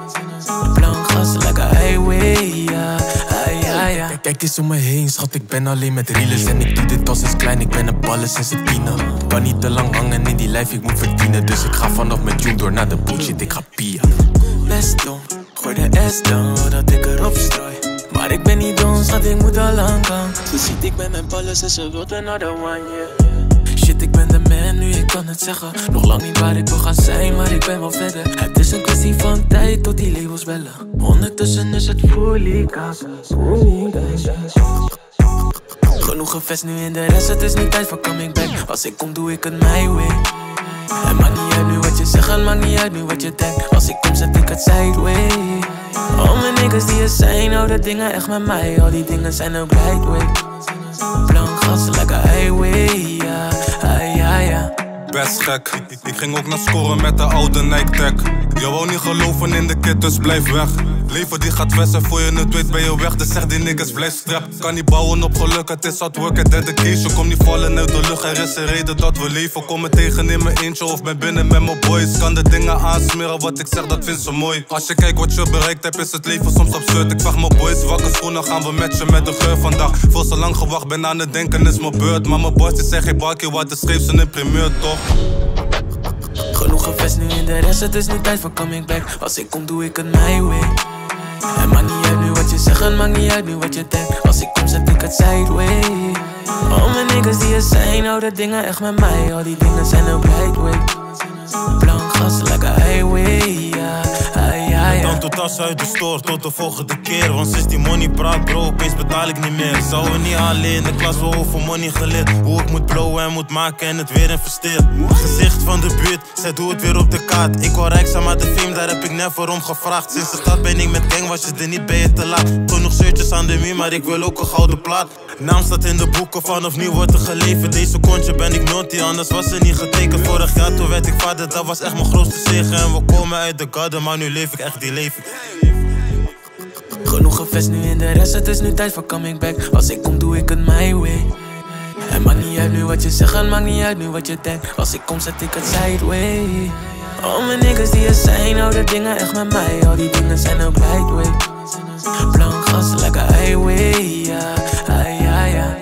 [SPEAKER 11] Blauw gas, lekker highway, ja, ah, ja, ja. Kijk, kijk eens om me heen, schat, ik ben alleen met reelers. En ik doe dit al sinds klein, ik ben een ballen sinds het tiener. Kan niet te lang hangen in die lijf, ik moet verdienen. Dus ik ga vanaf mijn tune door naar de bullshit, ik ga pia. Best dom, gooi de S dan, dat ik erop strooi. Maar ik ben niet dom, schat, ik moet al lang gaan. Ze ziet, ik ben met ballen en ze wil another one, yeah. Shit, ik ben de man nu, ik kan het zeggen. Nog lang niet waar ik wil gaan zijn, maar ik ben wel verder. Het is een kwestie van tijd tot die labels bellen. Ondertussen is het fully kaas. Genoeg gevest nu in de rest, het is niet tijd voor coming back. Als ik kom, doe ik het my way. Het maakt niet uit nu wat je zegt, het maakt niet uit nu wat je denkt. Als ik kom, zet ik het sideways. Al mijn niggas die er zijn, houden dingen echt met mij. Al die dingen zijn ook lightweight. Blank gas, lekker highway, ja, ah, ja, ja.
[SPEAKER 9] Best gek, ik ging ook naar scoren met de oude Nike Tech. Je wou niet geloven in de kit, dus blijf weg. Leven die gaat west en voor je het weet ben je weg. Dus zeg die niggas blijf strap. Kan niet bouwen op geluk, het is hard work en dedication. Kom niet vallen uit de lucht, er is een reden dat we leven. Kom me tegen in mijn eentje of ben binnen met mijn boys. Kan de dingen aansmeren, wat ik zeg dat vindt ze mooi. Als je kijkt wat je bereikt hebt, is het leven soms absurd. Ik vraag mijn boys wakker schoenen, gaan we matchen met de geur vandaag. Veel te lang gewacht, ben aan het denken, is mijn beurt. Maar mijn boys die zeggen, bakje, wat de schreef ze een primeur toch?
[SPEAKER 11] Genoeg gevest nu in de rest, het is nu tijd voor coming back. Als ik kom, doe ik het my way. Het maakt niet uit nu wat je zegt, het maakt niet uit nu wat je denkt. Als ik kom, zet ik het sideways. Al mijn niggas die er zijn, houden dingen echt met mij. Al die dingen zijn ook lightweight. Blank gas, lekker highway, ja, ah, ja, ja.
[SPEAKER 9] Dan tot tas uit de store, tot de volgende keer. Want sinds die money praat, bro, opeens betaal ik niet meer. Zou we niet alleen in de klas wel over money geleerd. Hoe ik moet blowen en moet maken en het weer investeer. Gezicht van de buurt, zet hoe het weer op de kaart. Ik wil rijk zijn, maar de fame, daar heb ik never om gevraagd. Sinds de stad ben ik met gang, was je er niet, ben je te laat. Genoeg shirtjes aan de muur, maar ik wil ook een gouden plaat. Naam staat in de boeken, vanaf nu wordt er geleverd. Deze kontje ben ik multi, anders was ze niet getekend. Vorig jaar toen werd ik vader, dat was echt mijn grootste zegen. En we komen uit de garden, maar nu leef ik echt die leven.
[SPEAKER 11] Genoeg gevest nu in de rest, het is nu tijd voor coming back. Als ik kom, doe ik het my way. Het maakt niet uit nu wat je zegt, het maakt niet uit nu wat je denkt. Als ik kom, zet ik het sideways. Al mijn niggas die er zijn, houden dingen echt met mij. Al die dingen zijn ook lightweight. Blank gas, lekker highway, ja, ah, ja, ja.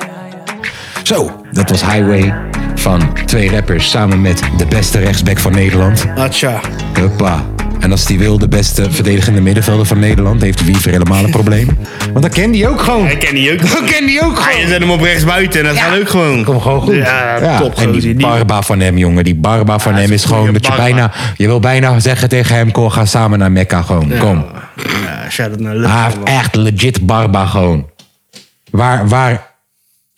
[SPEAKER 1] Zo, dat was Highway van twee rappers samen met de beste rechtsback van Nederland.
[SPEAKER 4] Atja.
[SPEAKER 1] Huppa. En als die wil, de beste verdedigende middenvelder van Nederland, heeft Wiever helemaal een probleem. Want dan kent die ook gewoon.
[SPEAKER 4] Hij kent die ook.
[SPEAKER 1] Dan kent die ook
[SPEAKER 4] Hij
[SPEAKER 1] gewoon.
[SPEAKER 4] zet hem op rechts buiten en dat gaat ook gewoon.
[SPEAKER 1] Kom gewoon goed.
[SPEAKER 4] Ja, top.
[SPEAKER 1] en
[SPEAKER 4] gozer.
[SPEAKER 1] die
[SPEAKER 4] Die-
[SPEAKER 1] barba van hem, jongen. Die barba van hem
[SPEAKER 4] is
[SPEAKER 1] is
[SPEAKER 4] een
[SPEAKER 1] gewoon
[SPEAKER 4] goeie
[SPEAKER 1] dat je
[SPEAKER 4] barba.
[SPEAKER 1] bijna... Je wil bijna zeggen tegen hem, kom, ga samen naar Mekka gewoon. Kom.
[SPEAKER 4] Ja, shout out naar
[SPEAKER 1] Hij
[SPEAKER 4] Lucero.
[SPEAKER 1] heeft echt legit barba gewoon. Waar, waar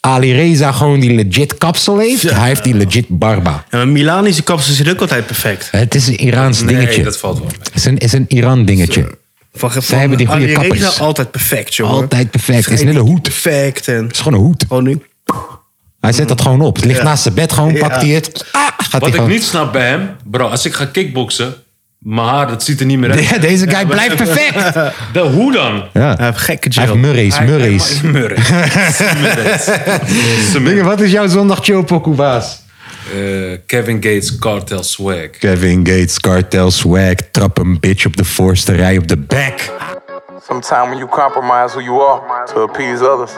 [SPEAKER 1] Ali Reza gewoon die legit kapsel heeft, hij heeft die legit barba.
[SPEAKER 4] Ja, maar Milanische kapsel zit ook altijd perfect.
[SPEAKER 1] Het is een Eh, Iraans dingetje.
[SPEAKER 5] Nee, dat valt wel mee.
[SPEAKER 1] Het is een, is een Iran dingetje.
[SPEAKER 4] Van, van
[SPEAKER 1] hebben die goede
[SPEAKER 4] Ari Reza
[SPEAKER 1] kappers.
[SPEAKER 4] altijd perfect, jongen.
[SPEAKER 1] Altijd perfect. Is een hele hoed. Het
[SPEAKER 4] Perfect en...
[SPEAKER 1] is gewoon een hoed.
[SPEAKER 4] Gewoon nu.
[SPEAKER 1] Hij zet dat gewoon op. Het ligt
[SPEAKER 4] Ja.
[SPEAKER 1] naast zijn bed gewoon,
[SPEAKER 4] Ja.
[SPEAKER 1] pakt hij het. Ah, gaat hij
[SPEAKER 5] Wat ik
[SPEAKER 1] gewoon-
[SPEAKER 5] niet snap bij hem, bro, als ik ga kickboksen, mijn haar, dat ziet er niet meer uit.
[SPEAKER 1] Ja, deze guy blijft perfect.
[SPEAKER 5] De, hoe dan?
[SPEAKER 1] Ja.
[SPEAKER 4] Hij heeft gekke
[SPEAKER 1] Hij heeft
[SPEAKER 4] gel.
[SPEAKER 1] Murray's, Murray's.
[SPEAKER 5] Murray.
[SPEAKER 1] Dingen, wat is jouw zondag chill pokoe, baas?
[SPEAKER 5] Eh, Kevin Gates, Cartel Swag.
[SPEAKER 1] Kevin Gates, cartel swag, trap een bitch op de voorste rij op de back.
[SPEAKER 9] Sometimes when you compromise who you are to appease others,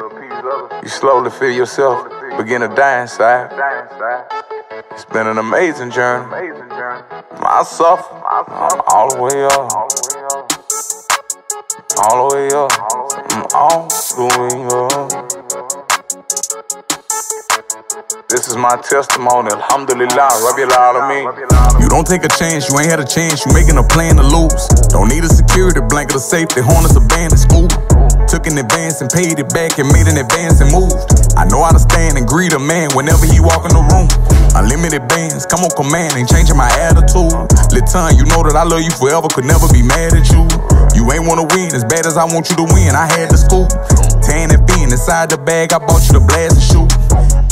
[SPEAKER 9] you slowly feel yourself begin to die inside. It's been an amazing journey. I suffer I'm all the way up. All the way up. I'm all the way up. This is my testimony, alhamdulillah, Rabbil Alameen. You don't take a chance, you ain't had a chance, you making a plan to lose. Don't need a security blanket or safety, harness a band in school. Took an advance and paid it back and made an advance and moved. I know how to stand and greet a man whenever he walk in the room. Unlimited bands, come on command, ain't changing my attitude. Litan, you know that I love you forever, could never be mad at you. You ain't wanna win, as bad as I want you to win, I had the scoop. Tan and fin inside the bag, I bought you the blast and shoot.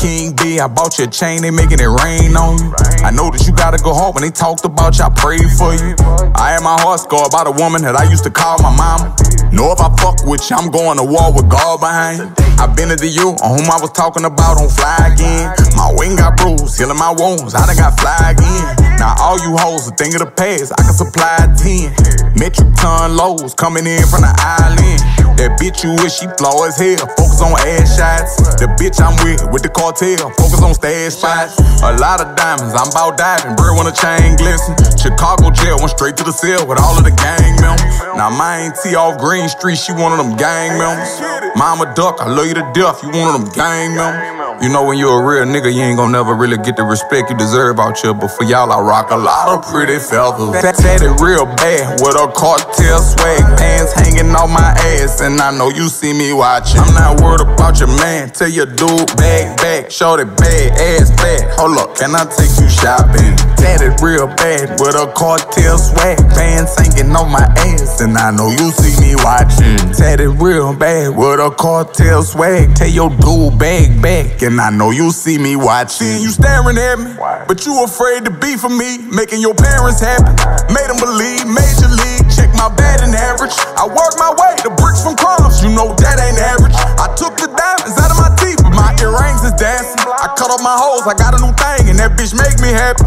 [SPEAKER 9] King B, I bought you a chain, they making it rain on you. I know that you gotta go home when they talked about you, I prayed for you. I had my heart scarred by the woman that I used to call my mama. Know if I fuck with you, I'm going to war with God behind. you. i been into you, on whom I was talking about, on fly again. My wing got bruised, healing my wounds, I done got fly again. Now all you hoes, a thing of the past, I can supply 10. Metric ton lows coming in from the island. That bitch you wish she flaw as hell. Focus on ass shots. The bitch I'm with, with the cartel. Focus on stash spots. A lot of diamonds, I'm about diving. Bird when a chain glisten. Chicago jail, went straight to the cell with all of the gang members. Now my ain't T off Green Street, she one of them gang members. Mama Duck, I love you to death, you one of them gang members. You know when you a real nigga, you ain't gonna never really get the respect you deserve out here. But for y'all, I rock a lot of pretty feathers. Tatted real bad with a cartel swag. Pants hanging off my ass, and I know you see me watching. I'm not worried about your man. Tell your dude back, back, short it bad, ass fat. Hold up, can I take you shopping? Tatted real bad with a cartel swag. Pants hanging off my ass, and I know you see me watching. Tatted real bad with a cartel swag. Tell your dude back, back, and I know you see me watching. you staring at me, but you afraid to be for me. Making your parents happy, made them believe. Major league, check my bad and average. I work my way to bricks from crumbs. You know that ain't average. I took the diamonds out of my teeth, but my earrings is dancing. I cut off my hoes, I got a new thing, and that bitch make me happy.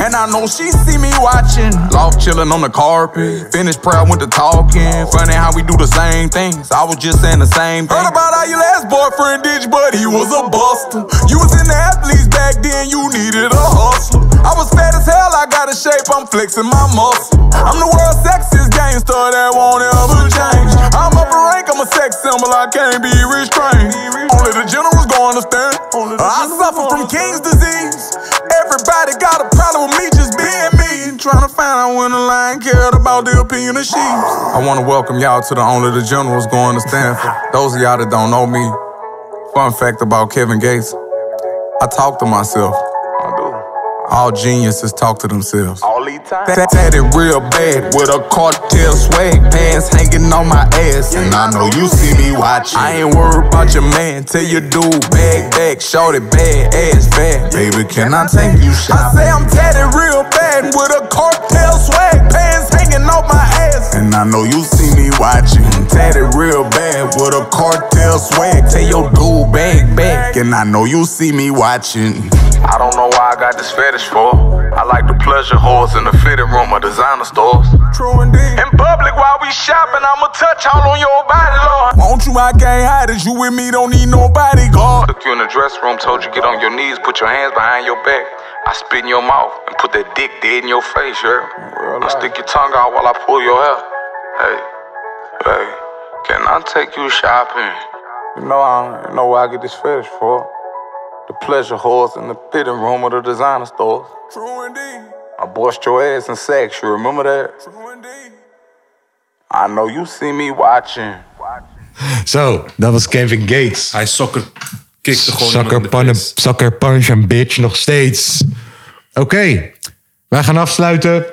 [SPEAKER 9] And I know she see me watching. Loft chilling on the carpet. Finished prayer, went to talking. Funny how we do the same things. I was just saying the same thing. Heard about how your last boyfriend did you, but he was a buster. You was in the athletes back then, you needed a hustler. I was fat as hell, I got a shape, I'm flexing my muscle. I'm the world's sexiest gangster that won't ever change. I'm up a rank, I'm a sex symbol, I can't be restrained. Only the generals gonna understand. I suffer from King's disease. Everybody got a problem with me just being me. and Trying to find out when the line cared about the opinion of sheep. I wanna welcome y'all to the Only the Generals going to Stanford. Those of y'all that don't know me, fun fact about Kevin Gates, I talk to myself. All geniuses talk to themselves. Tat- Tatted real bad with a cartel swag, pants hanging on my ass, and I know you see me watching. I ain't worried about your man, tell your dude back, back, short it bad, ass bad. Baby, can I take you shopping? I say I'm tatted real bad with a cartel swag, pants hanging off my ass, and I know you see me watching. Tatted real bad with a cartel swag, tell your dude back, back, and I know you see me watching. I don't know why I got this fetish for. I like the pleasure whores in the fitting room of designer stores. True indeed. In public while we shopping, I'ma touch all on your body, Lord. Won't you? I can't hide it. You with me don't need no bodyguard. Took you in the dress room, told you get on your knees, put your hands behind your back. I spit in your mouth and put that dick dead in your face, yeah. I stick your tongue out while I pull your hair. Hey, hey, can I take you shopping? You know I don't know where I get this fetish for. The pleasure horse in the fitting room of the designer stores. True indeed. I bust your ass in sex, you remember that? True indeed. I know you see me watching.
[SPEAKER 1] Zo, dat was Kevin Gates.
[SPEAKER 5] Hij sokker kikte gewoon iemand in
[SPEAKER 1] Sucker,
[SPEAKER 5] de
[SPEAKER 1] pannen,
[SPEAKER 5] face.
[SPEAKER 1] sucker punch en bitch nog steeds. Oké, wij gaan afsluiten.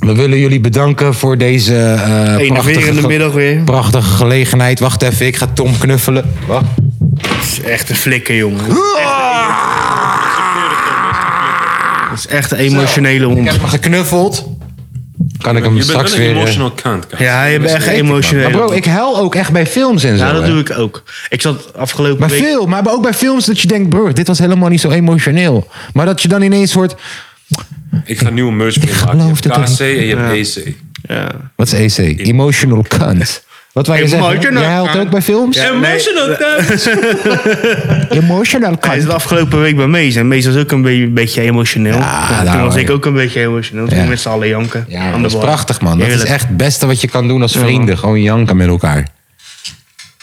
[SPEAKER 1] We willen jullie bedanken voor deze eh prachtige,
[SPEAKER 4] Enerverende
[SPEAKER 1] ge-
[SPEAKER 4] middag weer.
[SPEAKER 1] prachtige gelegenheid. Wacht even, ik ga Tom knuffelen. Wacht.
[SPEAKER 4] Het is echt een flikker, jongen. Het Ah! is echt een emotionele
[SPEAKER 1] Ik heb
[SPEAKER 4] hond.
[SPEAKER 1] hem geknuffeld. Kan ik hem
[SPEAKER 5] Je bent
[SPEAKER 1] straks
[SPEAKER 5] wel een
[SPEAKER 1] weer... eh,
[SPEAKER 5] emotional cunt, Kai.
[SPEAKER 4] Ja, je bent echt een
[SPEAKER 1] Maar
[SPEAKER 4] emotionele
[SPEAKER 1] bro,
[SPEAKER 4] hond.
[SPEAKER 1] ik huil ook echt bij films en zo.
[SPEAKER 4] Ja, dat
[SPEAKER 1] hè.
[SPEAKER 4] doe ik ook. Ik zat afgelopen
[SPEAKER 1] Maar
[SPEAKER 4] week...
[SPEAKER 1] veel, maar ook bij films dat je denkt, broer, dit was helemaal niet zo emotioneel. Maar dat je dan ineens wordt...
[SPEAKER 5] Ik ga nieuwe merch mee
[SPEAKER 1] geloof
[SPEAKER 5] maken. Je
[SPEAKER 1] het
[SPEAKER 5] hebt
[SPEAKER 1] ook
[SPEAKER 5] KC en je hebt EC.
[SPEAKER 4] Ja.
[SPEAKER 1] Wat is EC? Emotional cunt. Wat wij je zeggen,
[SPEAKER 4] Emotional
[SPEAKER 1] jij helpt
[SPEAKER 4] kant.
[SPEAKER 1] ook bij films?
[SPEAKER 4] nou- Ja, nee.
[SPEAKER 8] Emotional kant.
[SPEAKER 1] Emotional
[SPEAKER 4] Hij is
[SPEAKER 1] kant.
[SPEAKER 4] de afgelopen week bij Mees. En Mees was ook een beetje, beetje emotioneel.
[SPEAKER 1] Ja,
[SPEAKER 4] Ja, toen
[SPEAKER 1] daarom,
[SPEAKER 4] was ik
[SPEAKER 1] ja.
[SPEAKER 4] ook een beetje emotioneel. Toen
[SPEAKER 1] Ja.
[SPEAKER 4] met z'n allen janken.
[SPEAKER 1] Ja,
[SPEAKER 4] Aan
[SPEAKER 1] man,
[SPEAKER 4] de
[SPEAKER 1] dat is
[SPEAKER 4] bar.
[SPEAKER 1] prachtig, man. Dat is
[SPEAKER 4] Heerlijk.
[SPEAKER 1] echt het beste wat je kan doen als vrienden. Gewoon janken met elkaar.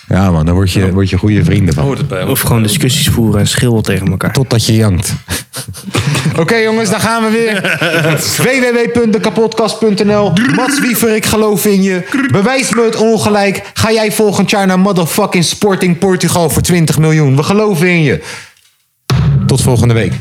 [SPEAKER 1] Ja, man, daar word je, word je goede vrienden van.
[SPEAKER 5] Hoort het bij.
[SPEAKER 4] Of gewoon discussies voeren en schillen tegen elkaar.
[SPEAKER 1] Totdat je jankt. Oké jongens, daar gaan we weer. www.dekapodcast.nl Mats Wiever, ik geloof in je. Bewijs me het ongelijk. Ga jij volgend jaar naar motherfucking Sporting Portugal voor 20 miljoen. We geloven in je. Tot volgende week.